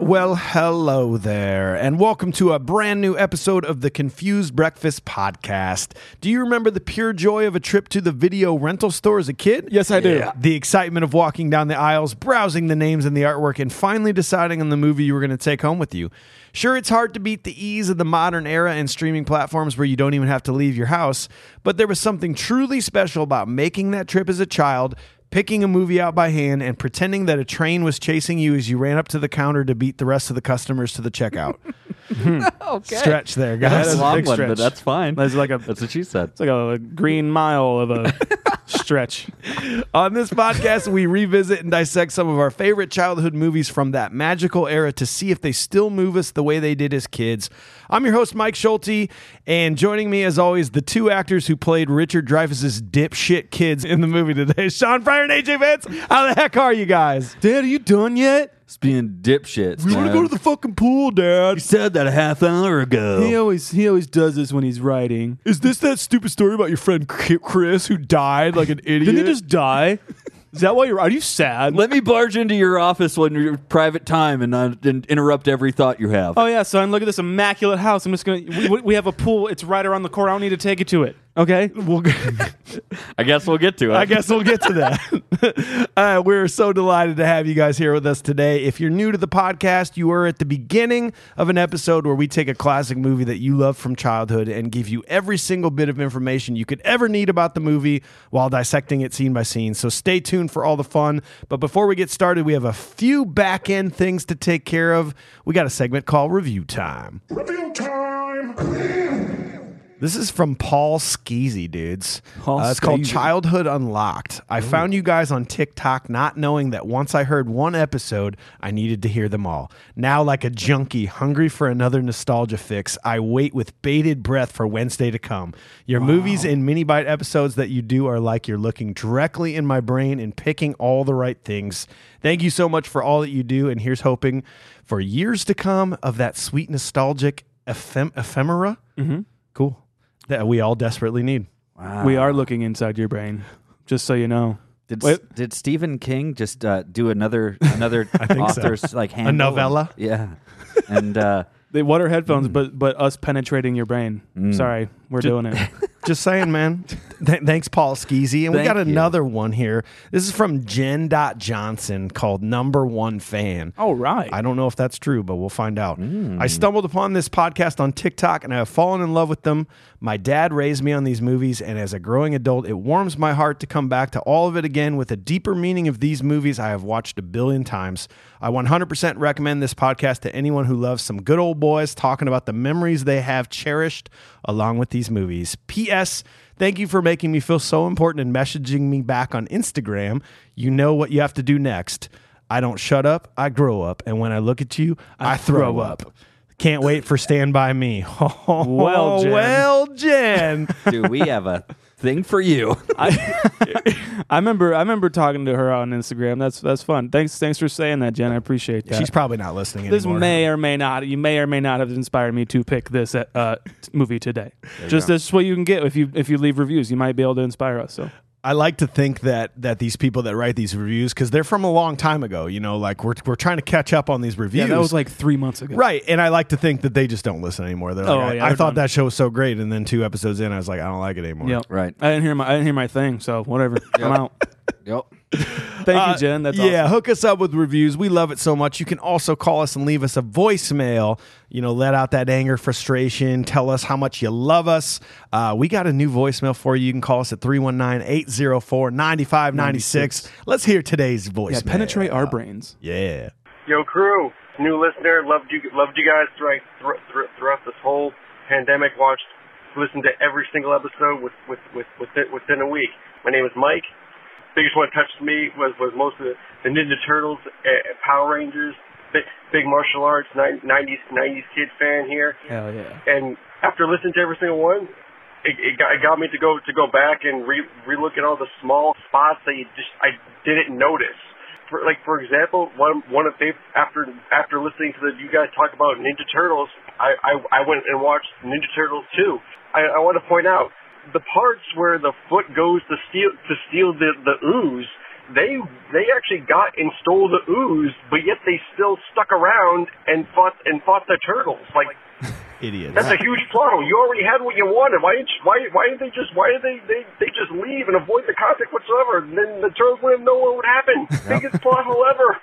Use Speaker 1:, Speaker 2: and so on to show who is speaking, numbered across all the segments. Speaker 1: Well, hello there, and welcome to a brand new episode of the Confused Breakfast Podcast. Do you remember the pure joy of a trip to the video rental store as a kid?
Speaker 2: Yes, I do.
Speaker 1: The excitement of walking down the aisles, browsing the names and the artwork, and finally deciding on the movie you were going to take home with you. Sure, it's hard to beat the ease of the modern era and streaming platforms where you don't even have to leave your house, but there was something truly special about making that trip as a child picking a movie out by hand and pretending that a train was chasing you as you ran up to the counter to beat the rest of the customers to the checkout. Hmm.
Speaker 3: Okay.
Speaker 1: Stretch there, guys.
Speaker 2: That is a
Speaker 1: Long
Speaker 2: big
Speaker 1: one,
Speaker 2: stretch.
Speaker 1: but
Speaker 2: that's fine.
Speaker 4: That's like a-
Speaker 2: that's what she said.
Speaker 3: It's like a green mile of a stretch.
Speaker 1: On this podcast, we revisit and dissect some of our favorite childhood movies from that magical era to see if they still move us the way they did as kids. I'm your host, Mike Schulte, and joining me, as always, the two actors who played Richard Dreyfuss's dipshit kids in the movie today, Sean Pryor and AJ Vance. How the heck are you guys?
Speaker 2: Dad, are you done yet? It's being dipshits.
Speaker 1: We want to go to the fucking pool, Dad.
Speaker 2: said that a half hour ago.
Speaker 5: He always he always does this when he's writing.
Speaker 1: Is this that stupid story about your friend K- Chris who died like an idiot?
Speaker 5: Didn't he just die? Is that why you're? Are you sad?
Speaker 2: Let me barge into your office when your private time and, not, and interrupt every thought you have.
Speaker 5: Oh yeah, son. Look at this immaculate house. I'm just gonna. We, we- we have a pool. It's right around the corner. I don't need to take you to it. Okay.
Speaker 1: We'll g-
Speaker 2: I guess we'll get to it.
Speaker 1: I guess we'll get to that. uh, we're so delighted to have you guys here with us today. If you're new to the podcast, you are at the beginning of an episode where we take a classic movie that you love from childhood and give you every single bit of information you could ever need about the movie while dissecting it scene by scene. So stay tuned for all the fun. But before we get started, we have a few back end things to take care of. We got a segment called Review Time.
Speaker 6: Review time!
Speaker 1: This is from Paul Skeezy, dudes.
Speaker 5: Paul
Speaker 1: Uh, it's called
Speaker 5: Skeezy.
Speaker 1: Childhood Unlocked. I found you guys on TikTok not knowing that once I heard one episode, I needed to hear them all. Now, like a junkie hungry for another nostalgia fix, I wait with bated breath for Wednesday to come. Your movies and mini bite episodes that you do are like you're looking directly in my brain and picking all the right things. Thank you so much for all that you do, and here's hoping for years to come of that sweet nostalgic ephem- ephemera. Mm-hmm. Cool. That we all desperately need.
Speaker 5: We are looking inside your brain, just so you know.
Speaker 7: Did,
Speaker 5: Wait.
Speaker 7: did Stephen King just uh, do another another
Speaker 1: so.
Speaker 7: author's like handle?
Speaker 1: novella?
Speaker 7: yeah, and uh,
Speaker 5: They what are headphones, but but us penetrating your brain. Mm. Sorry, we're doing it.
Speaker 1: Just saying, man. Th- thanks, Paul Skeezy. And we got
Speaker 7: Thank you.
Speaker 1: another one here. This is from Jen Dot Johnson called Number One Fan.
Speaker 5: All right. Hmm.
Speaker 1: I don't know if that's true, but we'll find out. I stumbled upon this podcast on TikTok and I have fallen in love with them. My dad raised me on these movies, and as a growing adult, it warms my heart to come back to all of it again with a deeper meaning of these movies I have watched a billion times. I 100% recommend this podcast to anyone who loves some good old boys talking about the memories they have cherished along with these movies. P.S. Thank you for making me feel so important and messaging me back on Instagram. You know what you have to do next. I don't shut up, I grow up. And when I look at you, I, throw, up. Can't wait for Stand By Me. Oh,
Speaker 5: Well, Jen.
Speaker 1: well, Jen.
Speaker 7: do we have a thing for you?
Speaker 5: I remember I remember talking to her on Instagram. That's that's fun. Thanks thanks for saying that, Jen. I appreciate that.
Speaker 1: She's probably not listening
Speaker 5: this
Speaker 1: anymore.
Speaker 5: may or may not you may or may not have inspired me to pick this uh, uh, t- movie today just this is what you can get if you if you leave reviews you might be able to inspire us so
Speaker 1: I like to think that that these people that write these reviews, because they're from a long time ago, you know, like we're, we're trying to catch up on these reviews.
Speaker 5: like three months ago
Speaker 1: Right, and I like to think that they just don't listen anymore. They're like,
Speaker 5: Oh,
Speaker 1: I,
Speaker 5: yeah,
Speaker 1: I
Speaker 5: they're
Speaker 1: thought
Speaker 5: done.
Speaker 1: that show was so great, and then two episodes in, I was like, I don't like it anymore.
Speaker 5: yep.
Speaker 7: Right.
Speaker 5: i didn't hear my i didn't hear my thing so whatever i'm out
Speaker 7: yep.
Speaker 5: thank you jen that's
Speaker 1: Uh, yeah,
Speaker 5: awesome.
Speaker 1: hook us up with reviews. We love it so much. You can also call us and leave us a voicemail. You know, let out that anger, frustration. Tell us how much you love us. Uh, we got a new voicemail for you. You can call us at 319 804 9596. Let's hear today's voicemail.
Speaker 5: yeah penetrate our brains
Speaker 1: Yeah.
Speaker 8: Yo, crew,
Speaker 6: new listener. Loved you, loved you guys throughout thr- thr- throughout this whole pandemic. Watched, listened to every single episode with with with within, within a week. My name is Mike. Biggest one that touched me was was most of the, the Ninja Turtles, uh, Power Rangers. Big, big martial arts, nin- 90s 90s kid fan here.
Speaker 5: Hell yeah.
Speaker 6: And after listening to every single one, it, it, got, it got me to go to go back and re relook at all the small spots that you just I didn't notice. For, like for example, one one of they after after listening to the you guys talk about Ninja Turtles, I I, I went and watched Ninja Turtles two. I, I want to point out the parts where the foot goes to steal to steal the the ooze. They they actually got and stole the ooze, but yet they still stuck around and fought and fought the turtles. Like
Speaker 1: Idiots.
Speaker 6: that's a huge plot hole. You already had what you wanted. Why didn't why why did they just why did they, they they just leave and avoid the conflict whatsoever? And then the turtles wouldn't know what would happen. Biggest plot hole ever.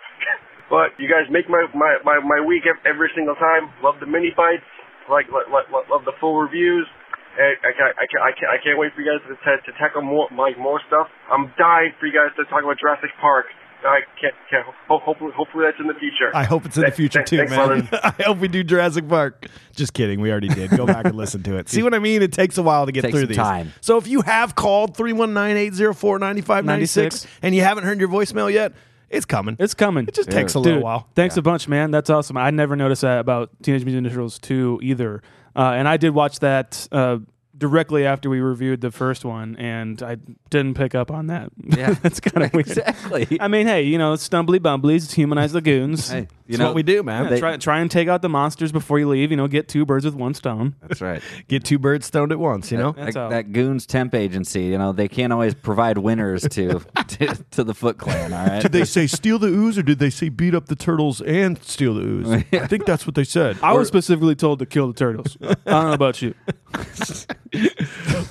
Speaker 6: But you guys make my my my, my week ev- every single time. Love the mini bites. Like, like, like like- love the full reviews. And I can't, I, can't, I, can't, I can't wait for you guys to, to, to tackle more like more stuff. I'm dying for you guys to talk about Jurassic Park. I can't, can't ho- hopefully hopefully that's in the future.
Speaker 1: I hope it's in the
Speaker 6: Th-
Speaker 1: future
Speaker 6: th-
Speaker 1: too,
Speaker 6: thanks,
Speaker 1: man.
Speaker 6: brother.
Speaker 1: I hope we do Jurassic Park. Just kidding. We already did. Go back and listen to it. See what I mean? It takes a while to get
Speaker 7: Takes
Speaker 1: through
Speaker 7: some
Speaker 1: these.
Speaker 7: time.
Speaker 1: So if you have called 319-804-9596
Speaker 5: 96
Speaker 1: and you haven't heard your voicemail yet, it's coming.
Speaker 5: It's coming.
Speaker 1: It just takes a little
Speaker 5: Dude,
Speaker 1: while.
Speaker 5: Thanks a bunch, man. That's awesome. I never noticed that about Teenage Mutant Ninja Turtles 2 either. Uh, and I did watch that uh, directly after we reviewed the first one, and I didn't pick up on that. Yeah. That's kind of weird.
Speaker 7: Exactly.
Speaker 5: I mean, hey, you know, stumbly bumblies, humanize lagoons.
Speaker 7: Hey, you
Speaker 1: That's
Speaker 7: know
Speaker 1: what we do, man.
Speaker 5: Yeah, try, try and take out the monsters before you leave. You know, get two birds with one stone.
Speaker 7: That's right.
Speaker 1: Get two birds stoned at once, you know?
Speaker 5: That's
Speaker 7: that,
Speaker 5: all.
Speaker 7: that goons temp agency, you know, they can't always provide winners to to, to the Foot Clan. All right.
Speaker 1: they say steal the ooze or did they say beat up the turtles and steal the ooze? I think that's what they said.
Speaker 5: I was specifically told to kill the turtles. I don't know about you.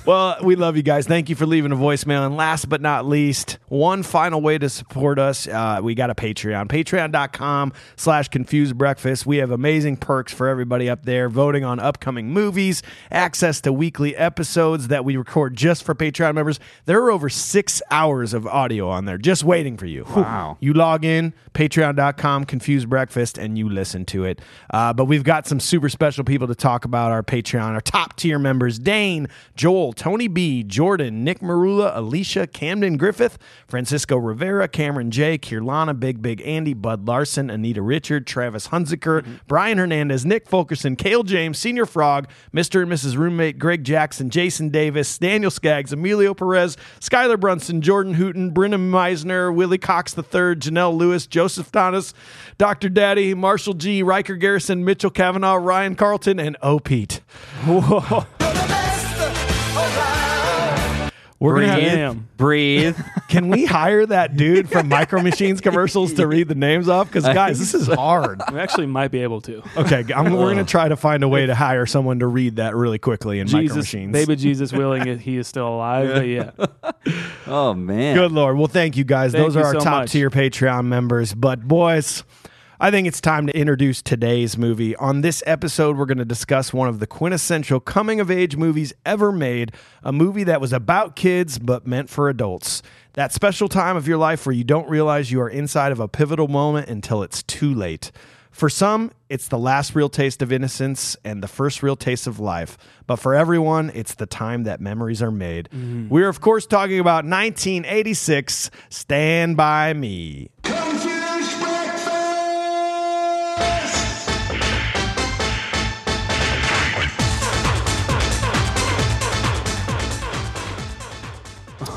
Speaker 1: Well, we love you guys. Thank you for leaving a voicemail. And last but not least, one final way to support us, uh, we got a Patreon. Patreon.com slash confused breakfast. We have amazing perks for everybody up there, voting on upcoming movies, access to weekly episodes that we record just for Patreon members. There are over six hours of audio on there just waiting for you. Wow. You log in, patreon.com, confused breakfast, and you listen to it. Uh, but we've got some super special people to talk about our Patreon, our top tier members Dane, Joel, Tony B, Jordan, Nick Marula, Alicia, Camden Griffith, Francisco Rivera, Cameron J, Kirlana, Big Big Andy, Bud Larson, Anita Richard, Travis Hunziker, Brian Hernandez, Nick Fulkerson, Cale James, Senior Frog, Mr. and Mrs. Roommate, Greg Jackson, Jason Davis, Daniel Skaggs, Emilio Perez, Skylar Brunson, Jordan Hooten, Brennan Meisner, Willie Cox III, Janelle Lewis, Joseph Donis, Dr. Daddy, Marshall G, Riker Garrison, Mitchell Kavanaugh, Ryan Carlton, and O. Pete. We're gonna have-
Speaker 5: Damn.
Speaker 7: Breathe.
Speaker 1: Can we hire that dude from Micro Machines commercials to read the names off? Because guys, this is hard.
Speaker 5: We actually might be able to.
Speaker 1: Okay, I'm, we're gonna try to find a way to hire someone to read that really quickly in Micro
Speaker 5: Jesus,
Speaker 1: Machines.
Speaker 5: baby Jesus willing, it- he is still alive. But yeah.
Speaker 7: Oh man.
Speaker 1: Good lord. Well, thank you guys.
Speaker 5: Thank
Speaker 1: Those
Speaker 5: you
Speaker 1: are our
Speaker 5: so
Speaker 1: top
Speaker 5: much.
Speaker 1: tier Patreon members. But boys, I think it's time to introduce today's movie. On this episode, we're going to discuss one of the quintessential coming of age movies ever made, a movie that was about kids but meant for adults. That special time of your life where you don't realize you are inside of a pivotal moment until it's too late. For some, it's the last real taste of innocence and the first real taste of life. But for everyone, it's the time that memories are made.
Speaker 7: Mm.
Speaker 1: We're, of course, talking about 1986 Stand By Me.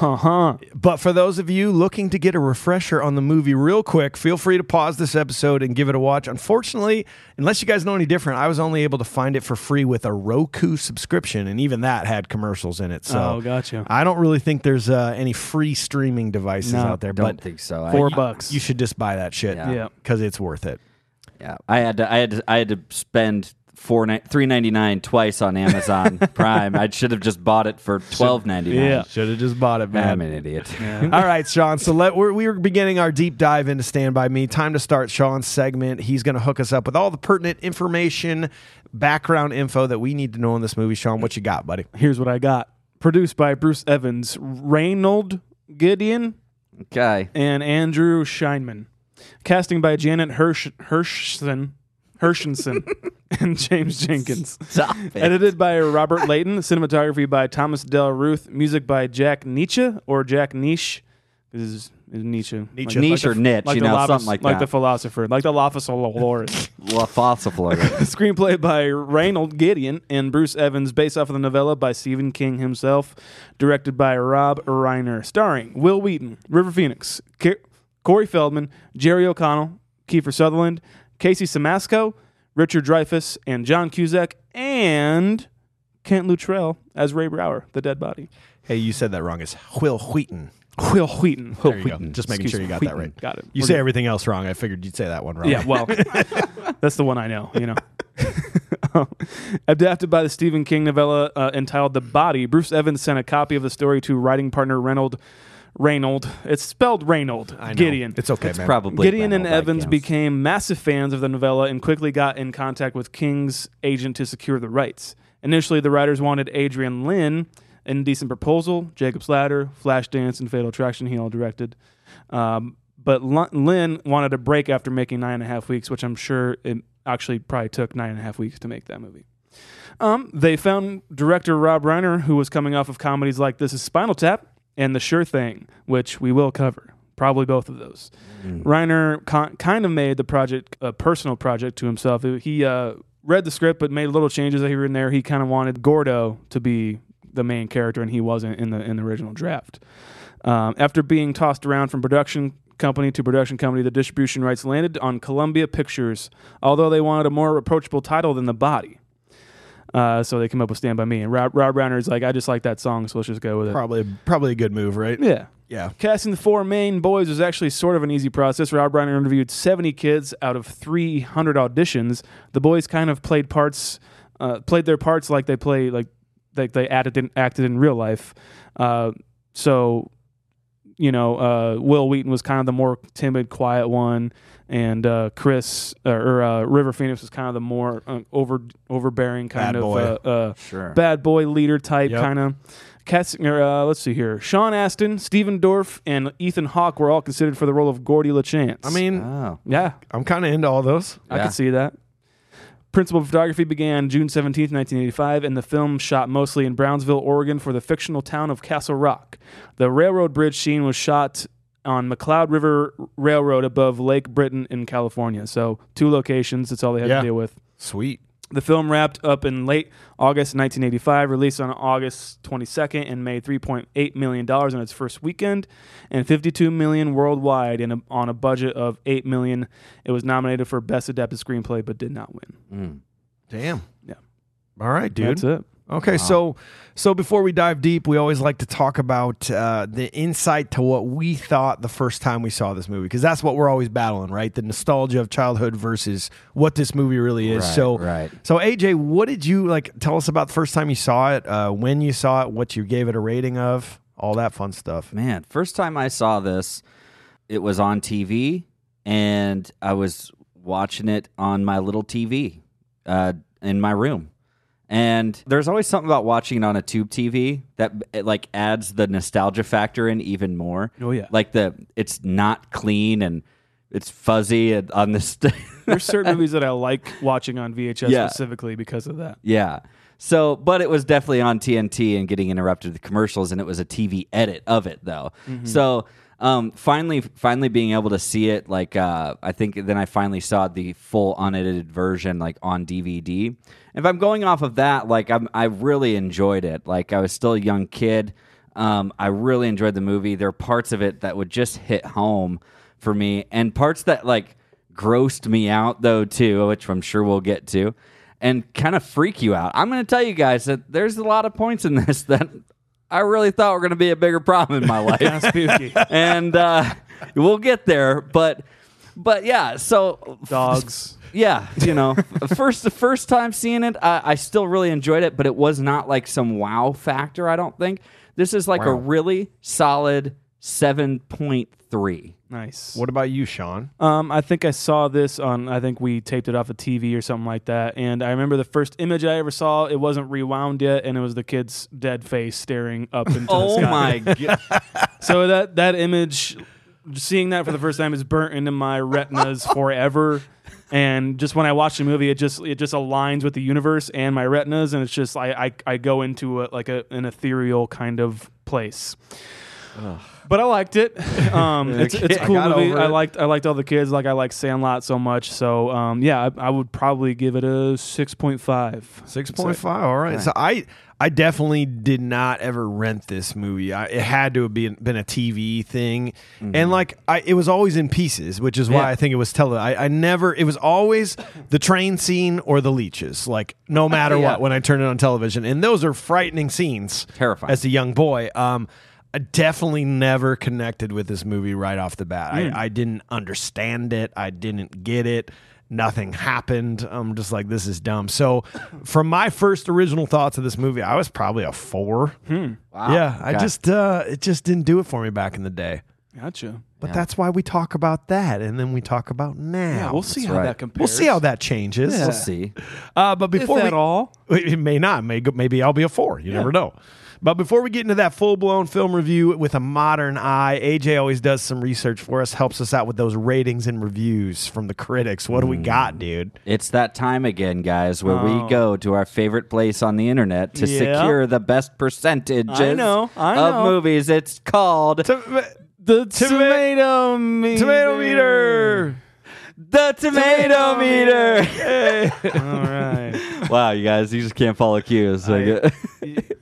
Speaker 5: Uh-huh.
Speaker 1: But for those of you looking to get a refresher on the movie real quick, feel free to pause this episode and give it a watch. Unfortunately, unless you guys know any different, I was only able to find it for free with a Roku subscription, and even that had commercials in it. So
Speaker 5: Oh, gotcha.
Speaker 1: I don't really think there's uh, any free streaming devices out there,
Speaker 7: Don't
Speaker 1: but
Speaker 7: think so.
Speaker 5: Four
Speaker 7: I,
Speaker 5: bucks.
Speaker 1: you should just buy that shit
Speaker 7: Yeah.
Speaker 5: Yeah.
Speaker 1: because it's worth it.
Speaker 7: yeah. I had to I had to I had to spend four three ninety nine twice on Amazon Prime. I should have just bought it for twelve ninety nine.
Speaker 5: Yeah.
Speaker 1: Should have just bought it, man.
Speaker 7: I'm an idiot.
Speaker 1: All right, Sean. So let, we're, we're beginning our deep dive into Stand By Me. Time to start Sean's segment. He's going to hook us up with all the pertinent information, background info that we need to know in this movie. Sean, what you got, buddy?
Speaker 5: Here's what I got. Produced by Bruce Evans, Reynold Gideon,
Speaker 7: Okay.
Speaker 5: and Andrew Scheinman. casting by Janet Hirsch Hirschson Hirschenson and James Jenkins.
Speaker 7: Stop it.
Speaker 5: Edited by Robert Layton, cinematography by Thomas Del Ruth, music by Jack Nietzsche or Jack Niche. This is, is Nietzsche.
Speaker 1: Nietzsche.
Speaker 7: Niche or niche, you
Speaker 5: the
Speaker 7: know,
Speaker 5: Lapis-
Speaker 7: something like,
Speaker 5: Like the
Speaker 7: that.
Speaker 5: philosopher, like the Lapis Lazuli.
Speaker 7: La fossil floor.
Speaker 5: Screenplay by Reynold Gideon and Bruce Evans, based off of the novella by Stephen King himself, directed by Rob Reiner, starring Will Wheaton, River Phoenix, Ke- Corey Feldman, Jerry O'Connell, Kiefer Sutherland, Casey Samasco, Richard Dreyfuss, and John Cusack, and Kent Luttrell as Ray Brower, the dead body.
Speaker 1: Hey, you said that wrong. It's Will Wheaton.
Speaker 5: Will Wheaton.
Speaker 1: There you go. Just making
Speaker 5: Excuse
Speaker 1: sure you
Speaker 5: me,
Speaker 1: got that
Speaker 5: Wheaton.
Speaker 1: right.
Speaker 5: Got it.
Speaker 1: You
Speaker 5: We're
Speaker 1: say
Speaker 5: good.
Speaker 1: everything else wrong. I figured you'd say that one wrong.
Speaker 5: Yeah, well, that's the one I know, you know. Adapted by the Stephen King novella uh, entitled The Body, Bruce Evans sent a copy of the story to writing partner Reynold. Reynold. It's spelled Reynold.
Speaker 1: I know.
Speaker 5: Gideon.
Speaker 1: It's okay, man.
Speaker 7: Probably.
Speaker 5: Gideon
Speaker 7: by
Speaker 5: and
Speaker 7: now, by
Speaker 5: Evans
Speaker 7: guess.
Speaker 5: became massive fans of the novella and quickly got in contact with King's agent to secure the rights. Initially, the writers wanted Adrian Lynn, Indecent Proposal, Jacob's Ladder, Flashdance, and Fatal Attraction. He all directed. Um, but Lu- Lynn wanted a break after making nine and a half weeks, which I'm sure it actually probably took nine and a half weeks to make that movie. Um, they found director Rob Reiner, who was coming off of comedies like This Is Spinal Tap and The Sure Thing, which we will cover. Probably both of those. Reiner con- kind of made the project a personal project to himself. He uh, read the script, but made little changes here and there. He kind of wanted Gordo to be the main character, and he wasn't in the in the original draft. Um, after being tossed around from production company to production company, the distribution rights landed on Columbia Pictures, although they wanted a more approachable title than The Body. Uh, so they came up with Stand By Me. And Rob, Rob Reiner's like, I just like that song, so let's just go with it.
Speaker 1: probably probably a good move, right?
Speaker 5: Yeah.
Speaker 1: Yeah.
Speaker 5: Casting the four main boys was actually sort of an easy process. Rob Reiner interviewed 70 kids out of 300 auditions. The boys kind of played parts, uh, played their parts like they play, like like they acted in, acted in real life. Uh, so, you know, uh, Will Wheaton was kind of the more timid, quiet one, and uh, Chris or, or, uh, River Phoenix was kind of the more uh, over overbearing kind
Speaker 1: Bad
Speaker 5: of
Speaker 1: boy.
Speaker 5: Uh, uh,
Speaker 7: Sure.
Speaker 5: bad boy leader type
Speaker 1: Yep.
Speaker 5: kind of. Kessinger, uh, let's see here. Sean Astin, Steven Dorff, and Ethan Hawke were all considered for the role of Gordy LaChance.
Speaker 1: I mean,
Speaker 7: Oh.
Speaker 5: yeah,
Speaker 1: I'm kind of into all those.
Speaker 5: I
Speaker 7: Yeah.
Speaker 5: can see that. Principal photography began June seventeenth, 1985, and the film shot mostly in Brownsville, Oregon for the fictional town of Castle Rock. The railroad bridge scene was shot on McLeod River Railroad above Lake Britain in California. So, two locations, that's all they had
Speaker 1: Yeah.
Speaker 5: to deal with.
Speaker 1: Sweet.
Speaker 5: The film wrapped up in late August 1985, released on August 22nd, and made 3.8 million dollars on its first weekend, and 52 million worldwide. And on a budget of 8 million, it was nominated for Best Adapted Screenplay, but did not win.
Speaker 1: Damn.
Speaker 5: Yeah.
Speaker 1: All right, dude.
Speaker 5: That's it.
Speaker 1: Okay, so so before we dive deep, we always like to talk about uh, the insight to what we thought the first time we saw this movie, because that's what we're always battling, right? The nostalgia of childhood versus what this movie really is.
Speaker 7: Right,
Speaker 1: so,
Speaker 7: right.
Speaker 1: so AJ, what did you like? Tell us about the first time you saw it, uh, when you saw it, what you gave it a rating of, all that fun stuff.
Speaker 7: Man, first time I saw this, it was on TV, and I was watching it on my little TV uh, in my room. And there's always something about watching it on a tube TV that it, like adds the nostalgia factor in even more.
Speaker 5: Oh, yeah.
Speaker 7: like the it's not clean and it's fuzzy and on this.
Speaker 5: There's certain movies that I like watching on VHS
Speaker 7: Yeah.
Speaker 5: specifically because of that.
Speaker 7: Yeah. So, but it was definitely on TNT and getting interrupted with commercials, and it was a TV edit of it though. So, um, finally, finally being able to see it, like uh, I think then I finally saw the full unedited version, like on DVD. If I'm going off of that, like I'm, I really enjoyed it. Like I was still a young kid. Um, I really enjoyed the movie. There are parts of it that would just hit home for me, and parts that like grossed me out though too, which I'm sure we'll get to, and kind of freak you out. I'm going to tell you guys that there's a lot of points in this that I really thought were going to be a bigger problem in my life,
Speaker 5: Spooky.
Speaker 7: and uh, we'll get there. But but yeah, so
Speaker 5: Dogs.
Speaker 7: yeah, you know, first the first time seeing it, I, I still really enjoyed it, but it was not like some wow factor. I don't think this is like a really solid seven point three.
Speaker 5: Nice.
Speaker 1: What about you, Sean?
Speaker 5: Um, I think I saw this on. I think we taped it off a TV or something like that. And I remember the first image I ever saw. It wasn't rewound yet, and it was the kid's dead face staring up into the
Speaker 7: Oh
Speaker 5: sky.
Speaker 7: my god!
Speaker 5: So that that image seeing that for the first time is burnt into my retinas forever. And just when I watch the movie, it just it just aligns with the universe and my retinas, and it's just I I, I go into a, like a, an ethereal kind of place. But I liked it. Um, it's, it's a
Speaker 1: I
Speaker 5: cool
Speaker 1: got
Speaker 5: movie.
Speaker 1: over
Speaker 5: I
Speaker 1: it.
Speaker 5: liked I liked all the kids. Like I like Sandlot so much. So um, yeah, I, I would probably give it a six point five.
Speaker 1: Six point five. All right. So I I definitely did not ever rent this movie. I, it had to have been, been a TV thing, and like I, it was always in pieces, which is why I think it was tele. I, I never. It was always the train scene or the leeches. Like no matter
Speaker 7: Yeah.
Speaker 1: what, when I turned it on television, and those are frightening scenes.
Speaker 7: Terrifying.
Speaker 1: As a young boy, um, I definitely never connected with this movie right off the bat.
Speaker 5: Hmm.
Speaker 1: I, I didn't understand it. I didn't get it nothing happened. I'm just like, this is dumb. So, from my first original thoughts of this movie, I was probably a four.
Speaker 5: Hmm.
Speaker 1: Yeah, I
Speaker 7: Okay.
Speaker 1: just uh, it just didn't do it for me back in the day.
Speaker 5: Gotcha.
Speaker 1: But that's why we talk about that, and then we talk about now.
Speaker 5: Yeah, we'll see how
Speaker 7: right.
Speaker 5: that compares.
Speaker 1: We'll see how that changes.
Speaker 7: We'll see.
Speaker 1: Uh, but before
Speaker 5: if
Speaker 1: we,
Speaker 5: at all.
Speaker 1: it may not. May go, maybe I'll be a four. You never know. But before we get into that full blown film review with a modern eye, AJ always does some research for us, helps us out with those ratings and reviews from the critics. What do we
Speaker 7: Mm.
Speaker 1: got, dude?
Speaker 7: It's that time again, guys, where
Speaker 5: Oh.
Speaker 7: we go to our favorite place on the internet to
Speaker 5: Yeah.
Speaker 7: secure the best percentages
Speaker 5: I know, I
Speaker 7: of
Speaker 5: know.
Speaker 7: movies. It's called
Speaker 5: The tomato meter.
Speaker 1: Tomato meter.
Speaker 7: the Tomato Meter.
Speaker 5: All right.
Speaker 7: wow, you guys, you just can't follow cues. Like,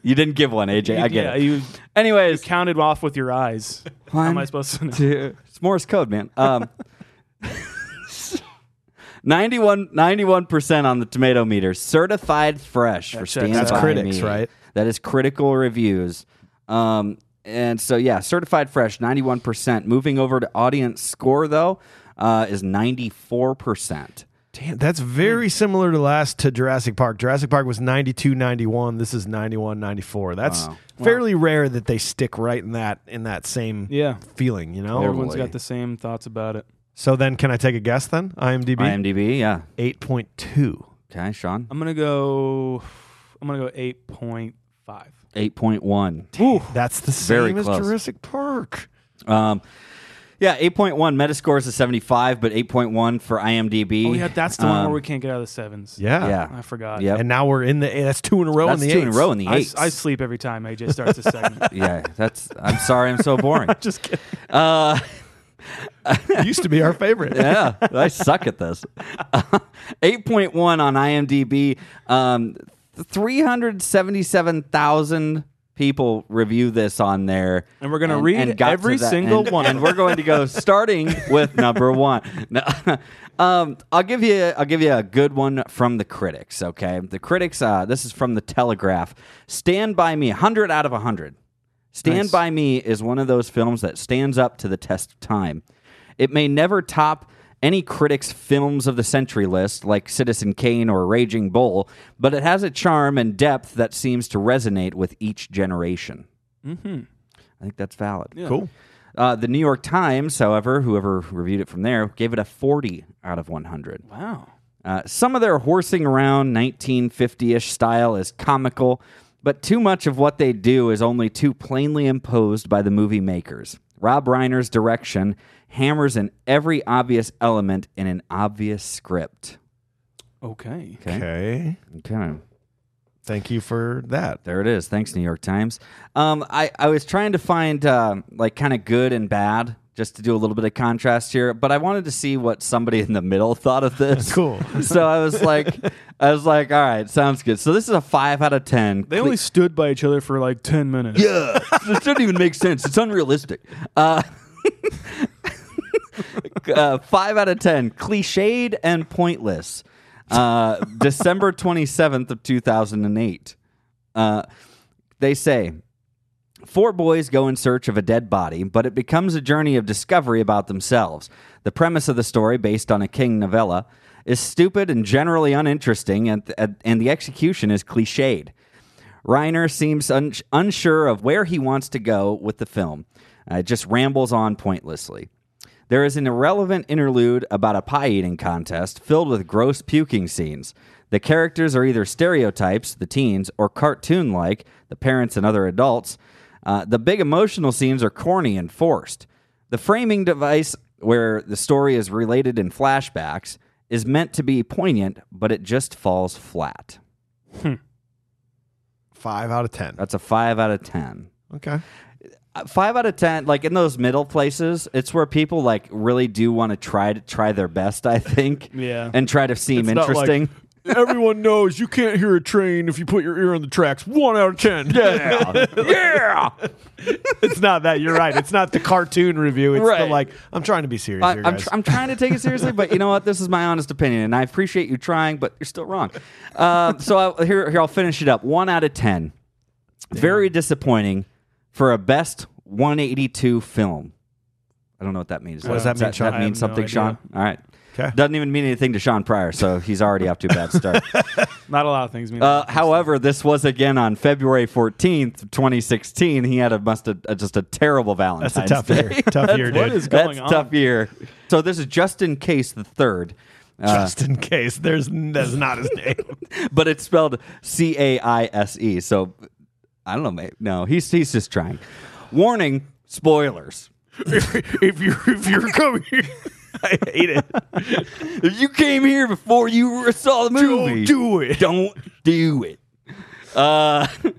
Speaker 7: you didn't give one, AJ. I get
Speaker 5: yeah,
Speaker 7: it.
Speaker 5: You
Speaker 7: Anyways,
Speaker 5: counted off with your eyes. How am I
Speaker 7: One,
Speaker 5: supposed to know?
Speaker 7: two- it's Morse code, man. Um, 91 percent on the tomato meter, certified fresh for
Speaker 5: checks
Speaker 7: Stand
Speaker 1: out. That's
Speaker 7: By
Speaker 1: critics,
Speaker 7: Me.
Speaker 1: right?
Speaker 7: That is critical reviews. Um, and so yeah, certified fresh, ninety one percent. Moving over to audience score though, uh, is ninety four percent.
Speaker 1: Damn, that's
Speaker 7: Hmm.
Speaker 1: very similar to last to Jurassic Park. Jurassic Park was 92 91. This is 91 94. That's
Speaker 7: Wow.
Speaker 1: fairly rare that they stick right in that in that same
Speaker 5: Yeah.
Speaker 1: feeling, you know?
Speaker 5: Everyone's got the same thoughts about it.
Speaker 1: So then can I take a guess then? IMDb
Speaker 7: IMDb, yeah.
Speaker 1: 8.2.
Speaker 7: Okay, Sean,
Speaker 5: I'm gonna go. I'm gonna go eight point five.
Speaker 7: eight point one.
Speaker 1: That's the
Speaker 7: Very
Speaker 1: same as
Speaker 7: close.
Speaker 1: Jurassic Park.
Speaker 7: Um, yeah, 8.1 Metascore is a 75, but 8.1 for IMDb.
Speaker 5: Oh yeah, that's the one
Speaker 7: Um,
Speaker 5: where we can't get out of the sevens.
Speaker 1: Yeah.
Speaker 7: Yeah.
Speaker 5: I forgot.
Speaker 7: Yep.
Speaker 1: And now we're in the that's two in a row
Speaker 7: That's
Speaker 1: in the
Speaker 7: two in a
Speaker 1: eights.
Speaker 7: row in the
Speaker 5: I,
Speaker 7: eights.
Speaker 5: I sleep every time AJ starts a segment.
Speaker 7: yeah, that's. I'm sorry, I'm so boring. Just kidding. Uh,
Speaker 1: Used to be our favorite.
Speaker 7: yeah, I suck at this. 8.1 on IMDb. Um, 377,000 people review this on there.
Speaker 5: And we're gonna read
Speaker 7: got to
Speaker 5: every
Speaker 7: that-
Speaker 5: single
Speaker 7: and-
Speaker 5: one.
Speaker 7: And we're going to go starting with number one. No, um, I'll give you I'll give you a good one from the critics. Okay, the critics. Uh, this is from the Telegraph. Stand by Me, hundred out of hundred. Stand by Me is one of those films that stands up to the test of time. It may never top any critic's films of the century list, like Citizen Kane or Raging Bull, but it has a charm and depth that seems to resonate with each generation. I think that's valid.
Speaker 1: Cool.
Speaker 7: Uh, the New York Times, however, whoever reviewed it from there, gave it a 40 out of 100.
Speaker 5: wow.
Speaker 7: Uh, some of their horsing around 1950 ish style is comical, but too much of what they do is only too plainly imposed by the movie makers. Rob Reiner's direction hammers in every obvious element in an obvious script.
Speaker 5: Okay.
Speaker 1: Okay.
Speaker 7: Okay.
Speaker 1: Thank you for that.
Speaker 7: There it is. Thanks, New York Times. Um, I, I was trying to find uh, like kind of good and bad just to do a little bit of contrast here, but I wanted to see what somebody in the middle thought of this.
Speaker 1: Cool.
Speaker 7: so I was like, I was like, all right, sounds good. So this is a five out of ten.
Speaker 5: They only stood by each other for like ten minutes. Yeah.
Speaker 7: this doesn't even make sense. It's unrealistic. Uh, uh, five out of ten, cliched and pointless. Uh, December twenty seventh of two thousand and eight. Uh, they say Four boys go in search of a dead body, but it becomes a journey of discovery about themselves. The premise of the story, based on a King novella, is stupid and generally uninteresting, and, and- and the execution is cliched. Reiner seems un- unsure of where he wants to go with the film, uh, just rambles on pointlessly. There is an irrelevant interlude about a pie eating contest filled with gross puking scenes. The characters are either stereotypes, the teens, or cartoon like, the parents and other adults. Uh, the big emotional scenes are corny and forced. The framing device, where the story is related in flashbacks, is meant to be poignant, but it just falls flat.
Speaker 1: Five out of ten.
Speaker 7: That's a five out of 10.
Speaker 1: Okay.
Speaker 7: Uh, Five out of 10, like in those middle places, it's where people like really do want to try to try their best, I think.
Speaker 5: Yeah.
Speaker 7: And try to seem
Speaker 1: It's not like-
Speaker 7: interesting.
Speaker 1: Everyone knows you can't hear a train if you put your ear on the tracks. One out of ten. Yeah. yeah. it's not that. You're right. It's not the cartoon review. It's the
Speaker 7: Right.
Speaker 1: like, I'm trying to be serious
Speaker 7: I,
Speaker 1: here,
Speaker 7: I'm,
Speaker 1: guys.
Speaker 7: tr- I'm trying to take it seriously, but you know what? This is my honest opinion, and I appreciate you trying, but you're still wrong. Uh, so I, here, here, I'll finish it up. One out of 10. Very disappointing for a best 182 film. I don't know what that means.
Speaker 1: What does that mean, Sean?
Speaker 7: That
Speaker 1: I
Speaker 7: means
Speaker 5: have no
Speaker 7: something,
Speaker 5: idea.
Speaker 7: Sean? All right.
Speaker 1: 'Kay.
Speaker 7: Doesn't even mean anything to Sean Pryor, so he's already off to a bad start.
Speaker 5: Not a lot of things mean.
Speaker 7: Uh, however, this was again on February 14th, 2016. He had a must have, uh, just a terrible Valentine's
Speaker 1: That's a tough
Speaker 7: Day.
Speaker 1: year. Tough year,
Speaker 5: what
Speaker 1: dude.
Speaker 5: is
Speaker 7: That's
Speaker 5: going on?
Speaker 7: tough year. So this is just in case the third, uh,
Speaker 1: Just in case. There's that's not his name.
Speaker 7: but it's spelled C A I S E. So I don't know. Mate. No, he's he's just trying. Warning: spoilers.
Speaker 1: if you if you're coming here, I hate it.
Speaker 7: If you came here before you saw the movie,
Speaker 1: do it.
Speaker 7: Don't do it. Uh,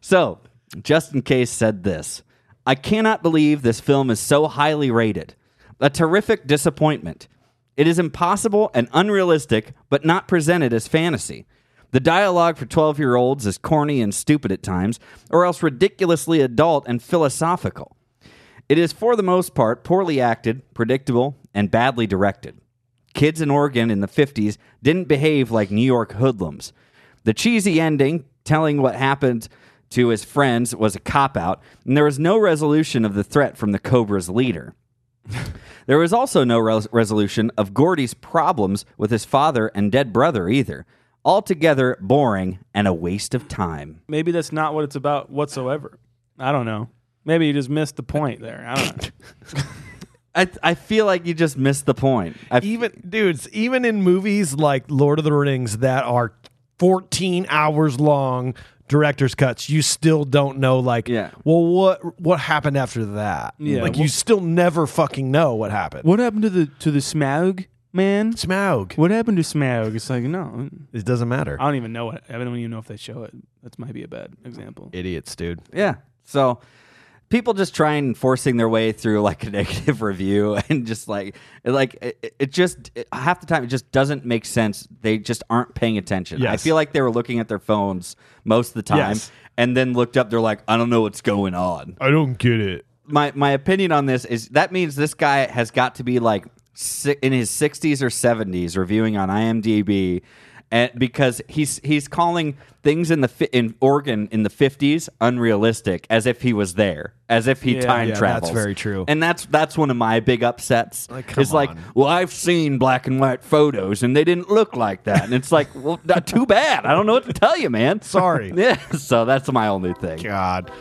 Speaker 7: so, Justin Case said this I cannot believe this film is so highly rated. A terrific disappointment. It is impossible and unrealistic, but not presented as fantasy. The dialogue for 12 year olds is corny and stupid at times, or else ridiculously adult and philosophical. It is, for the most part, poorly acted, predictable, and badly directed. Kids in Oregon in the 50s didn't behave like New York hoodlums. The cheesy ending, telling what happened to his friends, was a cop out, and there was no resolution of the threat from the Cobra's leader. There was also no res- resolution of Gordy's problems with his father and dead brother either. Altogether boring and a waste of time.
Speaker 5: Maybe that's not what it's about whatsoever. I don't know. Maybe you just missed the point there. I don't know.
Speaker 7: I, I feel like you just missed the point. I,
Speaker 1: even dudes, even in movies like Lord of the Rings that are 14 hours long director's cuts, you still don't know like
Speaker 7: Yeah.
Speaker 1: well what what happened after that?
Speaker 5: Yeah.
Speaker 1: Like you still never fucking know what happened.
Speaker 5: what happened to the to the Smaug man?
Speaker 1: Smaug.
Speaker 5: What happened to Smaug? It's like no,
Speaker 1: It doesn't matter.
Speaker 5: I don't even know it. I don't even know if they show it. That might be a bad example.
Speaker 1: Idiots, dude.
Speaker 7: Yeah. So people just trying and forcing their way through like a negative review and just like like it, it just it- half the time it just doesn't make sense. They just aren't paying attention. I
Speaker 1: Yes.
Speaker 7: feel like they were looking at their phones most of the time
Speaker 1: Yes.
Speaker 7: and then looked up they're like I don't know what's going on.
Speaker 1: I don't get it.
Speaker 7: My my opinion on this is that means this guy has got to be like si- in his 60s or 70s reviewing on IMDb and because he's he's calling things in the fi- in Oregon in the 50s unrealistic as if he was there as if he
Speaker 1: yeah,
Speaker 7: time
Speaker 1: that's
Speaker 7: travels
Speaker 1: very true.
Speaker 7: and that's that's one of my big upsets
Speaker 1: Like, come
Speaker 7: it's like
Speaker 1: on.
Speaker 7: well I've seen black and white photos and they didn't look like that and it's like well not too bad I don't know what to tell you man
Speaker 1: Sorry.
Speaker 7: yeah so that's my only thing
Speaker 1: God.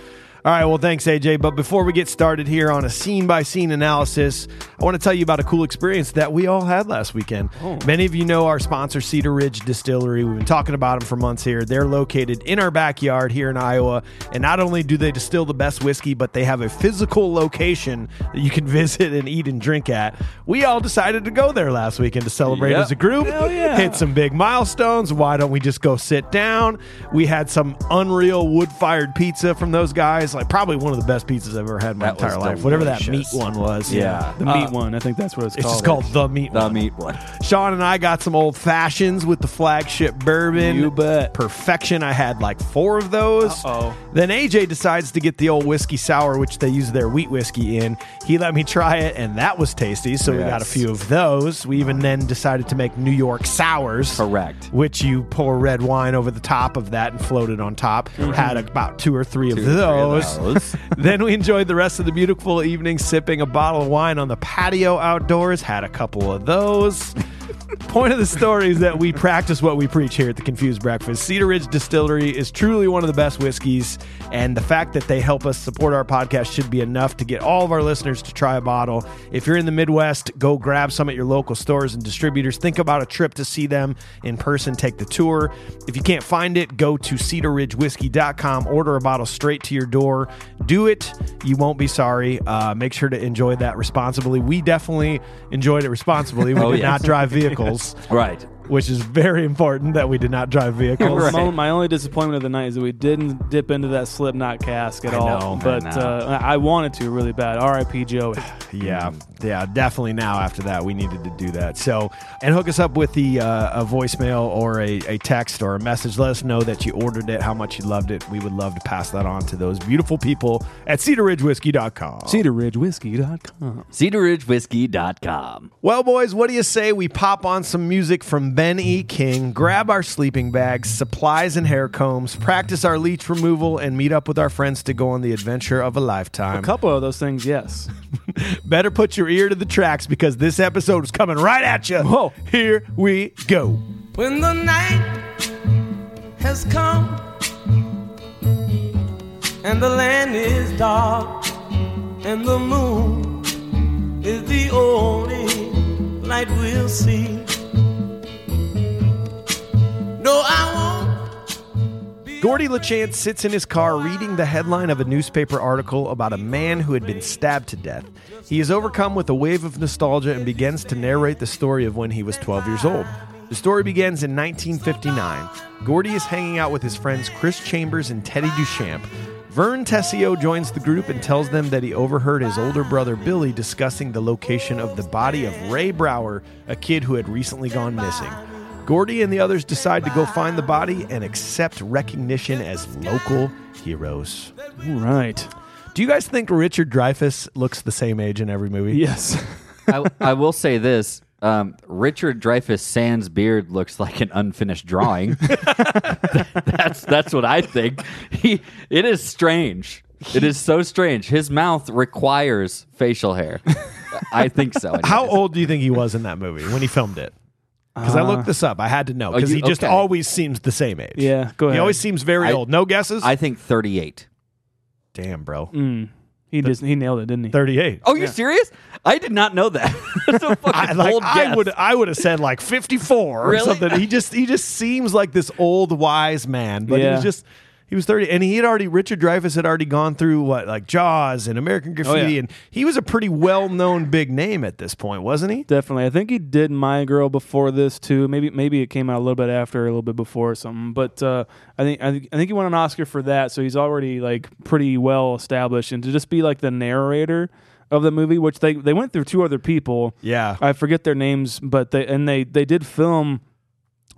Speaker 1: All right, well, thanks, AJ. But before we get started here on a scene by scene analysis, I want to tell you about a cool experience that we all had last weekend. Many of you know our sponsor, Cedar Ridge Distillery. We've been talking about them for months here. They're located in our backyard here in Iowa. And not only do they distill the best whiskey, but they have a physical location that you can visit and eat and drink at. We all decided to go there last weekend to celebrate
Speaker 7: Yep.
Speaker 1: as a group, hit some big milestones. Why don't we just go sit down? We had some unreal wood fired pizza from those guys, like probably one of the best pizzas I've ever had in my
Speaker 7: That was
Speaker 1: entire life. Whatever that meat
Speaker 7: delicious.
Speaker 1: one was.
Speaker 7: Yeah.
Speaker 5: The meat one, I think that's what it's,
Speaker 1: It's
Speaker 5: called.
Speaker 1: just called the meat
Speaker 7: the
Speaker 1: one.
Speaker 7: meat one.
Speaker 1: Sean and I got some old fashions with the flagship bourbon.
Speaker 5: You bet.
Speaker 1: Perfection. I had like four of those.
Speaker 5: Uh-oh.
Speaker 1: Then AJ decides to get the old whiskey sour, which they use their wheat whiskey in. He let me try it, and that was tasty. So we got a
Speaker 7: Yes.
Speaker 1: few of those. We even then decided to make New York sours.
Speaker 7: Correct.
Speaker 1: Which you pour red wine over the top of that and float it on top. Had about two or three, of,
Speaker 7: Two or three of
Speaker 1: those.
Speaker 7: those.
Speaker 1: then we enjoyed the rest of the beautiful evening sipping a bottle of wine on the patio outdoors. Had a couple of those. Point of the story is that we practice what we preach here at the Confused Breakfast. Cedar Ridge Distillery is truly one of the best whiskeys, and the fact that they help us support our podcast should be enough to get all of our listeners to try a bottle. If you're in the Midwest, go grab some at your local stores and distributors. Think about a trip to see them in person, take the tour. If you can't find it, go to cedarridgewhiskey.com, order a bottle straight to your door. Do it. You won't be sorry. Uh, make sure to enjoy that responsibly. We definitely enjoyed it responsibly. We did
Speaker 7: yes.
Speaker 1: not drive vehicles,
Speaker 7: Right.
Speaker 1: which is very important that we did not drive vehicles.
Speaker 5: Well, my, my only disappointment of the night is that we didn't dip into that Slipknot cask at
Speaker 1: I
Speaker 5: all.
Speaker 1: know, I
Speaker 5: but
Speaker 7: know.
Speaker 5: Uh, I I wanted to really bad. R.I.P. Joey.
Speaker 1: Yeah, yeah, definitely. Now after that, we needed to do that. So, and hook us up with the uh, a voicemail or a, a text or a message. Let us know that you ordered it, how much you loved it. We would love to pass that on to those beautiful people at cedarridgewhiskey.com.
Speaker 5: CedarRidgeWhiskey.com.
Speaker 7: CedarRidgeWhiskey.com.
Speaker 1: Well, boys, what do you say we pop on some music from Ben E. King, grab our sleeping bags, supplies, and hair combs, practice our leech removal, and meet up with our friends to go on the adventure of a lifetime.
Speaker 5: A couple of those things, yes.
Speaker 1: Better put your ear to the tracks because this episode is coming right at you. Whoa. Here we go.
Speaker 8: When the night has come and the land is dark and the moon is the only light we'll see. No, I won't.
Speaker 1: Gordy LaChance sits in his car reading the headline of a newspaper article about a man who had been stabbed to death. He is overcome with a wave of nostalgia and begins to narrate the story of when he was 12 years old. The story begins in 1959. Gordy is hanging out with his friends Chris Chambers and Teddy Duchamp. Vern Tessio joins the group and tells them that he overheard his older brother Billy discussing the location of the body of Ray Brower, a kid who had recently gone missing. Gordy and the others decide to go find the body and accept recognition as local heroes.
Speaker 5: All right.
Speaker 1: Do you guys think Richard Dreyfuss looks the same age in every movie?
Speaker 5: Yes.
Speaker 7: I, I will say this. Um, Richard Dreyfuss Sans beard looks like an unfinished drawing. that's that's what I think. He it is strange. It is so strange. His mouth requires facial hair. I think so. anyways.
Speaker 1: How old do you think he was in that movie when he filmed it? Because I looked this up. I had to know because
Speaker 7: Uh, oh, you-
Speaker 1: he just
Speaker 7: okay.
Speaker 1: always seems the same age.
Speaker 5: Yeah, go
Speaker 1: He
Speaker 5: ahead.
Speaker 1: always seems very
Speaker 7: I-
Speaker 1: old. No guesses?
Speaker 7: I Mm. think thirty-eight.
Speaker 1: Damn, bro.
Speaker 5: He just he nailed it, didn't he?
Speaker 1: 38.
Speaker 7: Oh, you're serious? I did not know that. that's a fucking
Speaker 1: I, like,
Speaker 7: bold
Speaker 1: I
Speaker 7: guess.
Speaker 1: would I would have said like 54 or
Speaker 7: Really?
Speaker 1: something. He just he just seems like this old wise man, but he
Speaker 5: Yeah.
Speaker 1: was just he was 30 and he had already Richard Dreyfuss had already gone through what like Jaws and American Graffiti
Speaker 5: yeah.
Speaker 1: and he was a pretty well-known big name at this point, wasn't he?
Speaker 5: Definitely. I think he did My Girl before this too. Maybe maybe it came out a little bit after, a little bit before or something. But uh, I think I think I think he won an Oscar for that, so he's already like pretty well established. And to just be like the narrator of the movie, which they they went through two other people.
Speaker 1: Yeah.
Speaker 5: I forget their names, but they and they they did film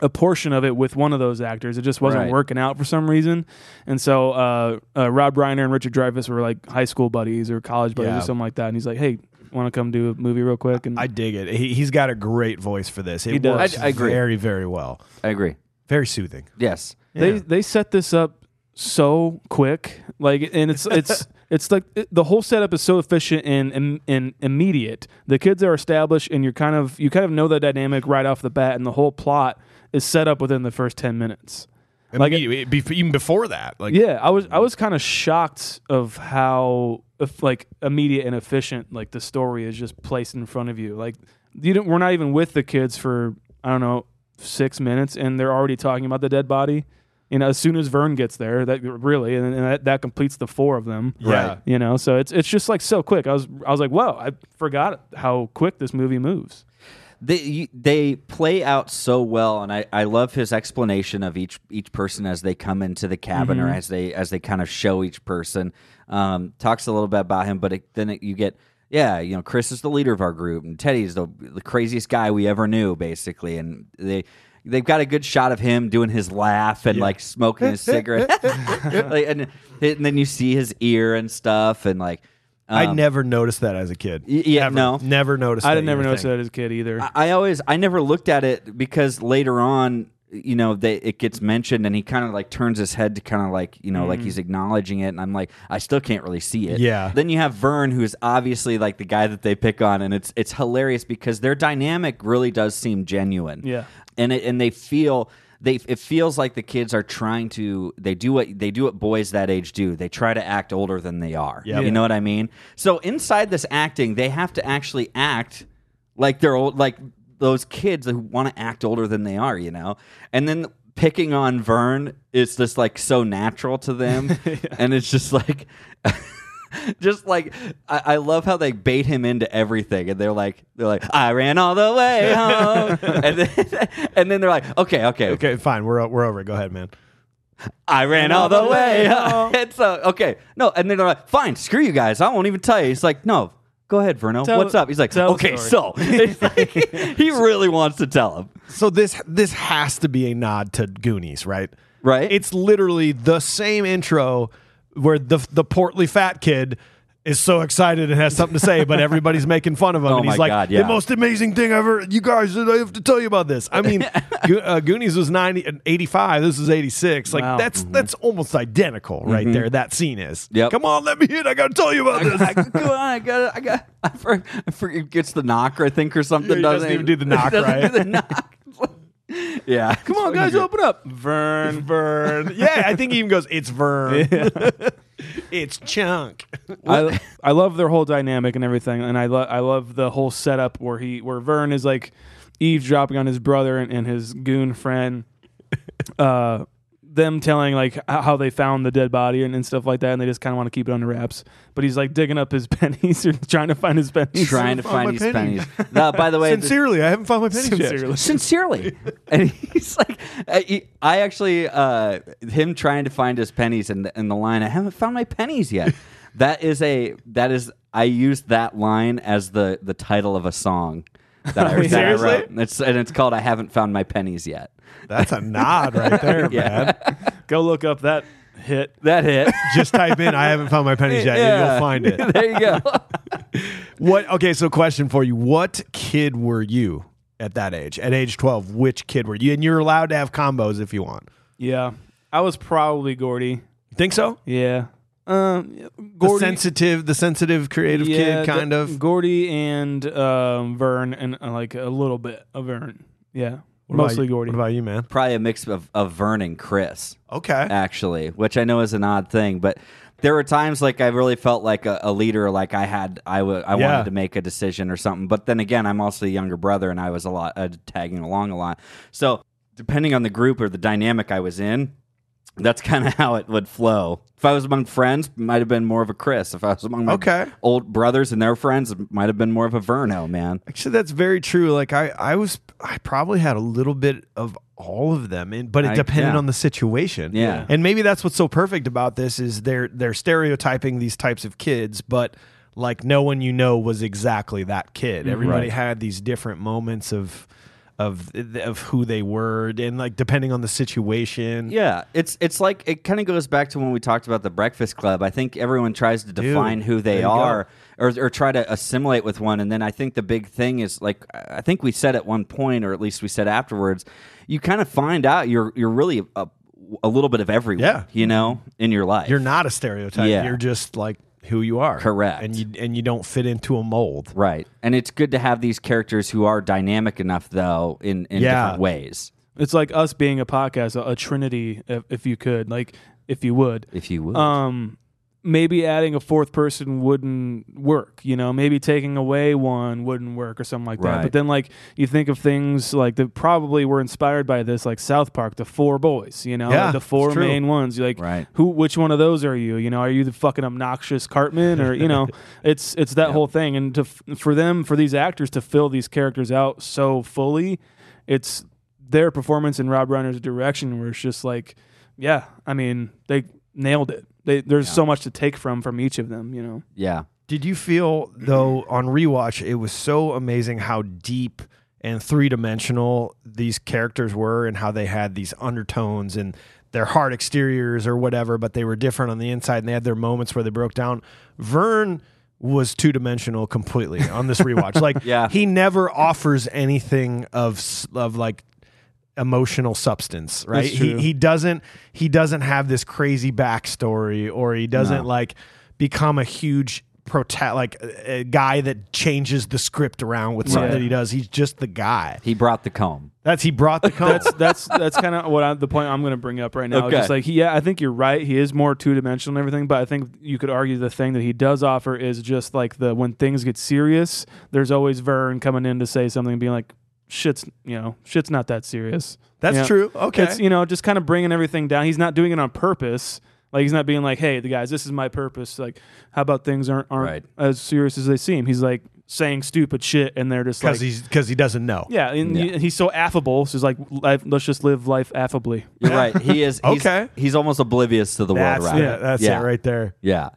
Speaker 5: a portion of it with one of those actors. It just wasn't
Speaker 7: Right.
Speaker 5: working out for some reason, and so uh, uh, Rob Reiner and Richard Dreyfuss were like high school buddies or college buddies
Speaker 1: Yeah.
Speaker 5: or something like that. And he's like, "Hey, want to come do a movie real quick?" And
Speaker 1: I dig it. He, he's got a great voice for this. It
Speaker 5: He does.
Speaker 1: works
Speaker 7: I- I agree.
Speaker 1: very very well.
Speaker 7: I agree.
Speaker 1: Very soothing.
Speaker 7: Yes.
Speaker 5: they they set this up so quick, like, and it's it's. It's like it- the whole setup is so efficient and, and and immediate. The kids are established, and you're kind of you kind of know the dynamic right off the bat, and the whole plot is set up within the first ten minutes.
Speaker 1: Like even before that, like
Speaker 5: Yeah, I was I was kind of shocked of how if, like immediate and efficient like the story is just placed in front of you. Like you don't, we're not even with the kids for I don't know six minutes, and they're already talking about the dead body. You know, as soon as Vern gets there, that really and, and that, that completes the four of them.
Speaker 1: Yeah.
Speaker 5: Right. You know, so it's it's just like so quick. I was I was like, whoa, I forgot how quick this movie moves.
Speaker 7: they you- they play out so well and I, I love his explanation of each each person as they come into the cabin or as they as they kind of show each person um, talks a little bit about him but it, then it, you get yeah you know chris is the leader of our group and teddy's the, the craziest guy we ever knew basically and they they've got a good shot of him doing his laugh and like smoking his cigarette like, and, and then you see his ear and stuff and like
Speaker 1: I
Speaker 7: um,
Speaker 1: never noticed that as a kid.
Speaker 7: Y- yeah,
Speaker 1: Ever.
Speaker 7: no.
Speaker 1: Never noticed that
Speaker 5: I didn't never
Speaker 1: either
Speaker 5: notice
Speaker 1: thing.
Speaker 5: that as a kid either.
Speaker 7: I I always I never looked at it because later on you know they it gets mentioned and he kind of like turns his head to kind of like you know like he's acknowledging it and i'm like i still can't really see it
Speaker 1: Mm. Yeah.
Speaker 7: then you have vern who's obviously like the guy that they pick on and it's it's hilarious because their dynamic really does seem genuine
Speaker 5: Yeah.
Speaker 7: and it and they feel they it feels like the kids are trying to they do what they do what boys that age do they try to act older than they are you know what i mean so inside this acting they have to actually act like they're old like those kids who want to act older than they are you know and then picking on vern is just like so natural to them and it's just like just like I, I love how they bait him into everything and they're like they're like i ran all the way home and then and then they're like okay okay,
Speaker 1: Okay, fine. We're o- we're over. it. Go ahead, man.
Speaker 7: i ran all the way home and so okay no and then they're like fine screw you guys i won't even tell you he's like no go ahead verno
Speaker 5: Tell-
Speaker 7: what's up he's like
Speaker 5: tell the
Speaker 7: okay so
Speaker 5: story."
Speaker 7: It's like, he really wants to tell him
Speaker 1: So this this has to be a nod to Goonies, right?
Speaker 7: Right.
Speaker 1: It's literally the same intro where the the portly fat kid is so excited and has something to say, but everybody's making fun of him,
Speaker 7: Oh
Speaker 1: and
Speaker 7: my
Speaker 1: he's like,
Speaker 7: God, yeah.
Speaker 1: "The most amazing thing ever! You guys, I have to tell you about this." I mean, Go- uh, Goonies was 90, and 85. This is eighty six. Like
Speaker 5: Wow.
Speaker 1: that's that's almost identical right there. That scene is.
Speaker 7: Mm-hmm. Yep.
Speaker 1: Come on, let me in. I got to tell you about this.
Speaker 7: I, come on, I got, I got, I for- I forget, gets the knock, I think, or something.
Speaker 1: Yeah, he doesn't even do the knock,
Speaker 7: doesn't
Speaker 1: right?
Speaker 7: do the knock. yeah. Come on, guys, open up.
Speaker 1: Vern. Vern. Yeah, I think he even goes, it's Vern. it's Chunk.
Speaker 5: I, I love their whole dynamic and everything, and I love I love the whole setup where he where Vern is like eavesdropping on his brother and, and his goon friend, uh, them telling like h- how they found the dead body and, and stuff like that, and they just kind of want to keep it under wraps. But he's like digging up his pennies or trying to find his pennies.
Speaker 7: Trying to
Speaker 1: found my
Speaker 7: find these
Speaker 1: penny.
Speaker 7: pennies. Now, by the way, the-
Speaker 1: Sincerely, I haven't found my penny yet.
Speaker 5: Sincerely.
Speaker 7: sincerely. and he's like, I, he- I actually, uh, him trying to find his pennies in the, in the line. I haven't found my pennies yet. that is a that is I used that line as the the title of a song that I, that I
Speaker 1: Seriously?
Speaker 7: wrote. And It's and it's called I haven't found my pennies yet.
Speaker 1: That's a nod right there,
Speaker 7: Yeah.
Speaker 1: man.
Speaker 5: Go look up that hit.
Speaker 7: That hit.
Speaker 1: Just type in, I haven't found my pennies yet, and
Speaker 7: Yeah.
Speaker 1: you'll find it.
Speaker 7: there you go.
Speaker 1: What? Okay, so question for you. What kid were you at that age? At age 12, which kid were you? And you're allowed to have combos if you want.
Speaker 5: Yeah, I was probably Gordy.
Speaker 1: Think so?
Speaker 5: Yeah, um,
Speaker 1: The
Speaker 5: Gordy.
Speaker 1: sensitive, the sensitive creative kid,
Speaker 5: the-
Speaker 1: kind of.
Speaker 5: Gordy and um, Vern and uh, like a little bit of Vern. Yeah,
Speaker 1: What about
Speaker 5: mostly
Speaker 1: you-
Speaker 5: Gordy.
Speaker 1: What about you, man?
Speaker 7: Probably a mix of, of Vern and Chris,
Speaker 1: Okay.
Speaker 7: actually, which I know is an odd thing, but there were times like I really felt like a, a leader, like I had, I wa- I
Speaker 1: Yeah.
Speaker 7: wanted to make a decision or something. But then again, I'm also the younger brother, and I was a lot uh, tagging along a lot. So depending on the group or the dynamic I was in, that's kind of how it would flow. If I was among friends, might have been more of a Chris. If I was among my
Speaker 1: Okay.
Speaker 7: old brothers and their friends, it might have been more of a Verno, man.
Speaker 1: Actually, that's very true. Like I, I was, I probably had a little bit of all of them, and but it
Speaker 7: I-
Speaker 1: depended
Speaker 7: yeah.
Speaker 1: on the situation.
Speaker 7: Yeah.
Speaker 1: and maybe that's what's so perfect about this is they're they're stereotyping these types of kids, but like no one you know was exactly that kid. Everybody
Speaker 7: Mm-hmm. Right.
Speaker 1: had these different moments of of of who they were, and like depending on the situation.
Speaker 7: Yeah, it's it's like it kind of goes back to when we talked about the Breakfast Club. I think everyone tries to define who
Speaker 1: there
Speaker 7: they
Speaker 1: you go.
Speaker 7: are or or try to assimilate with one, and then I think the big thing is like I think we said at one point, or at least we said afterwards, you kind of find out you're you're really a, a little bit of everyone.
Speaker 1: Yeah.
Speaker 7: you know, in your life,
Speaker 1: you're not a stereotype.
Speaker 7: Yeah.
Speaker 1: You're just like who you are.
Speaker 7: Correct.
Speaker 1: and you and you don't fit into a mold.
Speaker 7: right, and it's good to have these characters who are dynamic enough though in in
Speaker 1: Yeah.
Speaker 7: different ways,
Speaker 5: It's like us being a podcast, a, a trinity, if, if you could, like if you would.
Speaker 7: if you would.
Speaker 5: Um, maybe adding a fourth person wouldn't work. You know, maybe taking away one wouldn't work or something like that.
Speaker 7: Right.
Speaker 5: But then, like you think of things like that probably were inspired by this, like South Park, the four boys. You know,
Speaker 1: Yeah,
Speaker 5: like the four
Speaker 1: it's true.
Speaker 5: main ones. You're like,
Speaker 7: Right.
Speaker 5: who? Which one of those are you? You know, are you the fucking obnoxious Cartman or you know? it's it's that whole thing, and to f- for them for these actors to fill these characters out so fully, it's their performance in Rob Reiner's direction where it's just like, yeah, I mean, they nailed it. They, there's so much to take from from each of them, you know.
Speaker 7: yeah,
Speaker 1: Did you feel though on rewatch it was so amazing how deep and three dimensional these characters were and how they had these undertones and their hard exteriors or whatever, but they were different on the inside and they had their moments where they broke down. Vern was two dimensional completely on this rewatch. Like
Speaker 7: Yeah.
Speaker 1: he never offers anything of s- of like emotional substance, right? He
Speaker 5: true.
Speaker 1: he doesn't he doesn't have this crazy backstory or he doesn't like become a huge prota- like a, a guy that changes the script around with something
Speaker 5: Right.
Speaker 1: that he does. He's just the guy.
Speaker 7: He brought the comb.
Speaker 1: That's he brought the comb.
Speaker 5: that's that's that's kind of what I, the point I'm going to bring up right now.
Speaker 7: Okay.
Speaker 5: Just like he, yeah, I think you're right. He is more two dimensional and everything, but I think you could argue the thing that he does offer is just like the when things get serious, there's always Vern coming in to say something and being like, "Shit's you know, shit's not that serious."
Speaker 1: That's
Speaker 5: You know?
Speaker 1: true. Okay.
Speaker 5: it's you know just kind of bringing everything down. He's not doing it on purpose. Like he's not being like, "Hey, the guys, this is my purpose." Like, how about things aren't aren't
Speaker 7: Right.
Speaker 5: as serious as they seem? He's like saying stupid shit, and they're just
Speaker 1: because
Speaker 5: like,
Speaker 1: he's because he doesn't know.
Speaker 5: yeah, and he- he's so affable. So he's like, life, let's just live life affably.
Speaker 7: You're right. He is. He's,
Speaker 1: Okay.
Speaker 7: He's almost oblivious to the
Speaker 1: That's
Speaker 7: world around
Speaker 1: it.
Speaker 7: him.
Speaker 1: That's
Speaker 7: yeah.
Speaker 1: it right there.
Speaker 7: Yeah.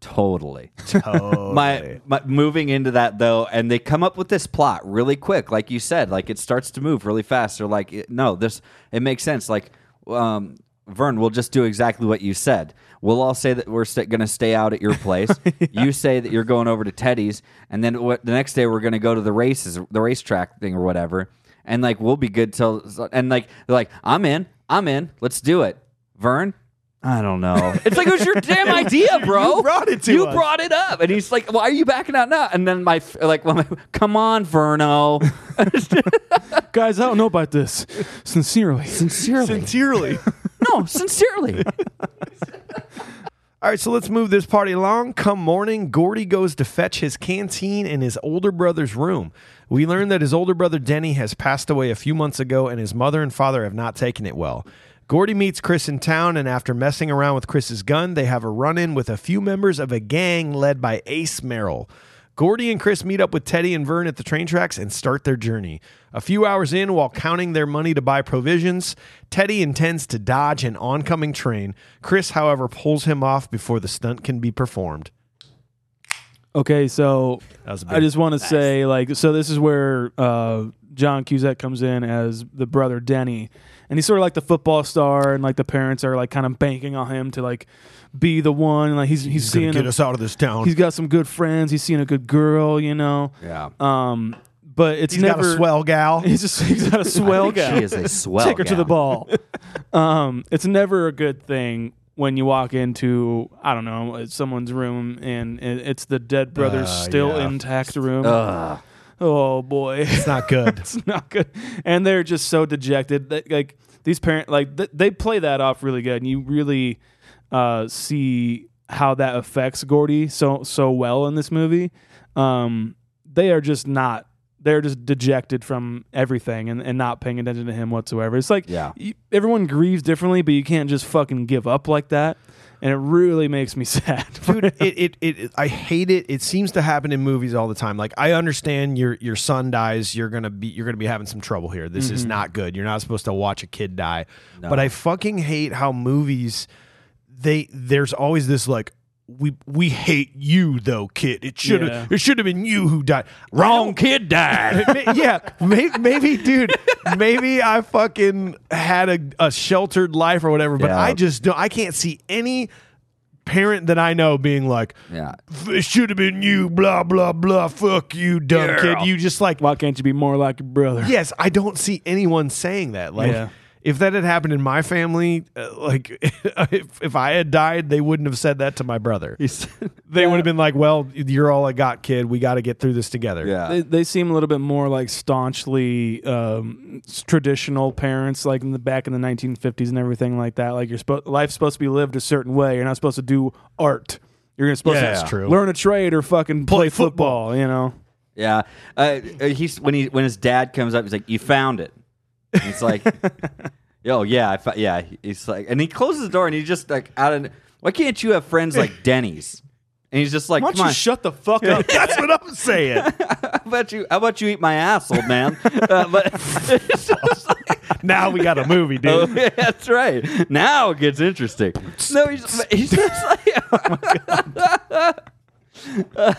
Speaker 7: Totally. my, my moving into that though, and they come up with this plot really quick, like you said, like it starts to move really fast. They're like, it- no, this it makes sense. Like, um, Vern, we'll just do exactly what you said. We'll all say that we're st- going to stay out at your place. You say that you're going over to Teddy's, and then what, the next day we're going to go to the races, the racetrack thing or whatever, and like we'll be good till. And like they're like, I'm in, I'm in, let's do it, Vern. I don't know. It's like it was your damn idea, bro. You
Speaker 1: brought it to
Speaker 7: You
Speaker 1: us.
Speaker 7: brought it up, and he's like, "Why are you backing out now?" And then my f- like, well, my, "Come on, Verno."
Speaker 5: Guys, I don't know about this. Sincerely,
Speaker 7: Sincerely,
Speaker 1: Sincerely.
Speaker 7: no, sincerely.
Speaker 1: All right, so let's move this party along. Come morning, Gordy goes to fetch his canteen in his older brother's room. We learn that his older brother Denny has passed away a few months ago, and his mother and father have not taken it well. Gordy meets Chris in town, and after messing around with Chris's gun, they have a run in with a few members of a gang led by Ace Merrill. Gordy and Chris meet up with Teddy and Vern at the train tracks and start their journey. A few hours in, while counting their money to buy provisions, Teddy intends to dodge an oncoming train. Chris, however, pulls him off before the stunt can be performed.
Speaker 5: Okay, so
Speaker 1: That was a big-
Speaker 5: I just want to say, like, so this is where uh, John Cusack comes in as the brother Denny, and he's sort of like the football star, and like the parents are like kind of banking on him to like be the one. And, like he's he's,
Speaker 1: Gonna
Speaker 5: seeing
Speaker 1: get
Speaker 5: a-
Speaker 1: us out of this town.
Speaker 5: he's
Speaker 1: He's,
Speaker 5: got some good friends. He's seeing a good girl, you know.
Speaker 7: Yeah,
Speaker 5: Um, but it's never
Speaker 1: got a swell gal.
Speaker 5: He's just he's got a swell guy.
Speaker 7: she is a swell.
Speaker 5: Take her to
Speaker 7: gal.
Speaker 5: the ball. um, it's never a good thing when you walk into I don't know someone's room and it- it's the dead brother's
Speaker 1: Uh,
Speaker 5: still
Speaker 1: yeah.
Speaker 5: intact room.
Speaker 7: Ugh.
Speaker 5: Oh boy,
Speaker 1: It's not good.
Speaker 5: it's not good. And they're just so dejected. That, like these parent, like th- they play that off really good, and you really uh, see how that affects Gordy so so well in this movie. Um, they are just not. They're just dejected from everything and, and not paying attention to him whatsoever. It's like
Speaker 7: Yeah.
Speaker 5: y- everyone grieves differently, but you can't just fucking give up like that. And it really makes me sad.
Speaker 1: dude it, it, it it- i hate it it seems to happen in movies all the time like i understand your your son dies you're gonna be you're gonna be having some trouble here this is not good you're not supposed to watch a kid die but i fucking hate how movies they there's always this like we we hate you though kid it should have
Speaker 5: Yeah.
Speaker 1: it should have been you who died wrong kid died yeah maybe, maybe dude maybe i fucking had a, a sheltered life or whatever but
Speaker 7: Yeah.
Speaker 1: i just don't i can't see any parent that I know being like,
Speaker 7: Yeah,
Speaker 1: it should have been you, blah, blah, blah, fuck you, dumb kid. You just like,
Speaker 5: Why can't you be more like your brother?
Speaker 1: yes, I don't see anyone saying that. Like,
Speaker 5: Yeah.
Speaker 1: if that had happened in my family, uh, like, if, if I had died, they wouldn't have said that to my brother. They would have been like, well, you're all I got, kid. We got to get through this together.
Speaker 7: yeah.
Speaker 5: they, they seem a little bit more like staunchly um, s- traditional parents, like in the back in the 1950s and everything like that. Like you're supposed life's supposed to be lived a certain way. You're not supposed to do art. You're gonna supposed
Speaker 1: Yeah,
Speaker 5: to
Speaker 1: that's true.
Speaker 5: learn a trade or fucking play, football, You know,
Speaker 7: Yeah, uh, uh, he's when he when his dad comes up, he's like, "You found it." And it's like, "Yo, yeah, I fou- yeah." He's like, and he closes the door, and he's just like, "Out of why can't you have friends like Denny's?" And he's just like,
Speaker 5: why
Speaker 7: "Come
Speaker 5: don't you
Speaker 7: on,
Speaker 5: shut the fuck up?
Speaker 1: That's what I'm saying.
Speaker 7: how about you? How about you eat my ass, old man?" uh, but it's just like-
Speaker 1: now we got a movie, dude.
Speaker 7: Oh, yeah, that's right. Now it gets interesting. No, he's, he's oh just like,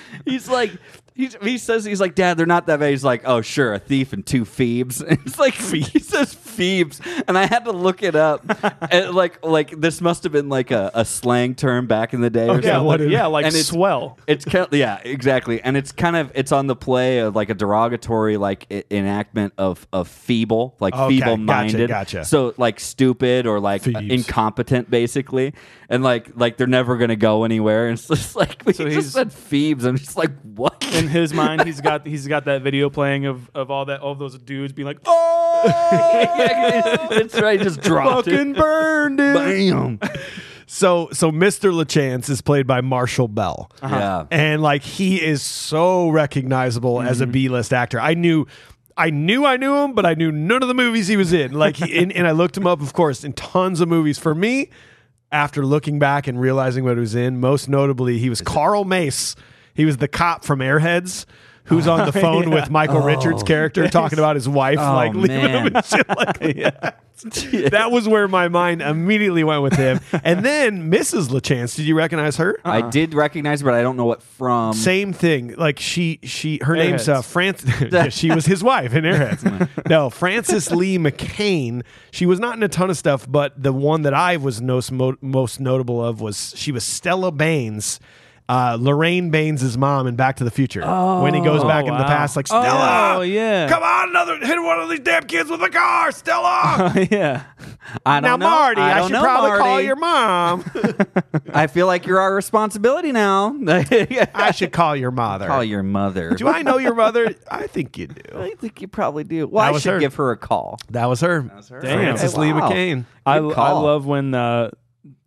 Speaker 7: he's like, He, he says he's like, Dad, they're not that bad. He's like, Oh, sure, a thief and two Phoebes. It's like he says Phoebes, and I had to look it up. And like, like this must have been like a, a slang term back in the day. or
Speaker 5: yeah,
Speaker 7: something.
Speaker 5: like, yeah, like
Speaker 7: And it's-
Speaker 5: swell.
Speaker 7: It's kind of, yeah, exactly, and it's kind of it's on the play of like a derogatory like e- enactment of of feeble, like
Speaker 1: Okay, gotcha,
Speaker 7: feeble minded.
Speaker 1: gotcha.
Speaker 7: So like stupid or like uh, incompetent, basically, and like like they're never gonna go anywhere. And it's just like we just
Speaker 5: he's-
Speaker 7: said Phoebes. I'm just like what?
Speaker 5: In his mind, he's got he's got that video playing of, of all that all those dudes being like, oh,
Speaker 7: it's right, just dropped
Speaker 1: Fucking burned it.
Speaker 7: Bam.
Speaker 1: So so Mr. LaChance is played by Marshall Bell.
Speaker 7: Yeah. Mm-hmm.
Speaker 1: And like he is so recognizable as a B-list actor. I knew I knew I knew him, but I knew none of the movies he was in. Like he, and, and I looked him up of course in tons of movies. For me, after looking back and realizing what he was in, most notably he was Carl Mace. He was the cop from Airheads. Who's on the phone with Michael Richards' character talking about his wife,
Speaker 7: Oh,
Speaker 1: like leaving
Speaker 7: man.
Speaker 1: him and shit like that. That was where my mind immediately went with him. And then Mrs. LaChance, did you recognize her?
Speaker 7: I did recognize, it, but I don't know what from.
Speaker 1: Same thing. Like she, she, her name's uh,
Speaker 5: Airheads.
Speaker 1: Frances. she was his wife in Airheads. no, Frances Lee McCain. She was not in a ton of stuff, but the one that I was most mo- most notable of was she was Stella Baines. Uh, Lorraine Baines' mom in Back to the Future. when he goes back in the
Speaker 5: wow.
Speaker 1: past, like, Stella!
Speaker 5: Oh, yeah.
Speaker 1: Come on, another, hit one of these damn kids with a car! Stella!
Speaker 5: yeah.
Speaker 7: I
Speaker 1: now,
Speaker 7: don't know.
Speaker 1: Marty, I,
Speaker 7: don't
Speaker 1: should
Speaker 7: know,
Speaker 1: probably call
Speaker 7: Marty.
Speaker 1: your mom.
Speaker 7: I feel like you're our responsibility now.
Speaker 1: I should call your mother.
Speaker 7: call your mother.
Speaker 1: Do I know your mother? I think you do.
Speaker 7: I think you probably do. Well,
Speaker 1: That
Speaker 7: I
Speaker 1: was
Speaker 7: should
Speaker 1: her.
Speaker 7: give her a call.
Speaker 1: That was her.
Speaker 5: Damn.
Speaker 1: Frances
Speaker 7: Okay,
Speaker 1: Lee
Speaker 7: wow.
Speaker 1: McCain.
Speaker 5: I,
Speaker 7: Good
Speaker 5: I
Speaker 7: call.
Speaker 5: love when uh,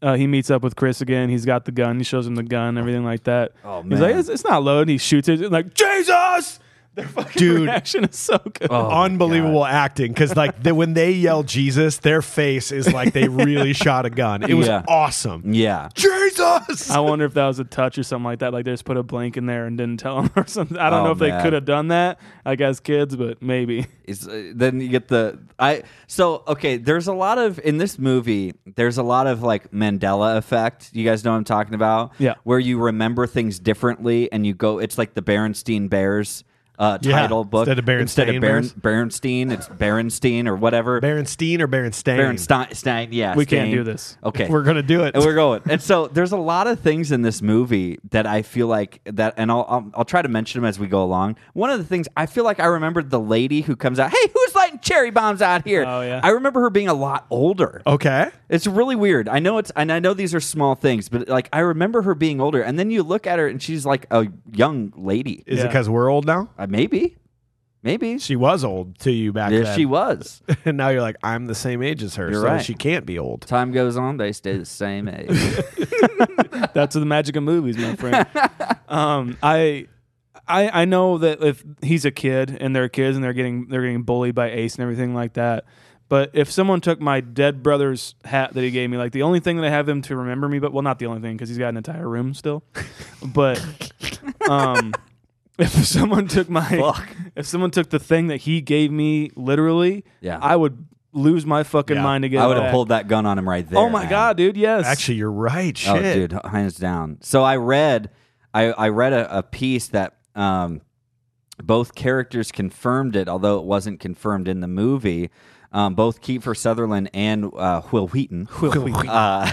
Speaker 5: uh, he meets up with Chris again. He's got the gun. He shows him the gun, everything like that.
Speaker 7: Oh,
Speaker 5: He's
Speaker 7: man.
Speaker 5: like, it's, it's not loaded. He shoots it. and like, Jesus! Their fucking
Speaker 1: Dude.
Speaker 5: reaction is so good.
Speaker 7: Oh.
Speaker 1: Oh, Unbelievable acting because like the, when they yell Jesus, their face is like they really shot a gun. It was
Speaker 7: Yeah.
Speaker 1: awesome.
Speaker 7: Yeah.
Speaker 1: Jesus.
Speaker 5: I wonder if that was a touch or something like that. Like they just put a blank in there and didn't tell him or something. I don't
Speaker 7: Oh,
Speaker 5: know if
Speaker 7: man.
Speaker 5: they could have done that, like as kids, but maybe.
Speaker 7: It's, uh, then you get the I so okay, there's a lot of in this movie, there's a lot of like Mandela effect. You guys know what I'm talking about?
Speaker 5: Yeah.
Speaker 7: Where you remember things differently and you go it's like the Berenstein Bears uh,
Speaker 1: Yeah.
Speaker 7: title book.
Speaker 1: Instead of
Speaker 7: Instead of
Speaker 1: Berenstain
Speaker 7: Beren,
Speaker 1: Bears.
Speaker 7: Berenstein, it's Berenstein or whatever.
Speaker 1: Berenstein or Berenstain?
Speaker 7: Berenstein, Stein, yeah.
Speaker 5: We can't
Speaker 7: Stein.
Speaker 5: do this.
Speaker 7: Okay.
Speaker 1: We're gonna do it.
Speaker 7: and we're going. And so there's a lot of things in this movie that I feel like that, and I'll, I'll I'll try to mention them as we go along. One of the things I feel like I remembered the lady who comes out. Hey, who's lighting cherry bombs out here?
Speaker 5: Oh, yeah. Oh.
Speaker 7: I remember her being a lot older.
Speaker 1: okay.
Speaker 7: It's really weird. I know it's, and I know these are small things, but like I remember her being older, and then you look at her and she's like a young lady.
Speaker 1: Is it
Speaker 5: Yeah.
Speaker 1: because we're old now?
Speaker 7: Uh, maybe, maybe.
Speaker 1: She was old to you back
Speaker 7: there
Speaker 1: then.
Speaker 7: she was.
Speaker 1: and now you're like, I'm the same age as her,
Speaker 7: You're
Speaker 1: so
Speaker 7: right.
Speaker 1: she can't be old.
Speaker 7: Time goes on; they stay the same age.
Speaker 5: That's the magic of movies, my friend. um, I, I, I know that if he's a kid and they're kids and they're getting they're getting bullied by Ace and everything like that. But if someone took my dead brother's hat that he gave me, like the only thing that I have him to remember me, but well, not the only thing because he's got an entire room still. But um, if someone took my if someone took the thing that he gave me literally,
Speaker 7: Yeah.
Speaker 5: I would lose my fucking
Speaker 1: Yeah.
Speaker 5: mind to get
Speaker 7: I
Speaker 5: it
Speaker 7: would have
Speaker 5: back.
Speaker 7: pulled that gun on him right there.
Speaker 5: Oh my
Speaker 7: man.
Speaker 5: god, dude! Yes,
Speaker 1: Actually, you're right. Shit.
Speaker 7: Oh, dude, hands down. So I read, I, I read a, a piece that um, both characters confirmed it, although it wasn't confirmed in the movie. Um, both Kiefer Sutherland and uh, Will Wheaton, Uh,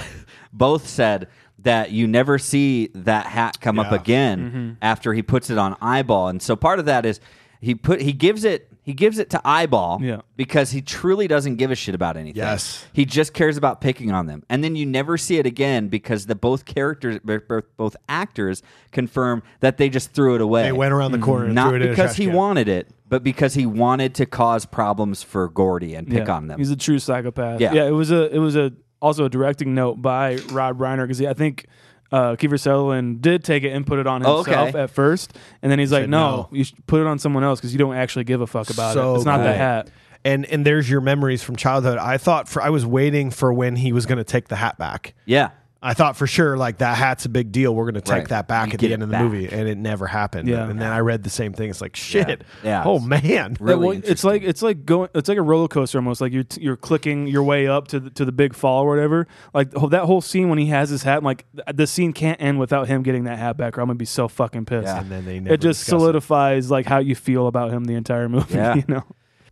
Speaker 7: both said that you never see that hat come up
Speaker 1: Yeah.
Speaker 7: again after he puts it on Eyeball, and so part of that is he put he gives it he gives it to Eyeball
Speaker 5: Yeah.
Speaker 7: because he truly doesn't give a shit about anything.
Speaker 1: Yes.
Speaker 7: He just cares about picking on them. And then you never see it again because the both characters both both actors confirm that they just threw it away.
Speaker 1: They went around the corner and
Speaker 7: Not
Speaker 1: threw it in a
Speaker 7: because
Speaker 1: trash
Speaker 7: he
Speaker 1: can.
Speaker 7: wanted it, but because he wanted to cause problems for Gordy and pick
Speaker 5: Yeah.
Speaker 7: on them.
Speaker 5: He's a true psychopath.
Speaker 7: Yeah.
Speaker 5: Yeah. it was a it was a also a directing note by Rob Reiner because I think uh, Kiefer Sutherland did take it and put it on
Speaker 7: Oh,
Speaker 5: himself
Speaker 7: okay.
Speaker 5: at first, and then he's like,
Speaker 1: Said
Speaker 5: "No,
Speaker 1: no.
Speaker 5: you should put it on someone else because you don't actually give a fuck about
Speaker 1: So
Speaker 5: it. It's not the
Speaker 1: good.
Speaker 5: hat."
Speaker 1: and and there's your memories from childhood. I thought for I was waiting for when he was going to take the hat back.
Speaker 7: yeah.
Speaker 1: I thought for sure like that hat's a big deal. We're going to take
Speaker 7: Right.
Speaker 1: that back
Speaker 7: You
Speaker 1: at the
Speaker 7: get
Speaker 1: end
Speaker 7: it
Speaker 1: of the
Speaker 7: back.
Speaker 1: movie, and it never happened.
Speaker 5: Yeah.
Speaker 1: And then I read the same thing. It's like shit.
Speaker 7: Yeah.
Speaker 1: Oh man.
Speaker 7: Really
Speaker 5: well, it's like it's like going it's like a roller coaster almost like you're t- you're clicking your way up to the, to the big fall or whatever like the whole- that whole scene when he has his hat like th- the scene can't end without him getting that hat back or I'm gonna be so fucking pissed
Speaker 7: Yeah.
Speaker 1: And then they never
Speaker 5: it just
Speaker 1: discuss it.
Speaker 5: solidifies like how you feel about him the entire movie
Speaker 7: Yeah.
Speaker 5: you know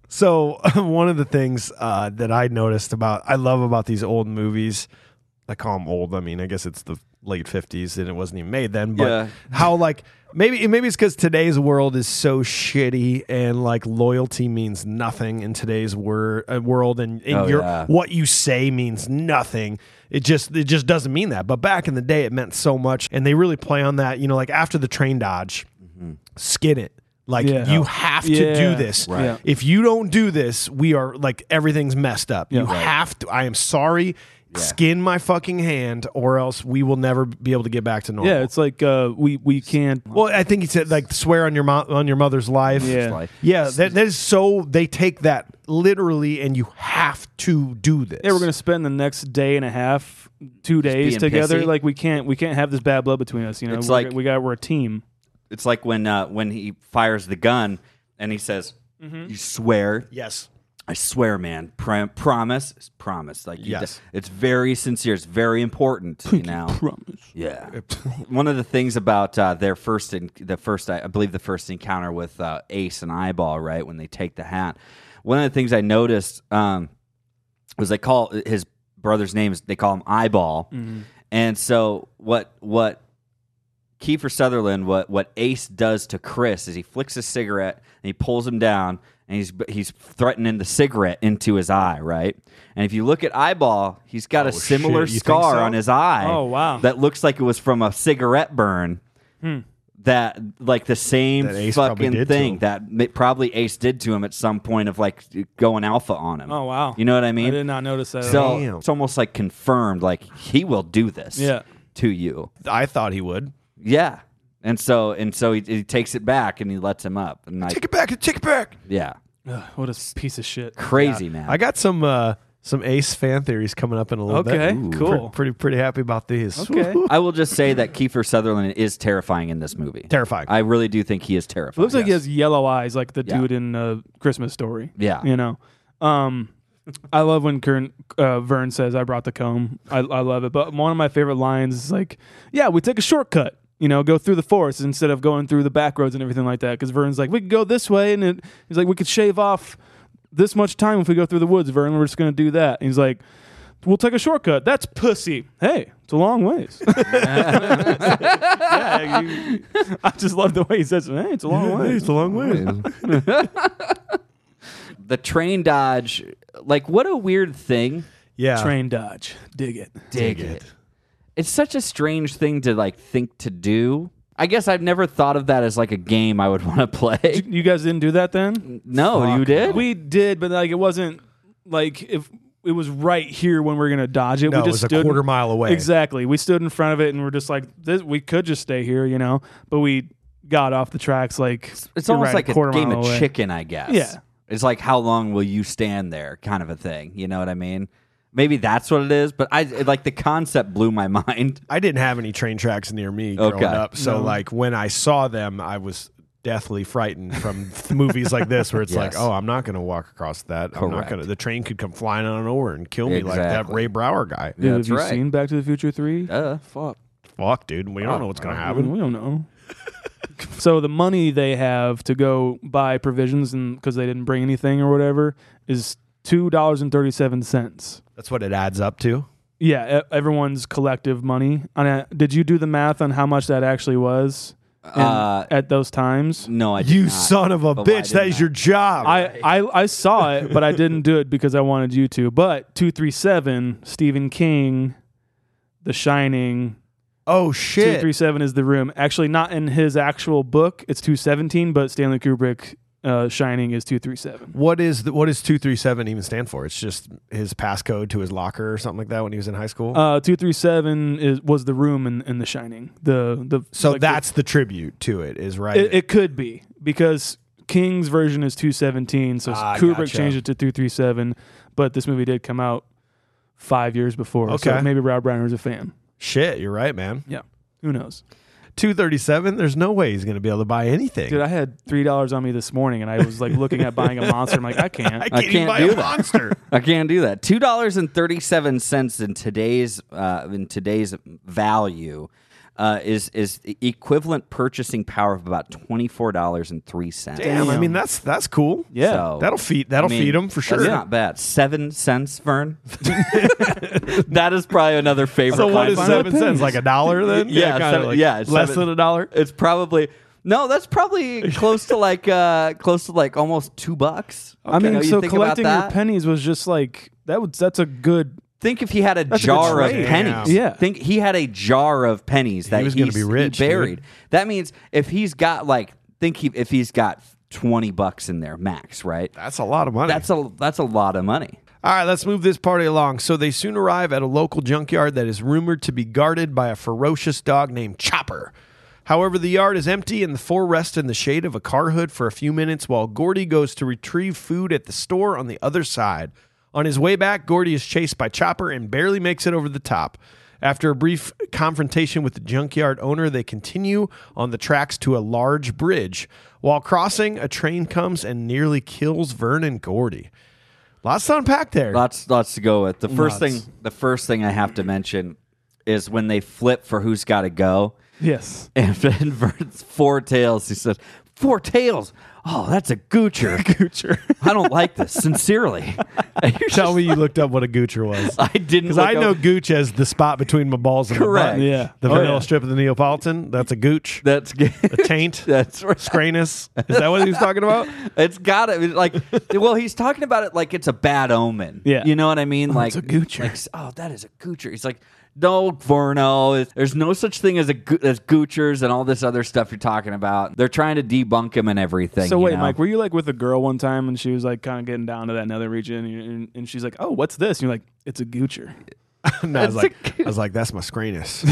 Speaker 1: So one of the things uh, that I noticed about I love about these old movies, I call them old. I mean, I guess it's the late fifties and it wasn't even made then. But
Speaker 7: Yeah.
Speaker 1: how like maybe maybe it's because today's world is so shitty and like loyalty means nothing in today's wor- uh, world and, and
Speaker 7: Oh,
Speaker 1: your
Speaker 7: yeah.
Speaker 1: what you say means nothing. It just it just doesn't mean that. But back in the day, it meant so much, and they really play on that. You know, like after the train dodge, skid it. Like
Speaker 5: Yeah.
Speaker 1: you have to
Speaker 5: Yeah.
Speaker 1: do this.
Speaker 7: Right. Mm-hmm. Yeah.
Speaker 1: If you don't do this, we are like everything's messed up. you
Speaker 5: Right.
Speaker 1: have to. I am sorry. Skin my fucking hand, or else we will never be able to get back to normal.
Speaker 7: Oh.
Speaker 5: yeah it's like uh we we can
Speaker 1: well, I think he said like swear on your mo- on your mother's life.
Speaker 5: Yeah.
Speaker 7: Life.
Speaker 1: yeah. That, that is so. They take that literally, and you have to do this.
Speaker 5: yeah we're gonna spend the next day and a half two days
Speaker 7: being
Speaker 5: together
Speaker 7: pissy.
Speaker 5: like we can't we can't have this bad blood between us you know
Speaker 7: It's
Speaker 5: We're-
Speaker 7: like-
Speaker 5: we got we're a team
Speaker 7: it's like when uh, when he fires the gun and he says,
Speaker 1: Mm-hmm.
Speaker 7: "You swear."
Speaker 1: Yes.
Speaker 7: I swear, man. Pr- promise, It's promise. Like you
Speaker 1: Yes.
Speaker 7: d- it's very sincere. It's very important. You know. Promise. Yeah. One of the things about uh, their first, in- the first, I I believe, the first encounter with uh, Ace and Eyeball, right when they take the hat. One of the things I noticed um, was they call his brother's name is they call him Eyeball,
Speaker 1: Mm-hmm.
Speaker 7: and so what what Kiefer Sutherland, what what Ace does to Chris is he flicks a cigarette and he pulls him down and he's he's threatening the cigarette into his eye, right? And if you look at Eyeball, he's got a similar
Speaker 1: Oh, shit, you think
Speaker 7: scar
Speaker 1: so?
Speaker 7: on his eye.
Speaker 5: Oh, wow. Hmm.
Speaker 7: That looks like it was from a cigarette burn. That like the same
Speaker 1: That Ace probably
Speaker 7: fucking
Speaker 1: did to
Speaker 7: thing
Speaker 1: him.
Speaker 7: that m- probably Ace did to him at some point of like going alpha on him.
Speaker 5: Oh, wow.
Speaker 7: You know what I mean?
Speaker 5: I did not notice that at
Speaker 7: So
Speaker 1: Damn.
Speaker 7: it's almost like confirmed, like he will do this
Speaker 5: Yeah.
Speaker 7: to you.
Speaker 1: I thought he would
Speaker 7: Yeah. And so and so he, he takes it back and he lets him up. And like
Speaker 1: take it back. Take it back.
Speaker 7: yeah.
Speaker 5: Ugh, what a piece of shit
Speaker 7: Crazy man.
Speaker 1: I got some uh, some Ace fan theories coming up in a little
Speaker 5: okay
Speaker 1: bit.
Speaker 5: cool
Speaker 1: Pretty pretty happy about these.
Speaker 5: okay
Speaker 7: I will just say that Kiefer Sutherland is terrifying in this movie.
Speaker 1: Terrifying.
Speaker 7: I really do think he is
Speaker 5: It
Speaker 7: terrifying.
Speaker 5: looks like he has yellow eyes, like the
Speaker 7: Yeah.
Speaker 5: dude in uh, Christmas Story.
Speaker 7: Yeah.
Speaker 5: you know. Um, I love when Kern, uh, Vern says, "I brought the comb." I, I love it. But one of my favorite lines is like, "Yeah, we take a shortcut." You know, go through the forest instead of going through the back roads and everything like that. Because Vern's like, "We could go this way," and it, he's like, "We could shave off this much time if we go through the woods, Vern. We're just gonna do that." And he's like. We'll take a shortcut. That's pussy. Hey, it's a long ways. yeah, you- I just love the way he says, "Hey, it's a long way."
Speaker 1: It's a long way.
Speaker 7: the train dodge like what a weird thing.
Speaker 1: Yeah.
Speaker 5: Train dodge. Dig it.
Speaker 7: Dig it. It's such a strange thing to like think to do. I guess I've never thought of that as like a game I would want to play.
Speaker 5: You guys didn't do that then?
Speaker 7: No, Oh, you did.
Speaker 5: We did, but like it wasn't like if it was right here when we are gonna dodge it.
Speaker 1: No,
Speaker 5: we
Speaker 1: it
Speaker 5: just
Speaker 1: was a
Speaker 5: stood-
Speaker 1: quarter mile away.
Speaker 5: Exactly. We stood in front of it and we're just like, this, we could just stay here, you know. But we got off the tracks like
Speaker 7: it's
Speaker 5: you're
Speaker 7: almost
Speaker 5: right,
Speaker 7: like a,
Speaker 5: quarter
Speaker 7: game
Speaker 5: mile
Speaker 7: of
Speaker 5: away.
Speaker 7: chicken, I guess.
Speaker 5: Yeah.
Speaker 7: It's like how long will you stand there kind of a thing. You know what I mean? Maybe that's what it is, but I it- like the concept blew my mind.
Speaker 1: I didn't have any train tracks near me growing
Speaker 7: Okay.
Speaker 1: up, so like when I saw them, I was deathly frightened from th- movies like this, where it's like,
Speaker 7: Yes.
Speaker 1: oh, I'm not going to walk across that. I'm not
Speaker 7: Correct.
Speaker 1: going to. The train could come flying on over and kill me like that
Speaker 7: Exactly.
Speaker 1: Ray Brower guy.
Speaker 5: Dude,
Speaker 7: That's
Speaker 5: have you
Speaker 7: right.
Speaker 5: seen Back to the Future Three?
Speaker 7: Duh.
Speaker 5: Fuck.
Speaker 1: Fuck, dude, we don't know what's going to happen.
Speaker 5: We don't know. so the money they have to go buy provisions and because they didn't bring anything or whatever is two dollars and thirty seven cents.
Speaker 1: That's what it adds up to.
Speaker 5: Yeah, e- everyone's collective money. And uh, did you do the math on how much that actually was in-
Speaker 7: Uh,
Speaker 5: at those times?
Speaker 7: No, I did
Speaker 1: You
Speaker 7: not.
Speaker 1: son of a
Speaker 7: But why
Speaker 1: bitch! That
Speaker 7: didn't
Speaker 1: is
Speaker 7: I?
Speaker 1: your job.
Speaker 5: I, I I saw it, but I didn't do it because I wanted you to. But two three seven, Stephen King, The Shining.
Speaker 1: oh
Speaker 5: Two
Speaker 1: shit!
Speaker 5: three seven is the room. Actually, not in his actual book. It's two seventeen, but Stanley Kubrick, uh, Shining is two three seven.
Speaker 1: what is the, what does two three seven even stand for? It's just his passcode to his locker or something like that when he was in high school.
Speaker 5: Uh, two three seven is was the room in, in The Shining. The the
Speaker 1: so
Speaker 5: like the-
Speaker 1: that's the, tribute to it, is right.
Speaker 5: It, it could be because King's version is 217, so
Speaker 1: Ah,
Speaker 5: Kubrick
Speaker 1: gotcha.
Speaker 5: changed it to 337, but this movie did come out five years before. So
Speaker 1: Okay.
Speaker 5: maybe Rob Reiner was a fan.
Speaker 1: Shit, you're right, man.
Speaker 5: Yeah. Who knows?
Speaker 1: 237, there's no way he's going to be able to buy anything.
Speaker 5: Dude, I had three dollars on me this morning, and I was like looking at buying a monster. I'm like, I can't.
Speaker 1: I can't,
Speaker 7: I
Speaker 1: even
Speaker 7: can't
Speaker 1: buy
Speaker 7: do
Speaker 1: a
Speaker 7: that.
Speaker 1: monster.
Speaker 7: I can't do that. Two dollars and thirty-seven cents in today's uh, in today's value uh, is is equivalent purchasing power of about twenty-four dollars and three cents.
Speaker 1: Damn, I mean that's that's cool.
Speaker 5: Yeah.
Speaker 1: That'll feed that'll feed 'em feed them for sure.
Speaker 7: That's not bad. Seven cents, Vern. that is probably another favorite.
Speaker 1: So what
Speaker 7: line.
Speaker 1: is seven cents? Like a dollar then?
Speaker 7: Yeah,
Speaker 1: kinda
Speaker 7: seven-
Speaker 1: like
Speaker 7: yeah, it's
Speaker 1: less
Speaker 7: seven-
Speaker 1: than a dollar.
Speaker 7: It's probably no. That's probably close to like uh close to like almost two bucks.
Speaker 5: I
Speaker 7: You know,
Speaker 5: mean,
Speaker 7: you
Speaker 5: so
Speaker 7: think about
Speaker 5: collecting your
Speaker 7: that.
Speaker 5: pennies was just like that. Was that's a good.
Speaker 7: Think if he had a
Speaker 5: a good
Speaker 7: jar of
Speaker 5: trade.
Speaker 7: pennies.
Speaker 5: Yeah.
Speaker 7: Think he had a jar of pennies that
Speaker 1: was
Speaker 7: he
Speaker 1: gonna be rich,
Speaker 7: He
Speaker 1: dude.
Speaker 7: buried. That means if he's got like think he if he's got twenty bucks in there max, right?
Speaker 1: That's a lot of money.
Speaker 7: That's a that's a lot of money.
Speaker 1: All right, let's move this party along. So they soon arrive at a local junkyard that is rumored to be guarded by a ferocious dog named Chopper. However, the yard is empty and the four rest in the shade of a car hood for a few minutes while Gordy goes to retrieve food at the store on the other side. On his way back, Gordy is chased by Chopper and barely makes it over the top. After a brief confrontation with the junkyard owner, they continue on the tracks to a large bridge. While crossing, a train comes and nearly kills Vern and Gordy. Lots to unpack there.
Speaker 7: Lots lots to go with. The first
Speaker 1: Lots.
Speaker 7: thing the first thing I have to mention is when they flip for who's got to go.
Speaker 5: Yes.
Speaker 7: And then Vern's four tails. He says, Four tails. Oh, that's a goocher. goocher. I don't like this, sincerely. And you're
Speaker 1: Tell
Speaker 7: just-
Speaker 1: me you looked up what a goocher was.
Speaker 7: I didn't
Speaker 1: Because I
Speaker 7: look
Speaker 1: know
Speaker 7: up-
Speaker 1: gooch as the spot between my balls and my
Speaker 7: Correct.
Speaker 1: butt.
Speaker 5: Yeah.
Speaker 1: The
Speaker 5: Oh,
Speaker 1: vanilla
Speaker 5: yeah.
Speaker 1: strip of the Neapolitan, that's a gooch.
Speaker 7: That's good.
Speaker 1: a taint.
Speaker 7: That's right.
Speaker 1: Scranus. Is that what he was talking about?
Speaker 7: It's got to be like, well, he's talking about it like it's a bad omen.
Speaker 5: Yeah.
Speaker 7: You know what I mean? like,
Speaker 5: a goocher.
Speaker 7: like, oh, that is a goocher. He's like, no, Verno, it- there's no such thing as a goo- as goochers and all this other stuff you're talking about. They're trying to debunk him and everything.
Speaker 5: So
Speaker 7: you
Speaker 5: wait,
Speaker 7: know?
Speaker 5: Mike, were you like with a girl one time and she was like kind of getting down to that nether region, and, and, and she's like, "Oh, what's this?" And you're like, "It's a goocher."
Speaker 1: No, I was like, I was like, that's my scranus.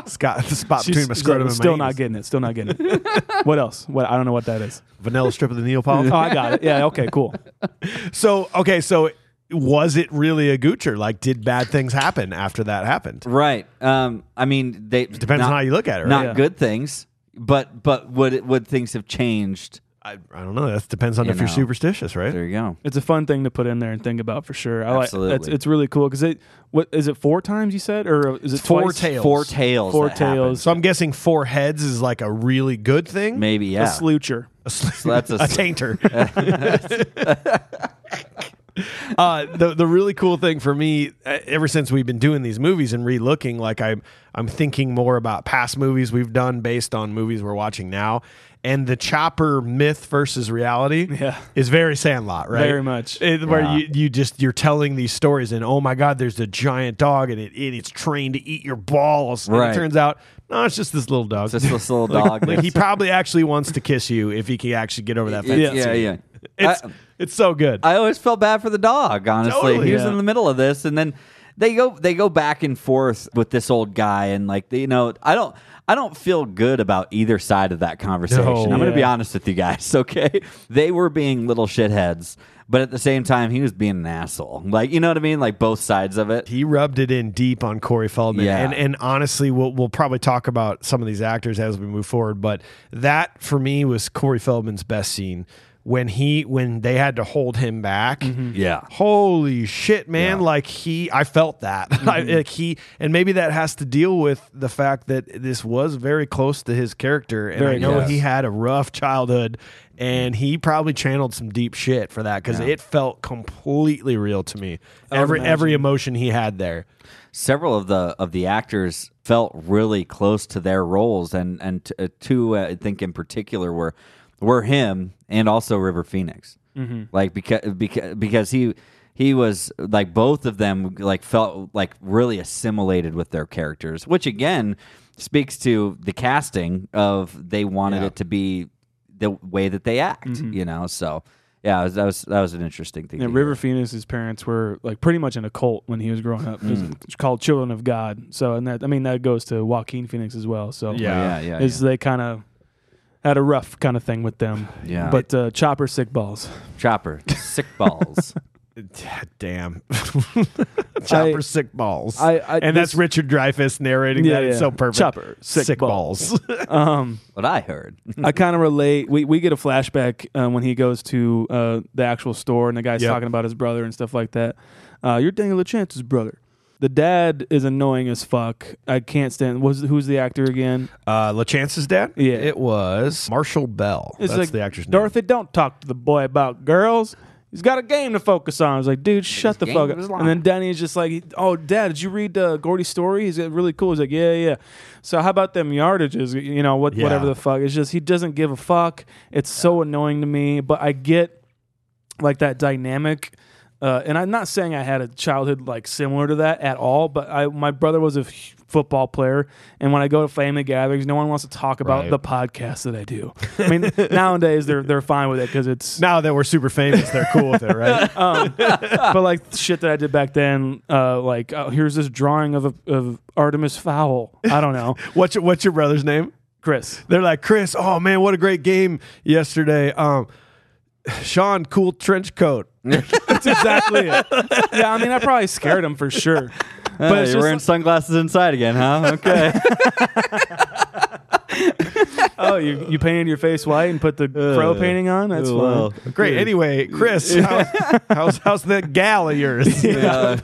Speaker 1: it's got the spot
Speaker 5: She's,
Speaker 1: between my
Speaker 5: she's
Speaker 1: scrotum
Speaker 5: like,
Speaker 1: and my
Speaker 5: still not
Speaker 1: anus.
Speaker 5: getting it. Still not getting it. what else? What I don't know what that is.
Speaker 1: vanilla strip of the
Speaker 5: Oh,
Speaker 1: Neapolitan.
Speaker 5: I got it. Yeah. Okay. Cool.
Speaker 1: so okay, so was it really a goocher? Like, did bad things happen after that happened?
Speaker 7: Right. Um, I mean, they
Speaker 1: Depends on how you look at it, right?
Speaker 7: Not
Speaker 5: Yeah.
Speaker 7: good things, but but would it, would things have changed?
Speaker 1: I, I don't know. That depends on
Speaker 7: You
Speaker 1: if you're
Speaker 7: know.
Speaker 1: superstitious, right?
Speaker 7: There you go.
Speaker 5: It's a fun thing to put in there and think about for sure. I like. It's,
Speaker 7: Absolutely.
Speaker 5: it's really cool because it. What is it? Four times you said, or is it
Speaker 1: Four
Speaker 5: twice?
Speaker 1: tails.
Speaker 7: Four tails.
Speaker 5: Four
Speaker 7: that happened.
Speaker 5: tails.
Speaker 1: So I'm guessing four heads is like a really good thing.
Speaker 7: Maybe yeah.
Speaker 5: A sloocher.
Speaker 1: A sl-
Speaker 7: So that's a
Speaker 1: a
Speaker 7: sl-
Speaker 1: tainter. uh, the the really cool thing for me, uh, ever since we've been doing these movies and relooking, like I'm I'm thinking more about past movies we've done based on movies we're watching now, and the chopper myth versus reality
Speaker 5: Yeah.
Speaker 1: is very Sandlot, right?
Speaker 5: Very much.
Speaker 1: It- where you, you just you're telling these stories and oh my god, there's a giant dog and it, it it's trained to eat your balls. And
Speaker 7: Right.
Speaker 1: it turns out no, it's just this little dog.
Speaker 7: Just this little dog.
Speaker 1: Like he
Speaker 7: that's-
Speaker 1: probably actually wants to kiss you if he can actually get over that fence.
Speaker 7: yeah, yeah. yeah.
Speaker 1: It's
Speaker 7: I- um,
Speaker 1: it's so good.
Speaker 7: I always felt bad for the dog, honestly.
Speaker 1: Totally.
Speaker 7: he was
Speaker 1: Yeah.
Speaker 7: in the middle of this and then they go they go back and forth with this old guy and like you know, I don't I don't feel good about either side of that conversation.
Speaker 1: No.
Speaker 7: I'm going to be
Speaker 5: Yeah.
Speaker 7: honest with you guys, okay? They were being little shitheads, but at the same time he was being an asshole. Like, you know what I mean? Like both sides of it.
Speaker 1: he rubbed it in deep on Corey Feldman,
Speaker 7: Yeah.
Speaker 1: and and honestly, we'll we'll probably talk about some of these actors as we move forward. But that for me was Corey Feldman's best scene when he when they had to hold him back.
Speaker 7: Yeah.
Speaker 1: Holy shit, man! Like he, I felt that. I,
Speaker 7: Mm-hmm.
Speaker 1: like he, and maybe that has to deal with the fact that this was very close to his character, and I
Speaker 5: Very
Speaker 1: know
Speaker 5: close.
Speaker 1: he had a rough childhood, and he probably channeled some deep shit for that because it felt completely real to me. Every every emotion he had there.
Speaker 7: several of the of the actors felt really close to their roles, and and t- uh, two uh, I think in particular were were him and also River Phoenix,
Speaker 5: Mm-hmm.
Speaker 7: like because because because he he was like both of them like felt like really assimilated with their characters, which again speaks to the casting of they wanted it to be the way that they act, you know, so. Yeah, that was, that was that was an interesting thing.
Speaker 5: Mm-hmm. Yeah,
Speaker 7: to hear.
Speaker 5: River Phoenix's parents were like pretty much in a cult when he was growing up. It
Speaker 7: Hmm.
Speaker 5: was called Children of God. So, and that I mean that goes to Joaquin Phoenix as well. So,
Speaker 7: yeah, yeah, yeah.
Speaker 5: is they kind of had a rough kind of thing with them.
Speaker 7: Yeah.
Speaker 5: But uh, Chopper sick balls.
Speaker 7: Chopper, sick balls.
Speaker 1: Damn. Chopper
Speaker 5: I-
Speaker 1: sick balls.
Speaker 5: I- I-
Speaker 1: and that's
Speaker 5: this-
Speaker 1: Richard Dreyfuss narrating
Speaker 5: Yeah,
Speaker 1: that. It's
Speaker 5: yeah.
Speaker 1: so perfect.
Speaker 5: Chopper, sick
Speaker 1: balls.
Speaker 5: Um,
Speaker 7: What I heard.
Speaker 5: I kind of relate. We, we get a flashback uh, when he goes to uh, the actual store and the guy's
Speaker 1: Yep.
Speaker 5: talking about his brother and stuff like that. Uh, you're Daniel LaChance's brother. The dad is annoying as fuck. I can't stand. Was who's the actor again?
Speaker 1: uh, LaChance's dad?
Speaker 5: Yeah.
Speaker 1: It was Marshall Bell.
Speaker 5: It's
Speaker 1: that's
Speaker 5: like
Speaker 1: the actor's name.
Speaker 5: Dorothy, don't talk to the boy about girls. He's got a game to focus on. I was like, dude, shut the
Speaker 7: game
Speaker 5: fuck up.
Speaker 7: was
Speaker 5: And then Danny's just like, oh, dad, did you read uh, Gordy's story? He's uh, really cool. He's like, yeah, yeah. So how about them yardages? You know, what,
Speaker 1: Yeah.
Speaker 5: whatever the fuck. It's just he doesn't give a fuck. It's so annoying to me. But I get like that dynamic. Uh, and I'm not saying I had a childhood like similar to that at all, but I my brother was a h- football player, and when I go to family gatherings, no one wants to talk about
Speaker 1: Right.
Speaker 5: the podcast that I do. I mean, nowadays they're they're fine with it because it's
Speaker 1: Now that we're super famous, they're cool with it, right?
Speaker 5: but like shit that I did back then, uh, like oh, here's this drawing of a, of Artemis Fowl. I don't know,
Speaker 1: What's your, what's your brother's name?
Speaker 5: Chris.
Speaker 1: They're like, Chris, oh man, what a great game yesterday. Um, Sean, cool trench coat.
Speaker 5: That's exactly it. Yeah, I mean, I probably scared him for sure. But
Speaker 7: Hey,
Speaker 5: it's
Speaker 7: you're
Speaker 5: just
Speaker 7: wearing sunglasses inside again, huh? Okay.
Speaker 5: oh, you, you painted your face white and put the crow painting on. That's fine.
Speaker 7: well,
Speaker 1: Great. Anyway, Chris, how's, how's, how's that gal of yours?
Speaker 7: yeah.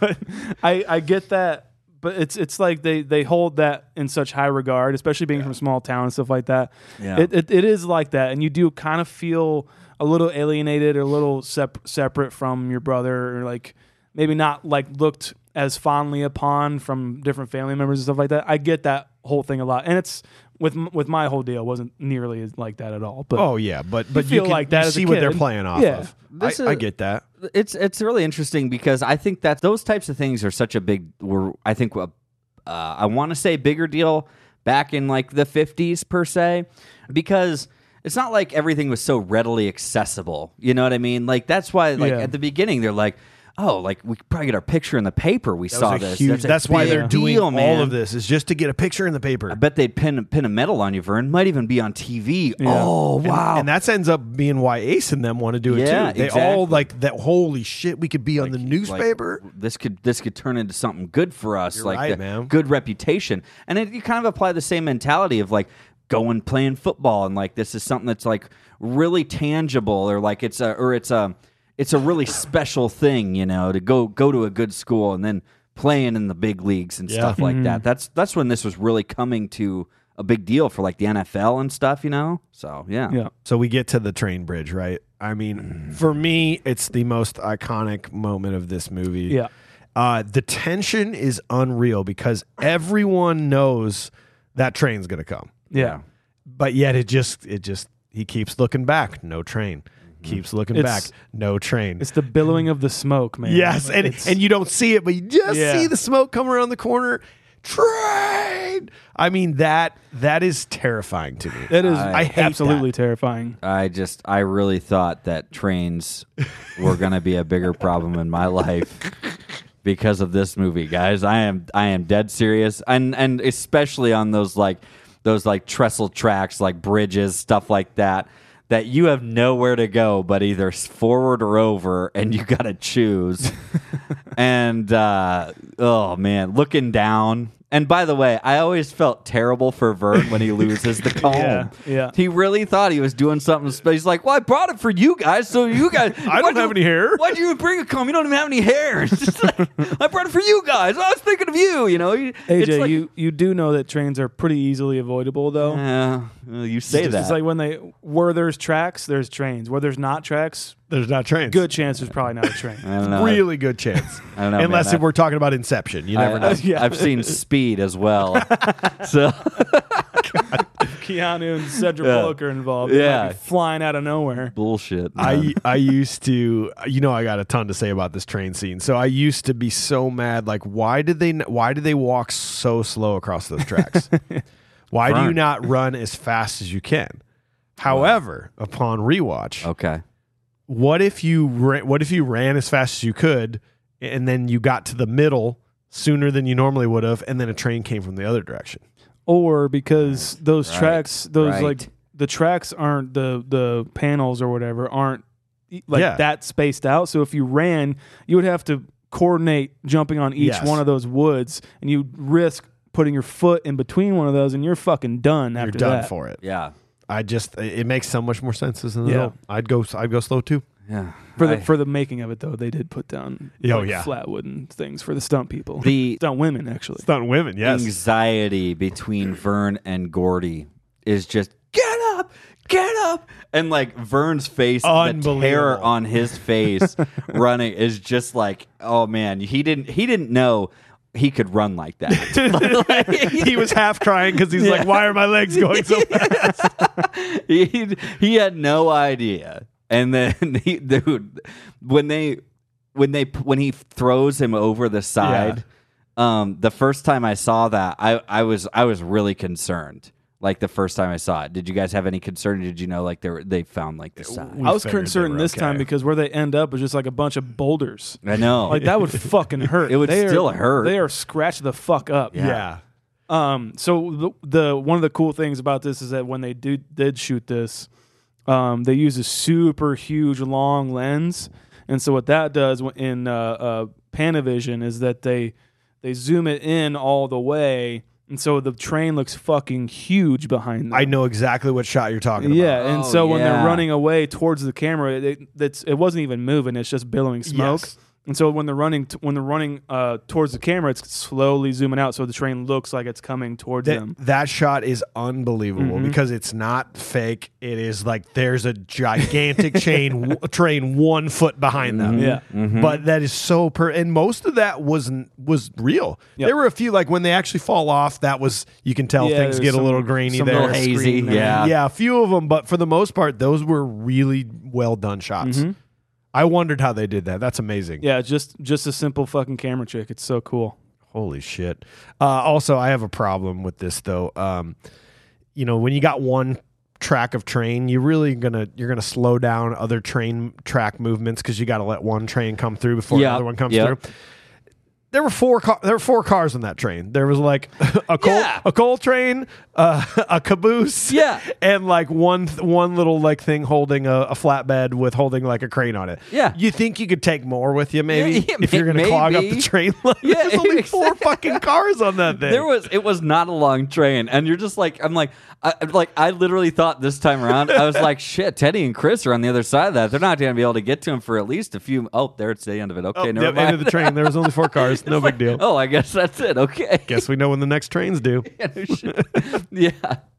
Speaker 5: I, I get that, but it's it's like they they hold that in such high regard, especially being from small town and stuff like that.
Speaker 7: Yeah.
Speaker 5: It, it it is like that, and you do kind of feel a little alienated or a little sep- separate from your brother, or like maybe not like looked as fondly upon from different family members and stuff like that. I get that whole thing a lot, and it's with m- with my whole deal wasn't nearly as like that at all. But
Speaker 1: Oh yeah, but but you,
Speaker 5: feel
Speaker 1: can,
Speaker 5: like that
Speaker 1: you
Speaker 5: as a
Speaker 1: see what they're
Speaker 5: kid.
Speaker 1: playing off
Speaker 5: Yeah.
Speaker 1: of.
Speaker 7: This
Speaker 1: I, I
Speaker 7: is-
Speaker 1: get that.
Speaker 7: it's it's really interesting because I think that those types of things are such a big were I think uh, I want to say bigger deal back in like the 50s per se because it's not like everything was so readily accessible. You know what I mean? Like that's why like
Speaker 5: Yeah.
Speaker 7: at the beginning they're like Oh, like we could probably get our picture in the paper. We
Speaker 1: That
Speaker 7: saw
Speaker 1: was a
Speaker 7: this.
Speaker 1: huge-
Speaker 7: a
Speaker 1: that's why
Speaker 7: big
Speaker 1: they're doing
Speaker 7: deal,
Speaker 1: all
Speaker 7: man.
Speaker 1: of this is just to get a picture in the paper.
Speaker 7: I bet they'd pin pin a medal on you, Vern. Might even be on TV. Oh wow!
Speaker 1: And that ends up being why Ace and them want to do it
Speaker 7: Yeah,
Speaker 1: too. They all
Speaker 7: exactly.
Speaker 1: like that. Holy shit, we could be on the
Speaker 7: Like,
Speaker 1: newspaper.
Speaker 7: this could this could turn into something good for us,
Speaker 1: You're
Speaker 7: like
Speaker 1: right,
Speaker 7: the
Speaker 1: man.
Speaker 7: good reputation. And it, you kind of apply the same mentality of like going playing football and like this is something that's like really tangible or like it's a or it's a it's a really special thing, you know, to go go to a good school and then playing in the big leagues and
Speaker 1: Yeah.
Speaker 7: stuff like that. That's that's when this was really coming to a big deal for like the NFL and stuff, you know. So yeah,
Speaker 5: yeah,
Speaker 1: So we get to the train bridge, right? I mean, for
Speaker 5: Mm.
Speaker 1: me, it's the most iconic moment of this movie.
Speaker 5: Yeah.
Speaker 1: Uh, the tension is unreal because everyone knows that train's gonna come.
Speaker 5: yeah.
Speaker 1: but yet it just it just he keeps looking back no train keeps looking
Speaker 5: Mm-hmm. It's-
Speaker 1: back no train
Speaker 5: It's the billowing of the smoke, man.
Speaker 1: yes and
Speaker 5: It's-
Speaker 1: and you don't see it but you just
Speaker 5: Yeah.
Speaker 1: see the smoke come around the corner train i mean that that is terrifying to me
Speaker 5: that is
Speaker 1: I hate
Speaker 5: absolutely
Speaker 1: that.
Speaker 5: terrifying.
Speaker 7: I just I really thought that trains were gonna be a bigger problem in my life because of this movie, guys. I am I am dead serious, and and especially on those like those like trestle tracks, like bridges, stuff like that. That you have nowhere to go but either s- forward or over, and you gotta choose. and uh, oh man, looking down. And by the way, I always felt terrible for Vern when he loses the calm.
Speaker 5: yeah.
Speaker 7: He really thought he was doing something special. He's like, "Well, I brought it for you guys, so you guys. I
Speaker 1: don't have any hair."
Speaker 7: Why'd you bring a comb? You don't even have any hair. It's just like, I brought it for you guys. I was thinking of you. You know, You- it's
Speaker 5: AJ,
Speaker 7: like-
Speaker 5: you, you do know that trains are pretty easily avoidable, though.
Speaker 7: Yeah, Uh, well, you say
Speaker 5: It's
Speaker 7: that.
Speaker 5: just like when they where there's tracks, there's trains. Where there's not tracks,
Speaker 1: there's not trains
Speaker 5: good chance there's probably not a train.
Speaker 7: I don't know.
Speaker 1: really good chance
Speaker 7: I don't know,
Speaker 1: unless
Speaker 7: man.
Speaker 1: if we're talking about inception you
Speaker 7: I,
Speaker 1: never know
Speaker 7: have seen Speed as well. so
Speaker 5: Keanu and Cedric
Speaker 7: Yeah.
Speaker 5: Bullock are involved. They might
Speaker 7: Yeah.
Speaker 5: be flying out of nowhere.
Speaker 7: bullshit. man.
Speaker 1: I I used to you know I got a ton to say about this train scene. So I used to be so mad like why did they why did they walk so slow across those tracks? why do you
Speaker 7: Vern.
Speaker 1: not run as fast as you can? However, upon rewatch,
Speaker 7: okay.
Speaker 1: what if you ra- what if you ran as fast as you could and then you got to the middle sooner than you normally would have and then a train came from the other direction?
Speaker 5: Or because those
Speaker 7: Right.
Speaker 5: tracks, those
Speaker 7: Right.
Speaker 5: like the tracks aren't the the panels or whatever aren't like
Speaker 1: Yeah.
Speaker 5: that spaced out. So if you ran, you would have to coordinate jumping on each
Speaker 1: Yes.
Speaker 5: one of those woods, and you risk putting your foot in between one of those, and you're fucking done after
Speaker 1: You're done
Speaker 5: that.
Speaker 1: for it.
Speaker 7: Yeah.
Speaker 1: I just it makes so much more sense as an
Speaker 5: Yeah.
Speaker 1: adult. I'd go I'd go slow too.
Speaker 7: Yeah.
Speaker 5: For the
Speaker 7: I-
Speaker 5: for the making of it though, they did put down
Speaker 1: Oh,
Speaker 5: like,
Speaker 1: yeah.
Speaker 5: flat wooden things for the stunt people,
Speaker 7: the
Speaker 5: stunt women actually.
Speaker 1: Stunt women,
Speaker 7: anxiety between Vern and Gordy is just get up, get up, and like Vern's face, the
Speaker 1: Unbelievable.
Speaker 7: terror on his face running is just like, oh man, he didn't he didn't know he could run like that.
Speaker 1: he was half crying because he's like, "Why are my legs going so fast?"
Speaker 7: he he had no idea. And then he, dude, when they when they when he throws him over the side, um, the first time I saw that, I I was I was really concerned. Like the first time I saw it, did you guys have any concern? Did you know like they were, they found like the side?
Speaker 5: I
Speaker 1: figured
Speaker 5: was
Speaker 1: they were
Speaker 5: concerned this time
Speaker 1: okay.
Speaker 5: because where they end up is just like a bunch of boulders.
Speaker 7: I know.
Speaker 5: Like that would fucking hurt.
Speaker 7: It would
Speaker 5: They are-
Speaker 7: still hurt.
Speaker 5: They are scratched the fuck up.
Speaker 7: Yeah.
Speaker 5: Um. So the, the one of the cool things about this is that when they do did shoot this, um, they use a super huge long lens, and so what that does wh- in uh, uh, Panavision is that they they zoom it in all the way, and so the train looks fucking huge behind them.
Speaker 1: I know exactly what shot you're talking about.
Speaker 5: Yeah, and
Speaker 7: Oh,
Speaker 5: so when
Speaker 7: yeah.
Speaker 5: they're running away towards the camera, it, it, that's it wasn't even moving; it's just billowing smoke.
Speaker 1: Yes.
Speaker 5: And so when they're running, t- when they're running uh, towards the camera, it's slowly zooming out, so the train looks like it's coming towards
Speaker 1: That,
Speaker 5: them.
Speaker 1: that shot is unbelievable because it's not fake. It is like there's a gigantic chain w- train one foot behind them.
Speaker 5: Mm-hmm. Yeah.
Speaker 1: but that is so per. And most of that was n- was real. There were a few like when they actually fall off. That was you can tell
Speaker 5: Yeah,
Speaker 1: things
Speaker 5: there's
Speaker 1: get a
Speaker 5: some-
Speaker 1: little grainy
Speaker 5: some
Speaker 1: there.
Speaker 5: little
Speaker 7: hazy.
Speaker 5: screen there.
Speaker 7: Yeah.
Speaker 1: yeah, a few of them, but for the most part, those were really well done shots. I wondered how they did that. That's amazing.
Speaker 5: Yeah, just just a simple fucking camera trick. It's so cool.
Speaker 1: Holy shit. Uh, also, I have a problem with this though. Um, you know, when you got one track of train, you're really gonna you're gonna slow down other train track movements because you got to let one train come through before
Speaker 7: Yep,
Speaker 1: another one comes
Speaker 7: yep.
Speaker 1: through. There were four car- there were four cars on that train. There was like a coal a coal train, uh, a caboose,
Speaker 7: Yeah.
Speaker 1: and like one th- one little like thing holding a, a flatbed with holding like a crane on it.
Speaker 7: Yeah.
Speaker 1: you think you could take more with you maybe
Speaker 7: Yeah, yeah,
Speaker 1: if you're
Speaker 7: may-
Speaker 1: gonna clog up the
Speaker 7: maybe.
Speaker 1: train line?
Speaker 7: Yeah,
Speaker 1: There's only four fucking cars on that thing.
Speaker 7: There was it was not a long train, and you're just like I'm like I I'm like I literally thought this time around I was like shit Teddy and Chris are on the other side of that they're not gonna be able to get to him for at least a few oh there's the end of it
Speaker 1: Oh,
Speaker 7: okay
Speaker 1: no,
Speaker 7: never
Speaker 1: end
Speaker 7: mind
Speaker 1: of the train. There was only four cars. No big deal.
Speaker 7: oh I guess that's it okay Oh,
Speaker 1: Guess we know when the next trains do.
Speaker 7: yeah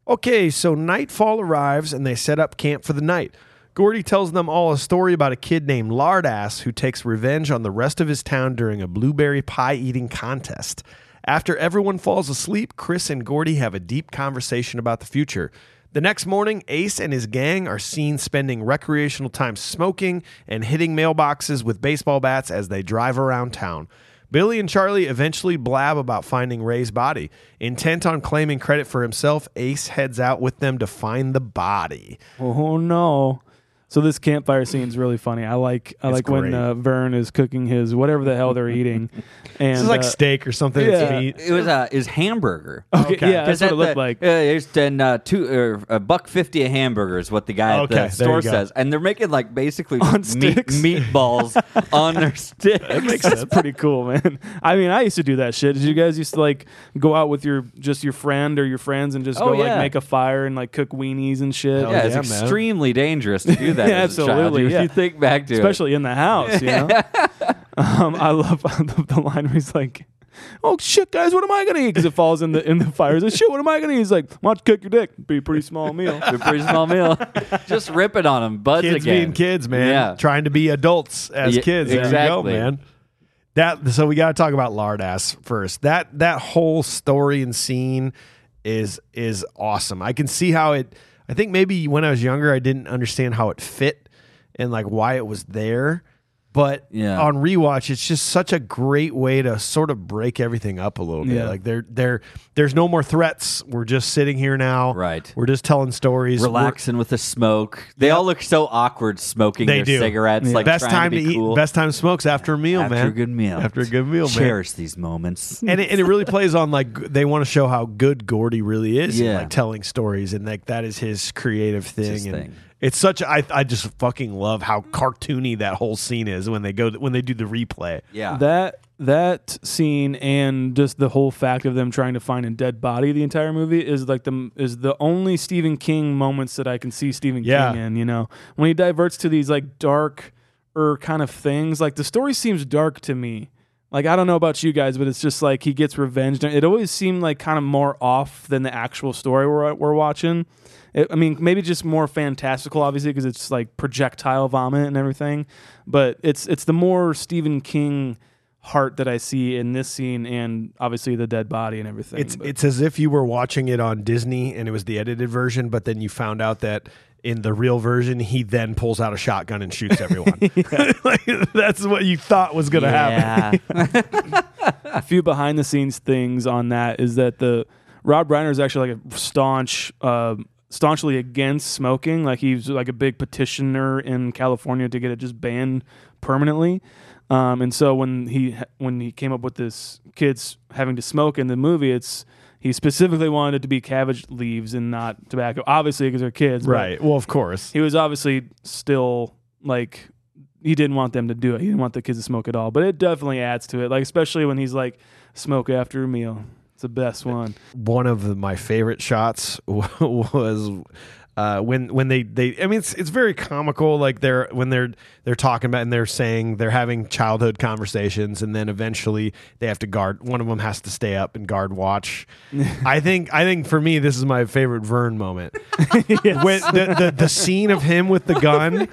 Speaker 1: Okay, so nightfall arrives and they set up camp for the night. Gordy tells them all a story about a kid named Lardass who takes revenge on the rest of his town during a blueberry pie eating contest. After everyone falls asleep, Chris and Gordy have a deep conversation about the future. The next morning, Ace and his gang are seen spending recreational time smoking and hitting mailboxes with baseball bats as they drive around town. Billy and Charlie eventually blab about finding Ray's body. Intent on claiming credit for himself, Ace heads out with them to find the body.
Speaker 5: Oh no! So this campfire scene's really funny. I like I
Speaker 1: It's
Speaker 5: like
Speaker 1: great.
Speaker 5: when uh, Vern is cooking his whatever the hell they're eating, and
Speaker 1: This is like
Speaker 5: uh,
Speaker 1: steak or something.
Speaker 5: yeah.
Speaker 1: It's meat.
Speaker 7: it was uh it was hamburger.
Speaker 5: okay, yeah, that's what
Speaker 7: at
Speaker 5: it looked
Speaker 7: the-
Speaker 5: like.
Speaker 7: Uh, there's then uh, two uh, a buck fifty a hamburger is what the guy
Speaker 1: Okay,
Speaker 7: at
Speaker 1: there
Speaker 7: the store
Speaker 1: you go.
Speaker 7: says, and they're making like basically just meat,
Speaker 5: sticks.
Speaker 7: meatballs on their sticks.
Speaker 5: That's pretty cool, man. I mean, I used to do that shit. Did you guys used to like go out with your just your friend or your friends and just
Speaker 7: Oh,
Speaker 5: go like
Speaker 7: yeah.
Speaker 5: make a fire and like cook weenies and shit?
Speaker 1: Hell
Speaker 7: Yeah, it's
Speaker 1: yeah, man.
Speaker 7: extremely dangerous to do that.
Speaker 5: Yeah,
Speaker 7: as a child.
Speaker 5: absolutely,
Speaker 7: If
Speaker 5: yeah.
Speaker 7: you think back to it.
Speaker 5: especially in the house. You know, um, I love I love the line where he's like, "Oh shit, guys, what am I gonna eat?" Because it falls in the in the fire. He's like, "Shit, what am I gonna eat?" He's like, "Why don't you cook your dick? Be a pretty small meal."
Speaker 7: a pretty small meal. Just rip it on them, buds
Speaker 1: Kids
Speaker 7: again.
Speaker 1: being kids, man.
Speaker 7: Yeah.
Speaker 1: Trying to be adults as
Speaker 7: Yeah,
Speaker 1: kids. There
Speaker 7: exactly.
Speaker 1: you go, man. That so we got to talk about Lardass first. That that whole story and scene is is awesome. I can see how it. I think maybe when I was younger, I didn't understand how it fit and like why it was there. But
Speaker 7: Yeah.
Speaker 1: on rewatch, it's just such a great way to sort of break everything up a little bit.
Speaker 5: Yeah.
Speaker 1: Like there, there, there's no more threats. We're just sitting here now.
Speaker 7: Right.
Speaker 1: We're just telling stories. We're-
Speaker 7: Relaxing with the smoke. They all look so awkward smoking
Speaker 1: They
Speaker 7: their
Speaker 1: do.
Speaker 7: cigarettes. Like
Speaker 1: best time
Speaker 7: trying to,
Speaker 1: to,
Speaker 7: be
Speaker 1: eat.
Speaker 7: cool.
Speaker 1: Best time to smokes after a meal,
Speaker 7: after
Speaker 1: man.
Speaker 7: a good meal.
Speaker 1: After a good meal, man.
Speaker 7: Cherish these moments.
Speaker 1: And it, and it really plays on like g- they want to show how good Gordy really is, and,
Speaker 7: Yeah.
Speaker 1: like telling stories and like that is his creative thing,
Speaker 7: his
Speaker 1: and
Speaker 7: thing.
Speaker 1: It's such I I just fucking love how cartoony that whole scene is when they go when they do the replay.
Speaker 7: Yeah.
Speaker 5: That that scene and just the whole fact of them trying to find a dead body the entire movie is like the is the only Stephen King moments that I can see Stephen
Speaker 1: Yeah.
Speaker 5: King in. You know, when he diverts to these like dark er kind of things, like the story seems dark to me. Like I don't know about you guys, but it's just like he gets revenge. It always seemed like kind of more off than the actual story we're we're watching. It, I mean, maybe just more fantastical, obviously, because it's like projectile vomit and everything. But it's it's the more Stephen King heart that I see in this scene, and obviously the dead body and everything.
Speaker 1: It's
Speaker 5: but-
Speaker 1: it's as if you were watching it on Disney and it was the edited version, but then you found out that in the real version he then pulls out a shotgun and shoots everyone. like, that's what you thought was going to happen.
Speaker 7: yeah.
Speaker 5: a few behind the scenes things on that is that the Rob Reiner is actually like a staunch, uh, staunchly against smoking. Like he's like a big petitioner in California to get it just banned permanently. Um, and so when he when he came up with this kids having to smoke in the movie, it's he specifically wanted it to be cabbage leaves and not tobacco, obviously because they're kids, but
Speaker 1: Right. Well, of course.
Speaker 5: he was obviously still like he didn't want them to do it. He didn't want the kids to smoke at all. But it definitely adds to it. Like especially when he's like smoke after a meal. It's the best one.
Speaker 1: one of the- my favorite shots was uh, when when they they I mean it's it's very comical like they're when they're they're talking about and they're saying they're having childhood conversations and then eventually they have to guard one of them has to stay up and guard watch. I think I think for me this is my favorite Vern moment. when the, the the scene of him with the gun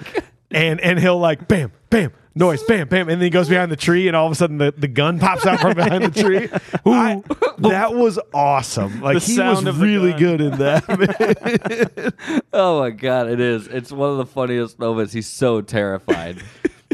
Speaker 1: and and he'll like bam bam noise bam bam and then he goes behind the tree and all of a sudden the, the gun pops out from behind the tree I- that was awesome like he was
Speaker 5: sound of the
Speaker 1: really
Speaker 5: gun.
Speaker 1: good in that
Speaker 7: Oh my god, it is. It's one of the funniest moments. He's so terrified.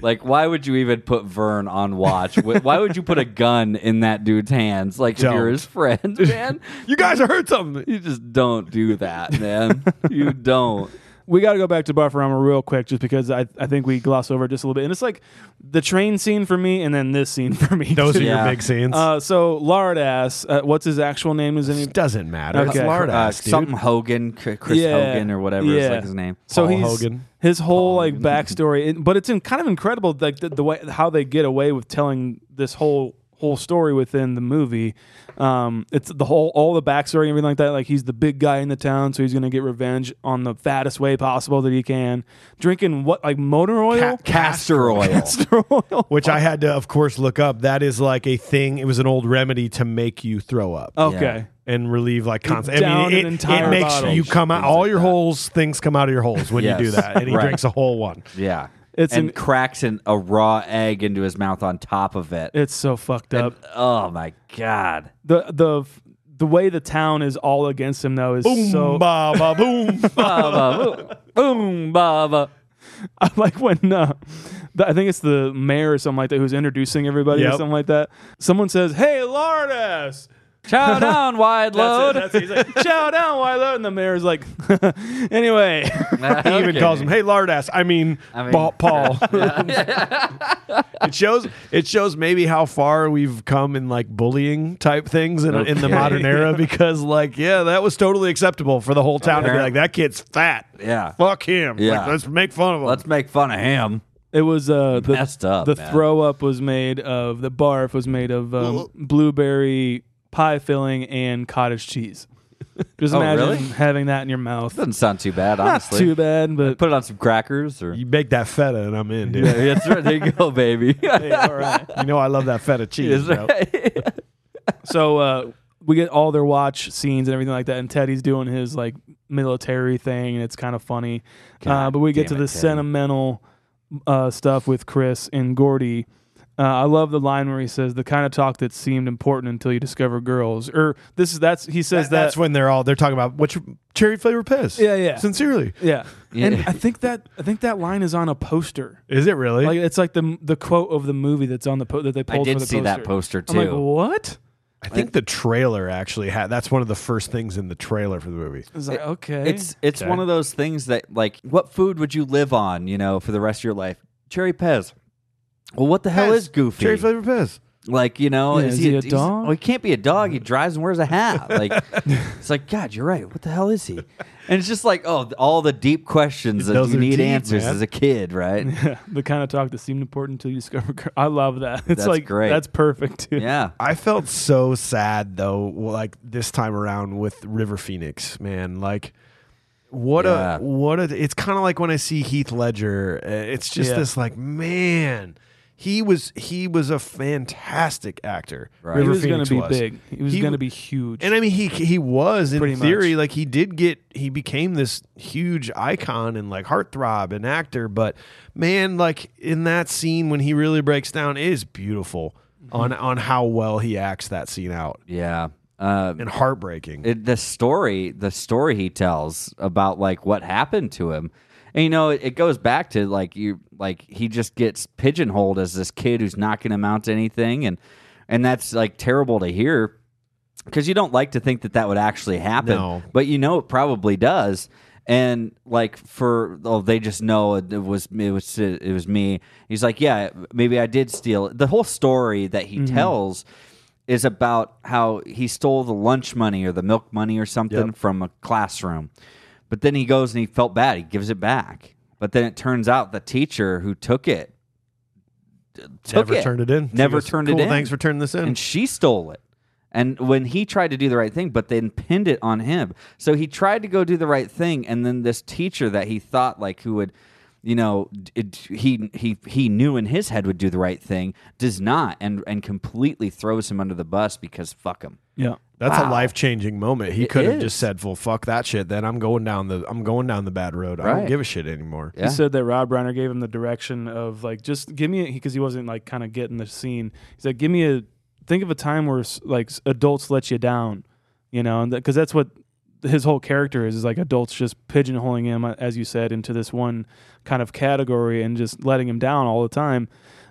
Speaker 7: like, why would you even put Vern on watch? Wh- Why would you put a gun in that dude's hands? Like, if you're
Speaker 1: Don't.
Speaker 7: his friend, man.
Speaker 1: you guys are heard something
Speaker 7: You just don't do that, man. you don't.
Speaker 5: We got to go back to Barfarama real quick, just because I, I think we gloss over it just a little bit. And it's like the train scene for me, and then this scene for me.
Speaker 1: those are
Speaker 5: too.
Speaker 7: Yeah.
Speaker 1: your big scenes
Speaker 5: Uh, so lard ass. Uh, what's his actual name? Is any?
Speaker 1: doesn't matter it's
Speaker 5: Okay.
Speaker 1: lard
Speaker 7: Uh,
Speaker 1: ass dude
Speaker 7: something Hogan, C- Chris Hogan, or whatever is
Speaker 5: yeah.
Speaker 7: like his name.
Speaker 5: So
Speaker 1: Paul
Speaker 5: he's
Speaker 1: Hogan.
Speaker 5: his whole like backstory, it- but it's in, kind of incredible like the, the way how they get away with telling this whole whole story within the movie. Um, it's the whole all the backstory and everything like that. Like he's the big guy in the town, so he's gonna get revenge on the fattest way possible that he can. Drinking what like motor oil,
Speaker 7: Castor oil.
Speaker 5: castor oil.
Speaker 1: which I had to, of course, look up. That is like a thing. It was an old remedy to make you throw up.
Speaker 5: Okay.
Speaker 1: and relieve like constant. I
Speaker 5: Uh, down
Speaker 1: mean, it,
Speaker 5: an entire
Speaker 1: it makes
Speaker 5: bottle.
Speaker 1: you come out
Speaker 7: Things
Speaker 1: all
Speaker 7: like
Speaker 1: your
Speaker 7: that.
Speaker 1: holes. Things come out of your holes when
Speaker 7: Yes.
Speaker 1: you do that, and he
Speaker 7: Right.
Speaker 1: drinks a whole one.
Speaker 7: Yeah.
Speaker 5: It's
Speaker 7: and
Speaker 5: an-
Speaker 7: cracks an, a raw egg into his mouth on top of it.
Speaker 5: It's so fucked up.
Speaker 7: oh my god.
Speaker 5: The the the way the town is all against him though is so
Speaker 1: ba ba boom.
Speaker 7: Baba, boom, baba.
Speaker 5: I like when uh, the, I think it's the mayor or something like that who's introducing everybody or
Speaker 1: Yep.
Speaker 5: something like that. Someone says, "Hey, lardass."
Speaker 7: Chow down, wide load.
Speaker 5: That's it. He's like, "Chow down, Wilo," and the mayor's like, "Anyway,
Speaker 1: he even calls him, "Hey, lard ass." I mean,
Speaker 7: I mean-
Speaker 1: Ba- Paul. it shows. It shows maybe how far we've come in like bullying type things in, in the
Speaker 7: Okay.
Speaker 1: modern era. Because like, yeah, that was totally acceptable for the whole town to be
Speaker 7: Apparently.
Speaker 1: like, "That kid's fat."
Speaker 7: Yeah.
Speaker 1: fuck him.
Speaker 7: Yeah.
Speaker 1: Like, let's make fun of him.
Speaker 7: Let's make fun of him.
Speaker 5: it was uh, the
Speaker 7: Messed up,
Speaker 5: the
Speaker 7: man.
Speaker 5: throw up was made of the barf was made of um, blueberry pie filling and cottage cheese. Just
Speaker 7: Oh,
Speaker 5: imagine
Speaker 7: really?
Speaker 5: having that in your mouth.
Speaker 7: Doesn't sound too bad,
Speaker 5: Not
Speaker 7: honestly.
Speaker 5: too bad, but
Speaker 7: Put it on some crackers or.
Speaker 1: you bake that feta, and I'm in, dude.
Speaker 7: Yeah, that's right. There you go, baby.
Speaker 5: all right.
Speaker 1: You know I love that feta cheese.
Speaker 7: That's
Speaker 1: Bro.
Speaker 7: right.
Speaker 5: So uh, we get all their watch scenes and everything like that, and Teddy's doing his like military thing, and it's kind of funny. Uh,
Speaker 7: God
Speaker 5: but we get
Speaker 7: damn
Speaker 5: to the
Speaker 7: it, Teddy.
Speaker 5: sentimental uh, stuff with Chris and Gordy. Uh, I love the line where he says the kind of talk that seemed important until you discover girls. Or this is that's he says that.
Speaker 1: That's when they're all they're talking about what's your cherry flavor piss.
Speaker 5: Yeah, yeah.
Speaker 1: Sincerely,
Speaker 5: yeah.
Speaker 7: Yeah.
Speaker 5: and I think that I think that line is on a poster.
Speaker 1: is it really?
Speaker 5: Like it's like the the quote of the movie that's on the po- that they
Speaker 7: I
Speaker 5: pulled
Speaker 7: did
Speaker 5: for the
Speaker 7: see
Speaker 5: poster.
Speaker 7: that poster too.
Speaker 5: I'm like, what?
Speaker 1: I think the trailer actually had. That's one of the first things in the trailer for the movie.
Speaker 5: I was like, okay,
Speaker 7: it's it's
Speaker 1: Okay.
Speaker 7: one of those things that like, what food would you live on? You know, for the rest of your life? Cherry Pez. Well, what the hell
Speaker 1: Pez.
Speaker 7: is Goofy?
Speaker 1: Cherry flavor piss.
Speaker 7: Like you know,
Speaker 5: Yeah, is he a
Speaker 7: he's-
Speaker 5: dog?
Speaker 7: Oh, he can't be a dog. He drives and wears a hat. Like it's like God, you're right. What the hell is he? And it's just like oh, th- all the deep questions that
Speaker 1: Those
Speaker 7: you
Speaker 1: are
Speaker 7: need
Speaker 1: deep,
Speaker 7: answers
Speaker 1: man.
Speaker 7: as a kid, right?
Speaker 5: the kind of talk that seemed important until you discover. gr- I love that. It's
Speaker 7: That's
Speaker 5: like
Speaker 7: great.
Speaker 5: that's perfect. Dude.
Speaker 7: yeah,
Speaker 1: I felt so sad though, like this time around with River Phoenix, man. Like, what
Speaker 7: Yeah.
Speaker 1: a what a! It's kind of like when I see Heath Ledger. uh, It's just
Speaker 5: Yeah.
Speaker 1: this, like, man, he was he was a fantastic actor.
Speaker 7: Right.
Speaker 5: He
Speaker 1: River
Speaker 5: was going
Speaker 1: Phoenix
Speaker 5: to be
Speaker 1: was.
Speaker 5: big. He was
Speaker 1: He
Speaker 5: going to
Speaker 1: w-
Speaker 5: be huge.
Speaker 1: And I mean, he he was in
Speaker 5: Pretty
Speaker 1: theory
Speaker 5: much.
Speaker 1: like he did get he became this huge icon and like heartthrob and actor, but man, like in that scene when he really breaks down, it is beautiful
Speaker 7: Mm-hmm.
Speaker 1: on on how well he acts that scene out
Speaker 7: yeah. Um,
Speaker 1: and heartbreaking.
Speaker 7: it, the story the story he tells about like what happened to him and you know it, it goes back to like you like he just gets pigeonholed as this kid who's not going to amount to anything and and that's like terrible to hear because you don't like to think that that would actually happen
Speaker 1: No.
Speaker 7: but you know it probably does and like for oh they just know it, it was it was it was me he's like yeah maybe i did steal it. the whole story that he
Speaker 1: Mm-hmm.
Speaker 7: tells is about how he stole the lunch money or the milk money or something from a classroom but then he goes and he felt bad he gives it back but then it turns out the teacher who took it d- took
Speaker 1: Never turned it in. She
Speaker 7: never
Speaker 1: goes,
Speaker 7: turned
Speaker 1: "Cool,
Speaker 7: it in
Speaker 1: Thanks for turning this in.
Speaker 7: and she stole it. And when he tried to do the right thing, but then pinned it on him. So he tried to go do the right thing, and then this teacher that he thought like who would, you know, d- it, he he he knew in his head would do the right thing does not, and and completely throws him under the bus because fuck him.
Speaker 5: yeah.
Speaker 1: That's a
Speaker 7: Wow.
Speaker 1: life changing moment. He
Speaker 7: It
Speaker 1: could have
Speaker 7: is.
Speaker 1: just said, "Well, fuck that shit." Then I'm going down the I'm going down the bad road. I don't
Speaker 7: Right.
Speaker 1: give a shit anymore.
Speaker 7: Yeah.
Speaker 5: He said that Rob Reiner gave him the direction of like just give me because he wasn't like kind of getting the scene. He's like, give me a think of a time where s- like s- adults let you down, you know, and because that's what his whole character is is like adults just pigeonholing him uh, as you said into this one kind of category and just letting him down all the time,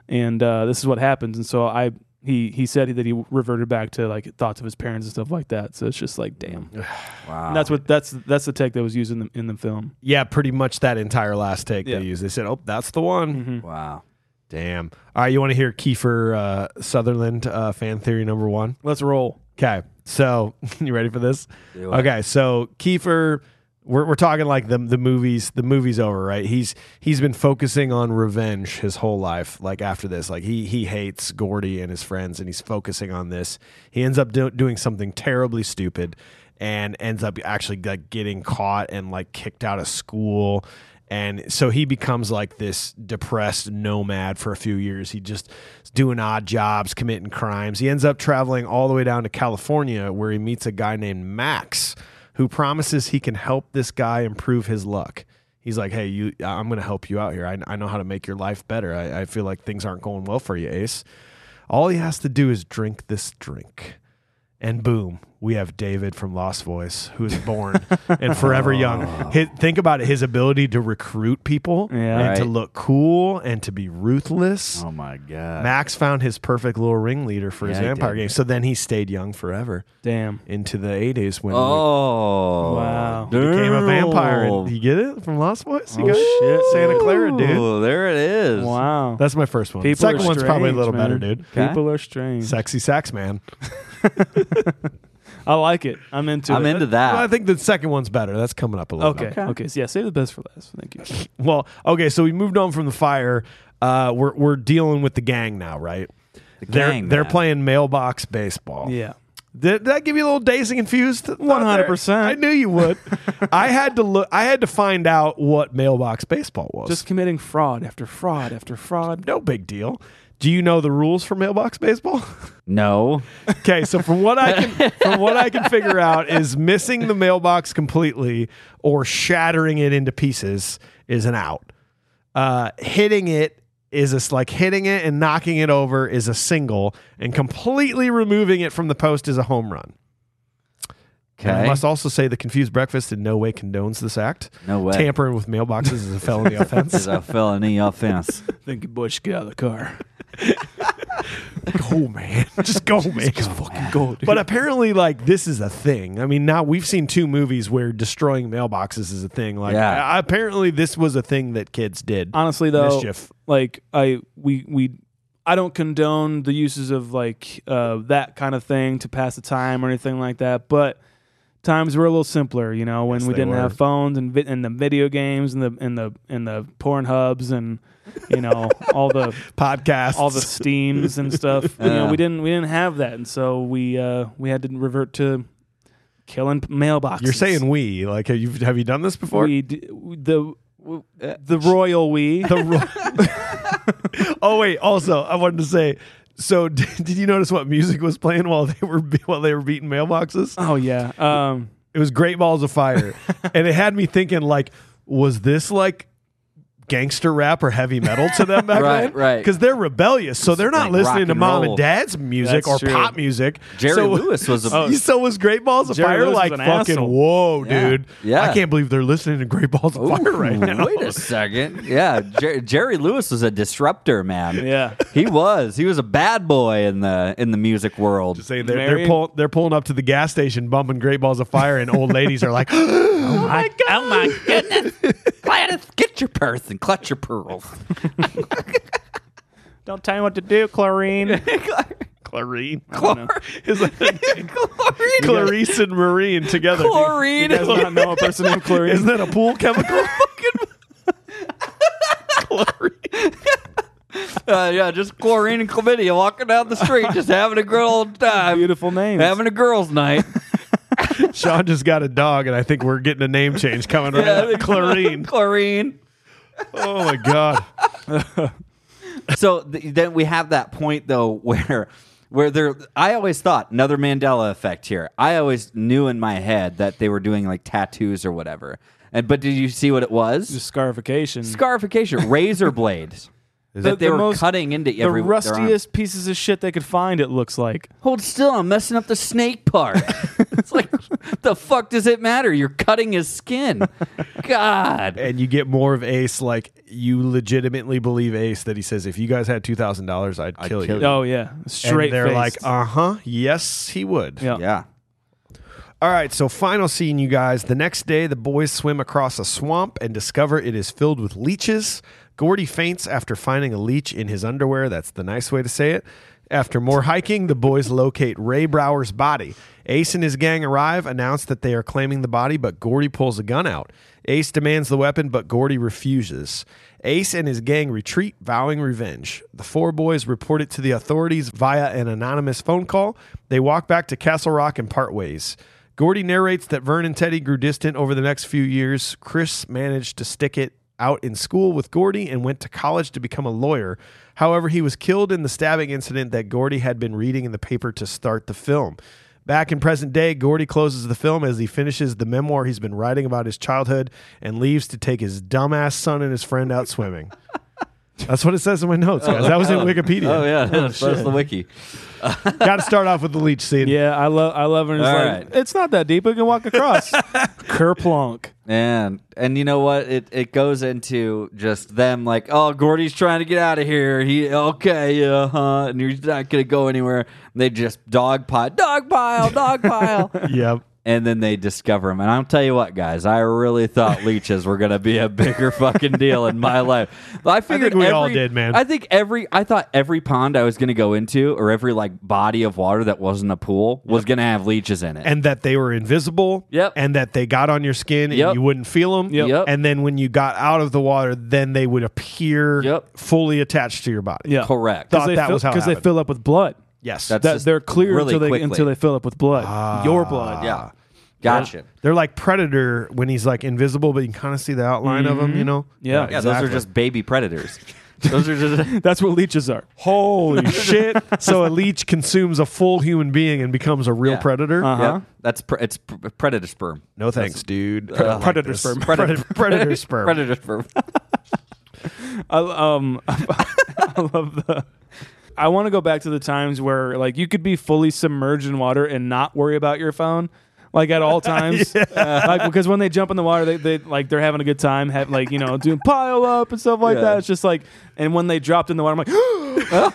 Speaker 5: and uh, this is what happens. And so I he he said that he reverted back to like thoughts of his parents and stuff like that. So it's just like damn,
Speaker 7: Mm. Wow.
Speaker 5: and that's what that's that's the tech that was used in the in the film.
Speaker 1: Yeah, pretty much that entire last take
Speaker 5: Yeah.
Speaker 1: they used. They said, "Oh, that's the one."
Speaker 7: Mm-hmm. wow.
Speaker 1: Damn. All right, you want to hear Kiefer uh, Sutherland uh, fan theory number one?
Speaker 5: Let's roll.
Speaker 1: Okay, so you ready for this?
Speaker 7: it.
Speaker 1: Okay, so Kiefer, we're, we're talking like the the movies. The movie's over, right? He's he's been focusing on revenge his whole life. Like after this, like he he hates Gordy and his friends, and he's focusing on this. He ends up do- doing something terribly stupid, and ends up actually like getting caught and like kicked out of school. And so he becomes like this depressed nomad for a few years. He just is doing odd jobs, committing crimes. He ends up traveling all the way down to California where he meets a guy named Max who promises he can help this guy improve his luck. He's like, hey, you, I'm going to help you out here. I, I know how to make your life better. I, I feel like things aren't going well for you, Ace. All he has to do is drink this drink. And boom, we have David from Lost Voice, who is born and forever
Speaker 7: Oh.
Speaker 1: young. Hi- think about it, his ability to recruit people and to
Speaker 7: Right.
Speaker 1: look cool and to be ruthless.
Speaker 7: Oh my god.
Speaker 1: Max found his perfect little ringleader for his
Speaker 7: Yeah, he
Speaker 1: vampire
Speaker 7: did.
Speaker 1: game. So then he stayed young forever
Speaker 5: Damn.
Speaker 1: into the 80s when
Speaker 7: Oh.
Speaker 5: Wow.
Speaker 1: he became a vampire.
Speaker 7: Damn.
Speaker 1: And, you get it from Lost Voice? You
Speaker 5: Oh,
Speaker 1: got
Speaker 5: shit.
Speaker 1: it? Santa Clara, dude.
Speaker 7: Ooh, there it is.
Speaker 5: Wow.
Speaker 1: That's my first one. Second
Speaker 5: are
Speaker 1: one's probably a
Speaker 5: strange,
Speaker 1: little better,
Speaker 5: man.
Speaker 1: dude.
Speaker 7: Okay.
Speaker 5: People are strange.
Speaker 1: Sexy sax man.
Speaker 5: I like it. I'm into
Speaker 7: I'm
Speaker 5: it.
Speaker 7: into
Speaker 1: Well, I
Speaker 7: that.
Speaker 1: think the second one's better. That's coming up a little.
Speaker 5: Okay.
Speaker 1: bit.
Speaker 5: okay. So yeah, save the best for last. Thank you.
Speaker 1: Well, okay, so we moved on from the fire. Uh, we're we're dealing with the gang now, right?
Speaker 7: The
Speaker 1: They're
Speaker 7: gang,
Speaker 1: they're
Speaker 7: man.
Speaker 1: playing mailbox baseball.
Speaker 5: Yeah.
Speaker 1: Did, did that give you a little dazed and confused? out there?
Speaker 5: 100%.
Speaker 1: I knew you would. I had to look. I had to find out what mailbox baseball was.
Speaker 5: Just committing fraud after fraud after fraud.
Speaker 1: no big deal. Do you know the rules for mailbox baseball?
Speaker 7: No.
Speaker 1: Okay, so from what I can from what I can figure out is missing the mailbox completely or shattering it into pieces is an out. Uh, hitting it is a, s- like hitting it and knocking it over is a single, and completely removing it from the post is a home run. And I
Speaker 7: Okay.
Speaker 1: must also say the confused breakfast in no way condones this act.
Speaker 7: No way.
Speaker 1: Tampering with mailboxes is a felony offense.
Speaker 7: It's a felony offense.
Speaker 5: Thank you, Bush. Get out of the car.
Speaker 1: go, man. Just go, man. fucking go. But apparently, like this is a thing. I mean, now we've seen two movies where destroying mailboxes is a thing. Like,
Speaker 7: Yeah.
Speaker 1: I- apparently, this was a thing that kids did.
Speaker 5: Honestly, though,
Speaker 1: Mischief.
Speaker 5: like I we we I don't condone the uses of like uh, that kind of thing to pass the time or anything like that, but times were a little simpler, you know, when we
Speaker 1: they
Speaker 5: didn't have
Speaker 1: were.
Speaker 5: phones and vi- and the video games and the and the and the porn hubs and you know all the
Speaker 1: Podcasts.
Speaker 5: all the steams and stuff. You know, we didn't we didn't have that, and so we uh, we had to revert to killing p- mailboxes.
Speaker 1: You're saying we like have you have you done this before?
Speaker 5: we d- the
Speaker 7: Uh,
Speaker 5: the royal we
Speaker 1: The ro- oh wait. Also, I wanted to say. So, did, did you notice what music was playing while they were be- while they were beating mailboxes?
Speaker 5: oh yeah um
Speaker 1: It was Great Balls of Fire, and it had me thinking like, was this like gangster rap or heavy metal to them back
Speaker 7: Right,
Speaker 1: then?
Speaker 7: right.
Speaker 1: Because they're rebellious, so they're not
Speaker 7: like
Speaker 1: listening
Speaker 7: rock
Speaker 1: to
Speaker 7: and
Speaker 1: mom
Speaker 7: roll.
Speaker 1: and dad's music
Speaker 5: That's
Speaker 1: or
Speaker 5: true.
Speaker 1: pop music.
Speaker 7: Jerry
Speaker 1: so, oh,
Speaker 7: Lewis Oh. was a
Speaker 1: So was Great Balls of
Speaker 5: Jerry
Speaker 1: Fire
Speaker 5: Lewis was
Speaker 1: like
Speaker 5: an
Speaker 1: fucking
Speaker 5: asshole.
Speaker 1: whoa,
Speaker 7: Yeah.
Speaker 1: dude?
Speaker 7: Yeah.
Speaker 1: I can't believe they're listening to Great Balls of Fire right now.
Speaker 7: Wait a second. Yeah, Jer- Jerry Lewis was a disruptor, man.
Speaker 5: yeah
Speaker 7: He was. He was a bad boy in the in the music world.
Speaker 1: Say they're they're,
Speaker 5: Marrying-
Speaker 1: pull, they're pulling up to the gas station, bumping Great Balls of Fire, and old ladies are like, "Oh my god!"
Speaker 7: oh my goodness. Gladys, get your purse and clutch your pearls.
Speaker 5: don't tell me what to do chlorine
Speaker 1: Clarine,
Speaker 7: Chlorine.
Speaker 1: Clarice, and Marine together.
Speaker 7: Chlorine.
Speaker 5: does not know a person named chlorine
Speaker 1: Isn't that a pool chemical?
Speaker 7: Uh, yeah, just chlorine and chlamydia walking down the street, just having a good old time.
Speaker 5: beautiful name
Speaker 7: Having a girls' night.
Speaker 1: Sean just got a dog, and I think we're getting a name change coming right up. Clarine.
Speaker 7: chlorine.
Speaker 1: Oh my god!
Speaker 7: so th- then we have that point though where where they're i always thought another mandela effect here i always knew in my head that they were doing like tattoos or whatever and but did you see what it was
Speaker 5: Just scarification
Speaker 7: scarification razor blades that they
Speaker 5: the
Speaker 7: were
Speaker 5: most-
Speaker 7: cutting into
Speaker 5: the
Speaker 7: every their arm.
Speaker 5: rustiest pieces of shit they could find it looks like
Speaker 7: hold still i'm messing up the snake part it's like the fuck does it matter you're cutting his skin god
Speaker 1: And you get more of Ace. Like you legitimately believe Ace that he says, "If you guys had two thousand dollars, I'd kill you."
Speaker 7: kill you.
Speaker 5: oh yeah straight
Speaker 1: and they're like,
Speaker 5: faced.
Speaker 1: "Uh huh, yes, he would."
Speaker 5: Yeah.
Speaker 7: yeah
Speaker 1: All right, so final scene, you guys. The next day, the boys swim across a swamp and discover it is filled with leeches. Gordy faints after finding a leech in his underwear. That's the nice way to say it. After more hiking, the boys locate Ray Brower's body. Ace and his gang arrive, announce that they are claiming the body, but Gordy pulls a gun out. Ace demands the weapon, but Gordy refuses. Ace and his gang retreat, vowing revenge. The four boys report it to the authorities via an anonymous phone call. They walk back to Castle Rock and part ways. Gordy narrates that Vern and Teddy grew distant over the next few years. Chris managed to stick it out in school with Gordy and went to college to become a lawyer. However, he was killed in the stabbing incident that Gordy had been reading in the paper to start the film. Back in present day, Gordy closes the film as he finishes the memoir he's been writing about his childhood and leaves to take his dumbass son and his friend out swimming. That's what it says in my notes, guys. That was in Wikipedia.
Speaker 7: oh yeah that's, that's the wiki
Speaker 1: Got to start off with the leech scene.
Speaker 5: yeah i love i love when it's
Speaker 7: All
Speaker 5: like
Speaker 7: right.
Speaker 5: it's not that deep we can walk across kerplunk
Speaker 7: And and you know what? It it goes into just them like, oh, Gordy's trying to get out of here. He okay, yeah, huh? And he's not gonna go anywhere. And they just dog pile, dog pile, dog pile.
Speaker 1: Yep.
Speaker 7: and then they discover him. And I'll tell you what, guys, I really thought leeches were gonna be a bigger fucking deal in my life. But I figured
Speaker 1: we
Speaker 7: every-
Speaker 1: all did, man.
Speaker 7: I think every I thought every pond I was gonna go into or every like body of water that wasn't a pool was gonna have leeches in it.
Speaker 1: and that they were invisible.
Speaker 7: Yep.
Speaker 1: And that they got on your skin
Speaker 7: Yep.
Speaker 1: and you wouldn't feel them.
Speaker 7: Yep.
Speaker 1: And then when you got out of the water, then they would appear
Speaker 7: Yep.
Speaker 1: fully attached to your body.
Speaker 5: yeah
Speaker 7: Correct.
Speaker 1: Thought
Speaker 5: they
Speaker 1: that
Speaker 5: fill-
Speaker 1: was how it
Speaker 5: they
Speaker 1: happened.
Speaker 5: fill up with blood
Speaker 1: Yes.
Speaker 7: That's
Speaker 5: that
Speaker 7: just
Speaker 5: they're clear
Speaker 7: really
Speaker 5: until they
Speaker 7: quickly.
Speaker 5: until they fill up with blood
Speaker 1: Ah.
Speaker 5: your blood
Speaker 7: Yeah. Ah. Gotcha.
Speaker 1: They're like predator when he's like invisible, but you can kind of see the outline of him. You know.
Speaker 5: Mm-hmm. Yeah.
Speaker 7: Yeah,
Speaker 1: exactly.
Speaker 7: those are just baby predators. Those are just
Speaker 5: that's what leeches are
Speaker 1: holy shit. So a leech consumes a full human being and becomes a real
Speaker 7: Yeah.
Speaker 1: predator.
Speaker 5: Uh, uh-huh.
Speaker 7: yeah, that's pre- it's pre- predator sperm.
Speaker 1: No thanks, dude. I
Speaker 7: uh,
Speaker 1: don't like
Speaker 5: predator
Speaker 1: this.
Speaker 5: sperm.
Speaker 1: Predator, predator sperm.
Speaker 7: Predator sperm.
Speaker 5: I, um, I love the. I want to go back to the times where like you could be fully submerged in water and not worry about your phone, like at all times. Like because when they jump in the water, they, they like they're having a good time, have, like you know doing pile up and stuff like
Speaker 7: Yeah.
Speaker 5: that. It's just like, and when they dropped in the water, I'm like,
Speaker 7: Oh,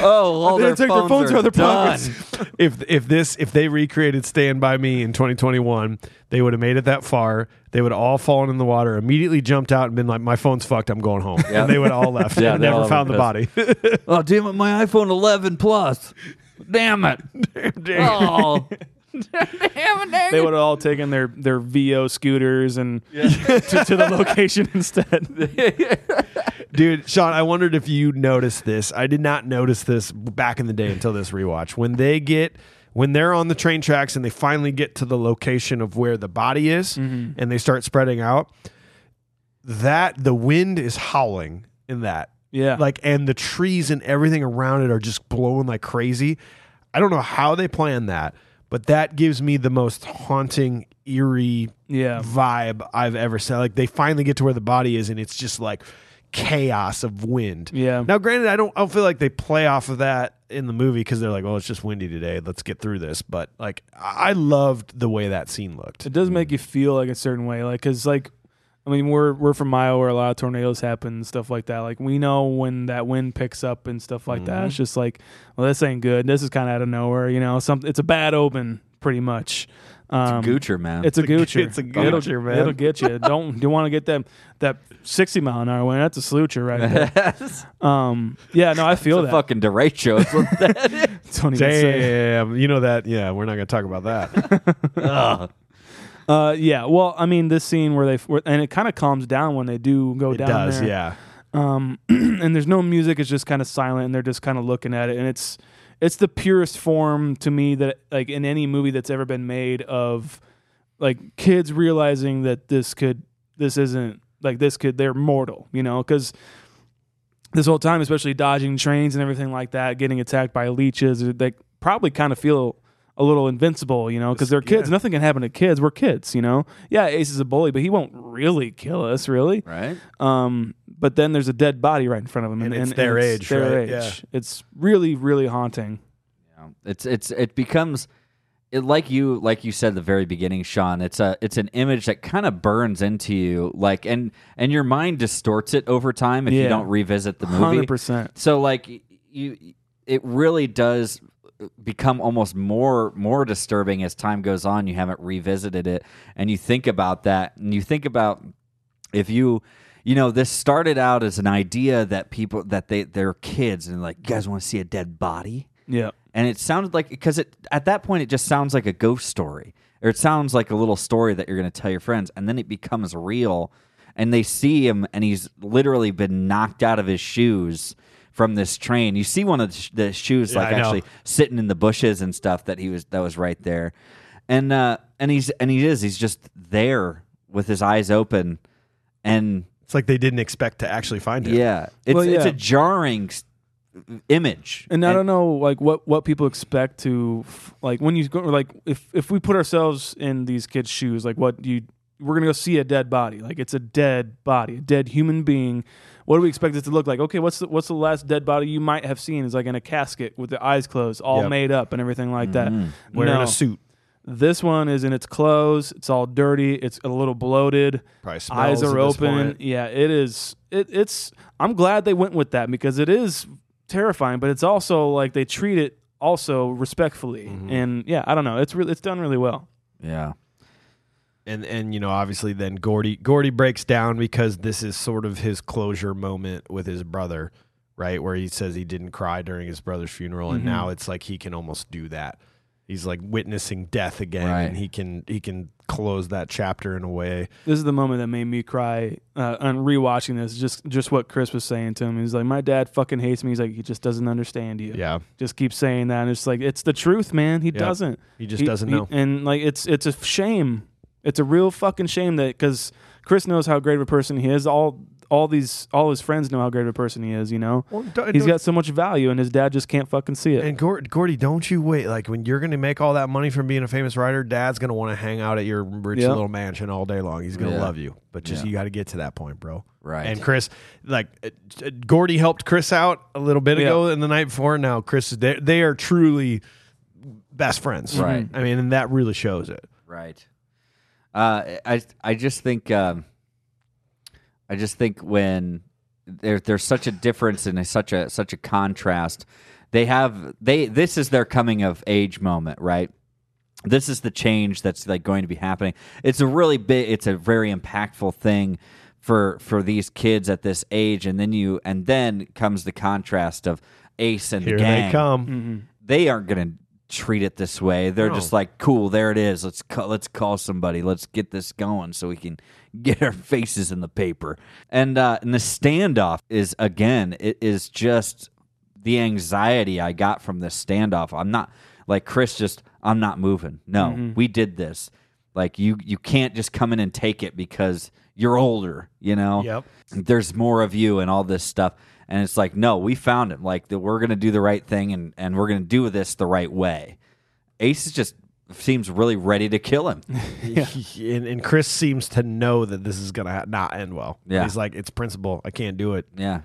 Speaker 7: all
Speaker 1: They
Speaker 7: their,
Speaker 1: took
Speaker 7: phones
Speaker 1: their phones
Speaker 7: are
Speaker 1: out of their
Speaker 7: done.
Speaker 1: pockets. if if this if they recreated Stand by Me in 2021, they would have made it that far. They would have all fallen in the water, immediately jumped out, and been like, "My phone's fucked. I'm going home."
Speaker 7: Yeah.
Speaker 1: And they would have all left.
Speaker 7: Yeah,
Speaker 1: and
Speaker 7: they
Speaker 1: never
Speaker 7: all
Speaker 1: found the
Speaker 7: would've
Speaker 1: body.
Speaker 2: Oh damn it! My iPhone 11 Plus. Damn it! Oh,
Speaker 5: They would have all taken their their VO scooters and to, to the location instead.
Speaker 1: Dude, Sean, I wondered if you noticed this. I did not notice this back in the day until this rewatch. When they get when they're on the train tracks and they finally get to the location of where the body is
Speaker 7: Mm-hmm.
Speaker 1: and they start spreading out, that the wind is howling in that.
Speaker 5: Yeah.
Speaker 1: Like and the trees and everything around it are just blowing like crazy. I don't know how they plan that, but that gives me the most haunting, eerie
Speaker 5: Yeah.
Speaker 1: vibe I've ever seen. Like they finally get to where the body is, and it's just like chaos of wind.
Speaker 5: Yeah.
Speaker 1: Now, granted, I don't. I don't feel like they play off of that in the movie because they're like, "Well, it's just windy today. Let's get through this." But like, I I loved the way that scene looked.
Speaker 5: It does make you feel like a certain way, like because like, I mean, we're we're from Iowa where a lot of tornadoes happen and stuff like that. Like we know when that wind picks up and stuff like that. It's just like, well, this ain't good. This is kind of out of nowhere, you know. Some it's a bad open, pretty much. Um,
Speaker 7: Goocher, man.
Speaker 5: It's a goocher.
Speaker 1: it's a
Speaker 5: It'll-
Speaker 1: goocher, man.
Speaker 5: It'll get you. Don't you want to get that that sixty mile an hour wind? That's a slucher right there. um, yeah, no, I feel
Speaker 7: a
Speaker 5: that.
Speaker 7: fucking derecho. It's what that-
Speaker 5: Don't even say it.
Speaker 1: Damn, you know that? Yeah, we're not gonna talk about that.
Speaker 5: Uh, yeah. Well, I mean, this scene where they where, and it kind of calms down when they do go
Speaker 1: it
Speaker 5: down
Speaker 1: does,
Speaker 5: there.
Speaker 1: yeah.
Speaker 5: Um, and there's no music; it's just kind of silent, and they're just kind of looking at it, and it's it's the purest form to me that like in any movie that's ever been made of like kids realizing that this could this isn't like this could they're mortal, you know, because this whole time, especially dodging trains and everything like that, getting attacked by leeches, uh, they probably kind of feel a little invincible, you know, because they're kids. Nothing can happen to kids. We're kids, you know. Yeah, Ace is a bully, but he won't really kill us, really.
Speaker 7: right?
Speaker 5: Um, but then there's a dead body right in front of him,
Speaker 1: And it's their age,
Speaker 5: their
Speaker 1: right?
Speaker 5: age. It's really, really haunting.
Speaker 7: It's it's it becomes it like you like you said at the very beginning, Sean. It's a it's an image that kind of burns into you, like and and your mind distorts it over time if you
Speaker 5: Yeah.
Speaker 7: don't revisit the movie.
Speaker 5: Hundred percent.
Speaker 7: So like y- you, it really does become almost more more disturbing as time goes on. You haven't revisited it, and you think about that, and you think about if you. You know, this started out as an idea that people that they they're kids and like, you guys want to see a dead body?
Speaker 5: Yeah.
Speaker 7: and it sounded like because it at that point it just sounds like a ghost story or it sounds like a little story that you're going to tell your friends and then it becomes real and they see him and he's literally been knocked out of his shoes from this train you see one of the, sh- the shoes like
Speaker 1: I know.
Speaker 7: actually sitting in the bushes and stuff that he was that was right there and uh and he's and he is he's just there with his eyes open and
Speaker 1: It's like they didn't expect to actually find it.
Speaker 7: yeah it's
Speaker 5: Well,
Speaker 7: it's
Speaker 5: yeah.
Speaker 7: a jarring s- image
Speaker 5: And, I don't know, like what what people expect to f- like when you go like if if we put ourselves in these kids' shoes, like what you we're gonna go see a dead body, like it's a dead body, a dead human being. What do we expect it to look like? Okay, what's the, what's the last dead body you might have seen? Is like in a casket with their eyes closed, all
Speaker 1: Yep. Mm-hmm.
Speaker 5: made up and everything like that.
Speaker 1: wearing
Speaker 5: no,
Speaker 1: a suit.
Speaker 5: this one is in its clothes. It's all dirty. It's a little bloated.
Speaker 1: Probably
Speaker 5: eyes
Speaker 1: smells
Speaker 5: are
Speaker 1: at this
Speaker 5: open.
Speaker 1: point.
Speaker 5: Yeah, it is. It, it's. I'm glad they went with that because it is terrifying, but it's also like they treat it also respectfully.
Speaker 1: Mm-hmm.
Speaker 5: And yeah, I don't know. It's really it's done really well.
Speaker 7: yeah
Speaker 1: and and you know obviously then Gordy Gordy breaks down because this is sort of his closure moment with his brother, right? Where he says he didn't cry during his brother's funeral,
Speaker 5: Mm-hmm.
Speaker 1: and now it's like he can almost do that. He's like witnessing death again,
Speaker 7: Right.
Speaker 1: and he can he can close that chapter in a way.
Speaker 5: This is the moment that made me cry uh, on rewatching this. Just just what Chris was saying to him. He's like, my dad fucking hates me. He's like, he just doesn't understand you.
Speaker 1: Yeah,
Speaker 5: Just keep saying that, and it's like it's the truth, man. He doesn't.
Speaker 1: he just doesn't know.
Speaker 5: and like it's it's a shame. It's a real fucking shame that because Chris knows how great of a person he is. All all these all his friends know how great of a person he is. You know,
Speaker 1: Well, don't-
Speaker 5: he's
Speaker 1: don't-
Speaker 5: got so much value, and his dad just can't fucking see it.
Speaker 1: And Gord, Gordy, don't you wait? Like when you're going to make all that money from being a famous writer, Dad's going to want to hang out at your rich
Speaker 5: Yeah.
Speaker 1: little mansion all day long. He's going to
Speaker 7: Yeah.
Speaker 1: love you, but just
Speaker 7: Yeah.
Speaker 1: you got to get to that point, bro.
Speaker 7: Right.
Speaker 1: And Chris, like uh, uh, Gordy helped Chris out a little bit ago, and the night before. Now Chris is they, they are truly best friends,
Speaker 7: Right.
Speaker 1: I mean, and that really shows it.
Speaker 7: Right. Uh, I I just think um, I just think when there, there's such a difference and a- such a such a contrast. They have they this is their coming of age moment, right? This is the change that's like going to be happening. It's a really big it's a very impactful thing for for these kids at this age and then you and then comes the contrast of Ace and
Speaker 1: Here
Speaker 7: the gang
Speaker 1: they come.
Speaker 7: they aren't going to treat it this way. They're just like, cool, there it is. Let's call, let's call somebody. Let's get this going so we can get our faces in the paper. And uh, and the standoff is again, it is just the anxiety I got from this standoff. I'm not like Chris. Just I'm not moving. No, we did this. Like you, you can't just come in and take it because you're older. You know
Speaker 1: Yep.
Speaker 7: there's more of you and all this stuff and it's like no we found him like that we're gonna do the right thing and and we're gonna do this the right way ace is just seems really ready to kill him
Speaker 1: and, and Chris seems to know that this is gonna ha- not end well.
Speaker 7: Yeah.
Speaker 1: he's like, it's principle. I can't do it.
Speaker 7: yeah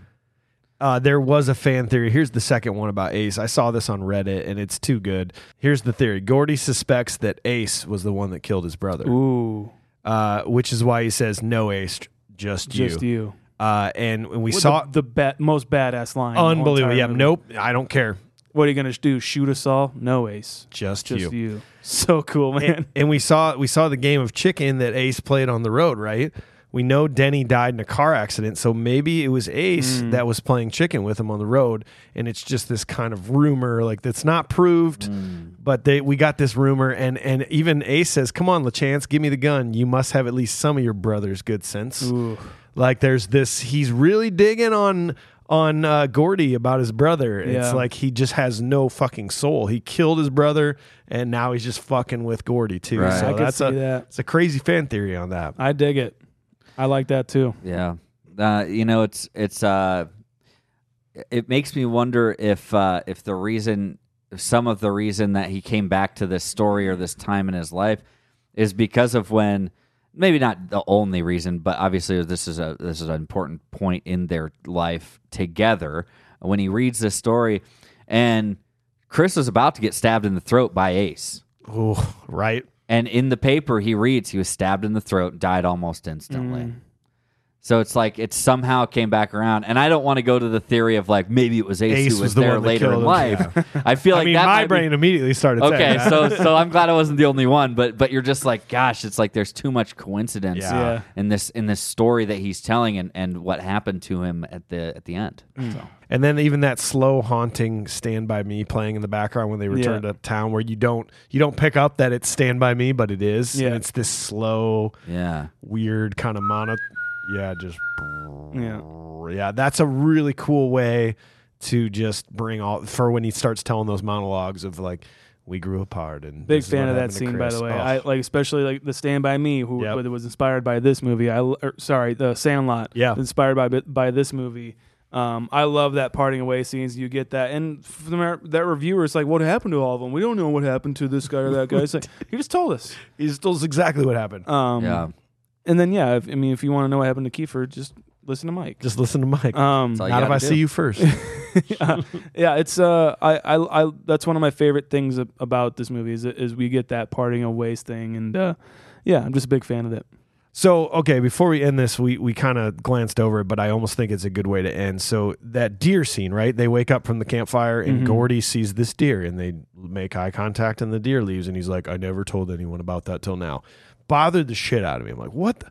Speaker 1: Uh, there was a fan theory. Here's the second one about Ace. I saw this on Reddit, and it's too good. Here's the theory: Gordy suspects that Ace was the one that killed his brother,
Speaker 5: Ooh,
Speaker 1: uh, which is why he says, "No, Ace, j- just you."
Speaker 5: just you.
Speaker 1: Uh, and when we
Speaker 5: What
Speaker 1: saw
Speaker 5: the, the ba- most badass line. in the whole
Speaker 1: unbelievable.
Speaker 5: entire
Speaker 1: Yeah,
Speaker 5: movie.
Speaker 1: nope. I don't care.
Speaker 5: What are you gonna do? Shoot us all? No ace.
Speaker 1: Just,
Speaker 5: Just you.
Speaker 1: you.
Speaker 5: So cool, man.
Speaker 1: And we saw we saw the game of chicken that Ace played on the road, right? We know Denny died in a car accident, so maybe it was Ace
Speaker 5: Hmm.
Speaker 1: that was playing chicken with him on the road, and it's just this kind of rumor, like that's not proved,
Speaker 5: Hmm.
Speaker 1: but they we got this rumor, and and even Ace says, "Come on, Lachance, give me the gun. You must have at least some of your brother's good sense." Like there's this, he's really digging on on uh, Gordy about his brother. It's
Speaker 5: Yeah.
Speaker 1: like he just has no fucking soul. He killed his brother, and now he's just fucking with Gordy too.
Speaker 7: Right.
Speaker 1: So
Speaker 5: I could
Speaker 1: that's
Speaker 5: see
Speaker 1: a
Speaker 5: that.
Speaker 1: it's a crazy fan theory on that.
Speaker 5: I dig it. I like that too.
Speaker 7: yeah uh, you know it's it's uh it makes me wonder if uh if the reason some of the reason that he came back to this story or this time in his life is because of when maybe not the only reason, but obviously this is a this is an important point in their life together. When he reads this story, and Chris was about to get stabbed in the throat by Ace,
Speaker 1: Ooh, right.
Speaker 7: and in the paper he reads he was stabbed in the throat, died almost instantly.
Speaker 1: Mm.
Speaker 7: So it's like it somehow came back around, and I don't want to go to the theory of like maybe it was Ace,
Speaker 1: Ace
Speaker 7: who was,
Speaker 1: was the
Speaker 7: there
Speaker 1: one that
Speaker 7: later in
Speaker 1: killed him,
Speaker 7: life. I feel like
Speaker 1: I mean,
Speaker 7: that might
Speaker 1: my
Speaker 7: be-
Speaker 1: brain immediately started. saying
Speaker 7: Okay,
Speaker 1: that.
Speaker 7: so so I'm glad I wasn't the only one, but but you're just like, gosh, it's like there's too much coincidence
Speaker 1: Yeah. Yeah.
Speaker 7: in this in this story that he's telling and, and what happened to him at the at the end.
Speaker 1: Mm.
Speaker 7: So,
Speaker 1: and then even that slow haunting "Stand by Me" playing in the background when they return
Speaker 5: Yeah.
Speaker 1: to town, where you don't you don't pick up that it's "Stand by Me," but it is.
Speaker 5: Yeah.
Speaker 1: And it's this slow,
Speaker 7: yeah,
Speaker 1: weird kind of mono. Yeah, just
Speaker 5: Yeah.
Speaker 1: yeah. That's a really cool way to just bring all for when he starts telling those monologues of like we grew apart and
Speaker 5: Big
Speaker 1: this is
Speaker 5: fan
Speaker 1: what
Speaker 5: of that
Speaker 1: happened to
Speaker 5: scene, by
Speaker 1: Chris.
Speaker 5: the way.
Speaker 1: Oh,
Speaker 5: I like, especially like the Stand by Me, who
Speaker 1: Yep.
Speaker 5: whether was inspired by this movie. I l- or, sorry, the Sandlot.
Speaker 1: Yeah.
Speaker 5: inspired by by this movie. Um, I love that parting away scenes. You get that, and from there- that reviewer is like, "What happened to all of them? We don't know what happened to this guy or that guy." It's like he just told us.
Speaker 1: he just tells exactly what happened.
Speaker 5: Um,
Speaker 7: yeah.
Speaker 5: And then yeah, if, I mean, if you want to know what happened to Kiefer, just listen to Mike.
Speaker 1: Just listen to Mike.
Speaker 5: um,
Speaker 7: That's all you
Speaker 1: Not if
Speaker 7: gotta
Speaker 1: I
Speaker 7: do.
Speaker 1: see you first.
Speaker 5: yeah, yeah, it's uh, I, I, I, that's one of my favorite things ab- about this movie is is we get that parting of ways thing, and uh, yeah, I'm just a big fan of it.
Speaker 1: So, okay, before we end this, we, we kind of glanced over it, but I almost think it's a good way to end. So, that deer scene, right? They wake up from the campfire and Gordy sees this deer and they make eye contact and the deer leaves. And he's like, I never told anyone about that till now. Bothered the shit out of me. I'm like, what? The,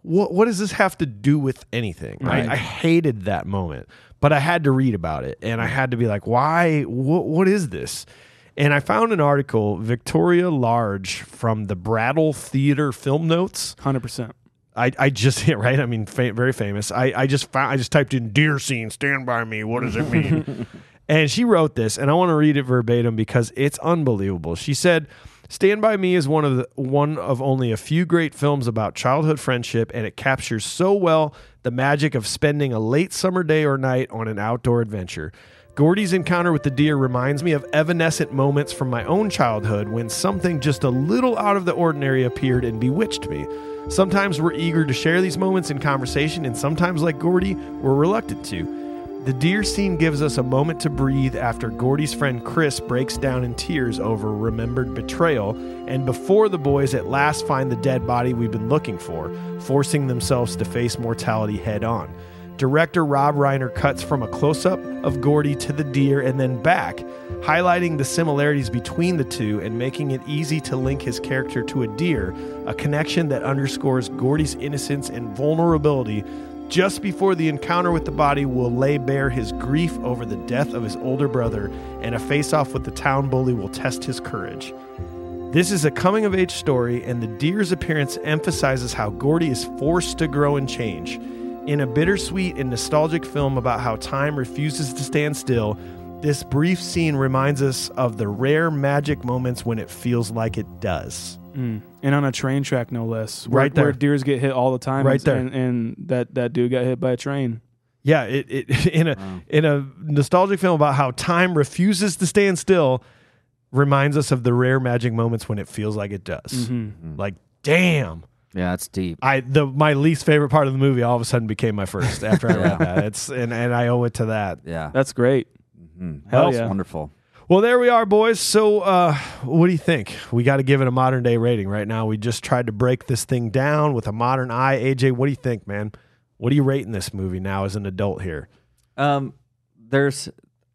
Speaker 1: what, what does this have to do with anything?
Speaker 7: Right.
Speaker 1: I, I hated that moment, but I had to read about it and I had to be like, why? What, what is this? And I found an article, Victoria Large from the Brattle Theater Film Notes.
Speaker 5: Hundred percent.
Speaker 1: I, I just hit right. I mean, fa- very famous. I, I just found, I just typed in deer scene. Stand by me. What does it mean? and she wrote this, and I want to read it verbatim because it's unbelievable. She said, "Stand by Me" is one of the, one of only a few great films about childhood friendship, and it captures so well the magic of spending a late summer day or night on an outdoor adventure. Gordy's encounter with the deer reminds me of evanescent moments from my own childhood when something just a little out of the ordinary appeared and bewitched me. Sometimes we're eager to share these moments in conversation, and sometimes, like Gordy, we're reluctant to. The deer scene gives us a moment to breathe after Gordy's friend Chris breaks down in tears over remembered betrayal, and before the boys at last find the dead body we've been looking for, forcing themselves to face mortality head on. Director Rob Reiner cuts from a close up of Gordy to the deer and then back, highlighting the similarities between the two and making it easy to link his character to a deer, a connection that underscores Gordy's innocence and vulnerability just before the encounter with the body will lay bare his grief over the death of his older brother, and a face off with the town bully will test his courage. This is a coming of age story, and the deer's appearance emphasizes how Gordy is forced to grow and change. In a bittersweet and nostalgic film about how time refuses to stand still, this brief scene reminds us of the rare magic moments when it feels like it does.
Speaker 5: and on a train track no less. Where,
Speaker 1: Mm. Right there.
Speaker 5: where deers get hit all the time.
Speaker 1: Right there.
Speaker 5: and, and that that dude got hit by a train.
Speaker 1: Yeah, it, it in a in a nostalgic film about how time refuses to stand still reminds us of the rare magic moments when it feels like it does. Like damn.
Speaker 7: Yeah, that's deep.
Speaker 1: I the my least favorite part of the movie all of a sudden became my first after I read that. It's and, and I owe it to that.
Speaker 7: Yeah,
Speaker 5: That's great.
Speaker 7: that's
Speaker 5: yeah.
Speaker 7: wonderful.
Speaker 1: Well, there we are, boys. So, uh, what do you think? We got to give it a modern day rating right now. We just tried to break this thing down with a modern eye. AJ, what do you think, man? What are you rating this movie now as an adult here?
Speaker 7: Um, there's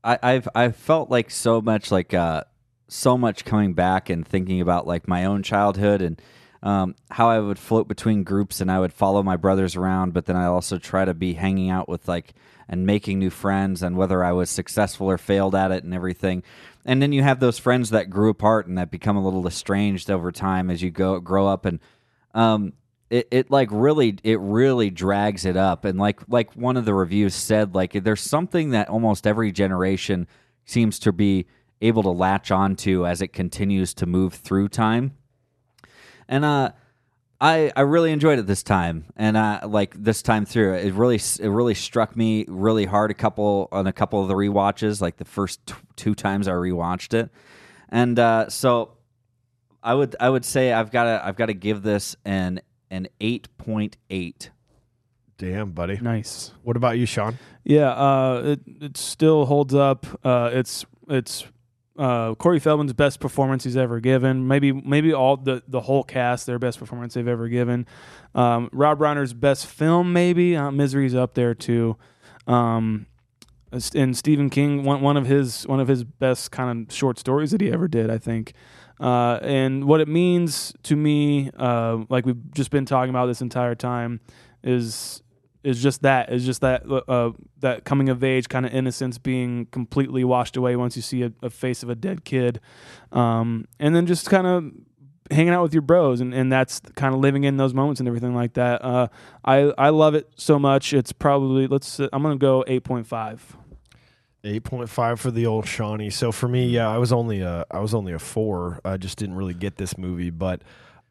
Speaker 7: I, I've I've felt like so much like uh so much coming back and thinking about like my own childhood and um how I would float between groups and I would follow my brothers around, but then I also try to be hanging out with like and making new friends and whether I was successful or failed at it and everything. And then you have those friends that grew apart and that become a little estranged over time as you go grow up and um it, it like really it really drags it up and like like one of the reviews said like there's something that almost every generation seems to be able to latch onto as it continues to move through time and uh I, I really enjoyed it this time, and I like this time through. It really it really struck me really hard a couple on a couple of the rewatches, like the first t- two times I rewatched it, and uh, so I would I would say I've got to I've got to give this an an eight point eight.
Speaker 1: Damn, buddy.
Speaker 5: Nice.
Speaker 1: What about you, Sean?
Speaker 5: Yeah, uh, it it still holds up. Uh, it's it's uh, Corey Feldman's best performance he's ever given. Maybe maybe all the the whole cast their best performance they've ever given. Um, Rob Reiner's best film maybe. Uh, Misery's up there too. Um, and Stephen King one one of his one of his best kind of short stories that he ever did. I think. Uh, and what it means to me, uh, like we've just been talking about this entire time, is is just that is just that uh, that coming of age kind of innocence being completely washed away once you see a, a face of a dead kid, um, and then just kind of hanging out with your bros and, and that's kind of living in those moments and everything like that. Uh, I I love it so much. It's probably let's I'm gonna go eight point five.
Speaker 1: 8.5 for the old Shawnee. So for me, yeah, I was only a I was only a 4. I just didn't really get this movie, but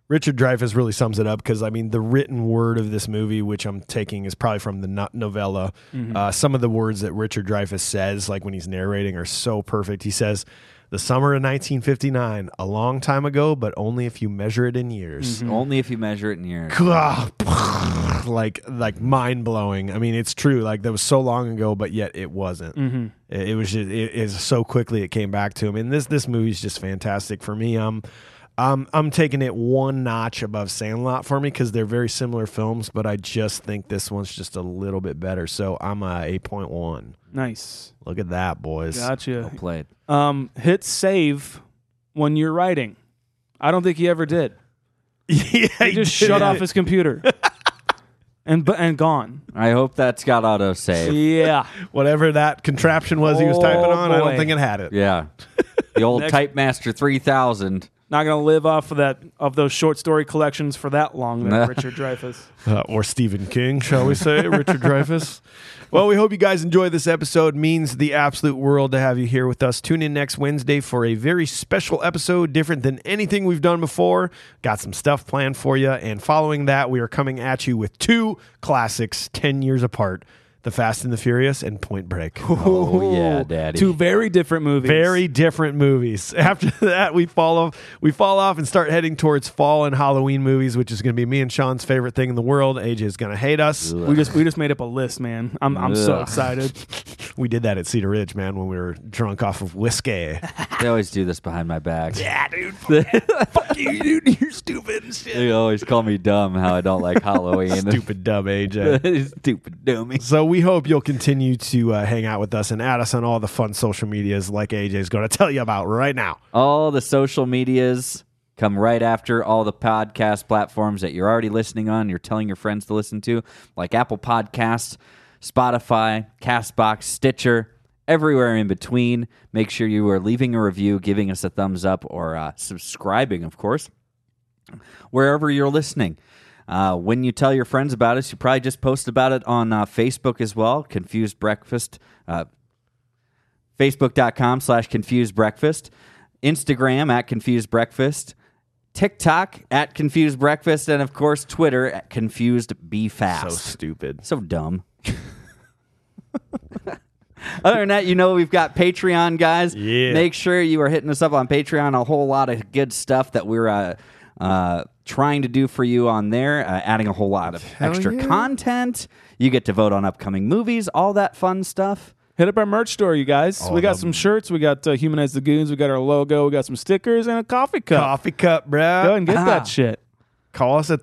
Speaker 1: Richard Dreyfuss really sums it up because I mean the written word of this movie, which I'm taking is probably from the no- novella. Uh, some of the words that Richard Dreyfuss says, like when he's narrating, are so perfect. He says, "The summer of 1959, a long time ago, but only if you measure it in years."
Speaker 7: Only if you measure it in years.
Speaker 1: Ah, like like mind blowing. I mean, it's true. Like that was so long ago, but yet it wasn't.
Speaker 5: Mm-hmm.
Speaker 1: It, it was just it is so quickly it came back to him. And this this movie's just fantastic for me. Um, I'm I'm taking it one notch above Sandlot for me because they're very similar films, but I just think this one's just a little bit better. So I'm a eight point one.
Speaker 5: Nice,
Speaker 1: Look at that, boys.
Speaker 5: gotcha.
Speaker 7: Played.
Speaker 5: Um, hit save when you're writing. I don't think he ever did.
Speaker 1: yeah,
Speaker 5: He just shut off his computer. And, bu- and gone.
Speaker 7: I hope that's got auto save.
Speaker 5: Yeah.
Speaker 1: whatever that contraption was he was
Speaker 5: Oh,
Speaker 1: typing on. I don't
Speaker 5: boy.
Speaker 1: think it had it.
Speaker 7: Yeah, the old Typemaster three thousand.
Speaker 5: Not gonna live off of that of those short story collections for that long,
Speaker 7: No.
Speaker 5: there, Richard Dreyfuss.
Speaker 1: Uh, or Stephen King, shall we say, Richard Dreyfuss. Well, we hope you guys enjoy this episode. Means the absolute world to have you here with us. Tune in next Wednesday for a very special episode, different than anything we've done before. Got some stuff planned for you. And following that, we are coming at you with two classics 10 years apart The Fast and the Furious and Point Break.
Speaker 7: Oh yeah, daddy.
Speaker 5: Two very different movies.
Speaker 1: Very different movies. After that, we fall off. We fall off and start heading towards fall and Halloween movies, which is going to be me and Sean's favorite thing in the world. AJ is going to hate us.
Speaker 5: We just we just made up a list, man. I'm I'm so
Speaker 7: Ugh.
Speaker 5: excited.
Speaker 1: We did that at Cedar Ridge, man, when we were drunk off of whiskey.
Speaker 7: They always do this behind my back.
Speaker 1: yeah, dude. Fuck you, dude. You're stupid and shit.
Speaker 7: They always call me dumb how I don't like Halloween.
Speaker 1: Stupid dumb AJ.
Speaker 7: Stupid dummy.
Speaker 1: So we we hope you'll continue to uh, hang out with us and add us on all the fun social medias like AJ's going to tell you about right now.
Speaker 7: All the social medias come right after all the podcast platforms that you're already listening on, you're telling your friends to listen to, like Apple Podcasts, Spotify, Castbox, Stitcher, everywhere in between. Make sure you are leaving a review, giving us a thumbs up, or uh, subscribing, of course, wherever you're listening. Uh, when you tell your friends about us, you probably just post about it on uh, Facebook as well. Confused Breakfast, uh, facebook.com slash confused breakfast instagram at confused breakfast tiktok at confused breakfast and of course twitter at confused be
Speaker 1: So
Speaker 7: fast so,
Speaker 1: stupid.
Speaker 7: dumb other than that you know we've got patreon guys
Speaker 1: Yeah.
Speaker 7: make sure you are hitting us up on patreon a whole lot of good stuff that we're uh, uh, trying to do for you on there uh, adding a whole lot of extra content you get to vote on upcoming movies all that fun stuff
Speaker 5: Hit up our merch store, you guys. we got some shirts. We got uh, Humanize the Goons. We got our logo. We got some stickers and a coffee cup.
Speaker 1: Coffee cup, bruh.
Speaker 5: Go ahead and get that shit.
Speaker 1: Call us at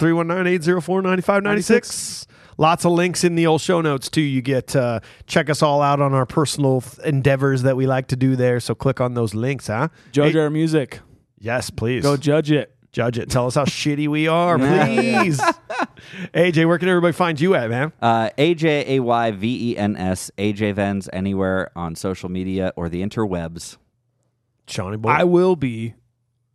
Speaker 1: 319-804-9596. Lots of links in the old show notes too. You get uh, check us all out on our personal th- endeavors that we like to do there. So click on those links, huh?
Speaker 5: Judge
Speaker 1: Hey,
Speaker 5: our music.
Speaker 1: yes, please.
Speaker 5: Go judge it.
Speaker 1: judge it. Tell us how shitty we are, please. AJ, where can everybody find you at, man?
Speaker 7: Uh, AJ A Y V E N S, AJ Vens, anywhere on social media or the interwebs.
Speaker 1: Shawnee boy.
Speaker 5: I will be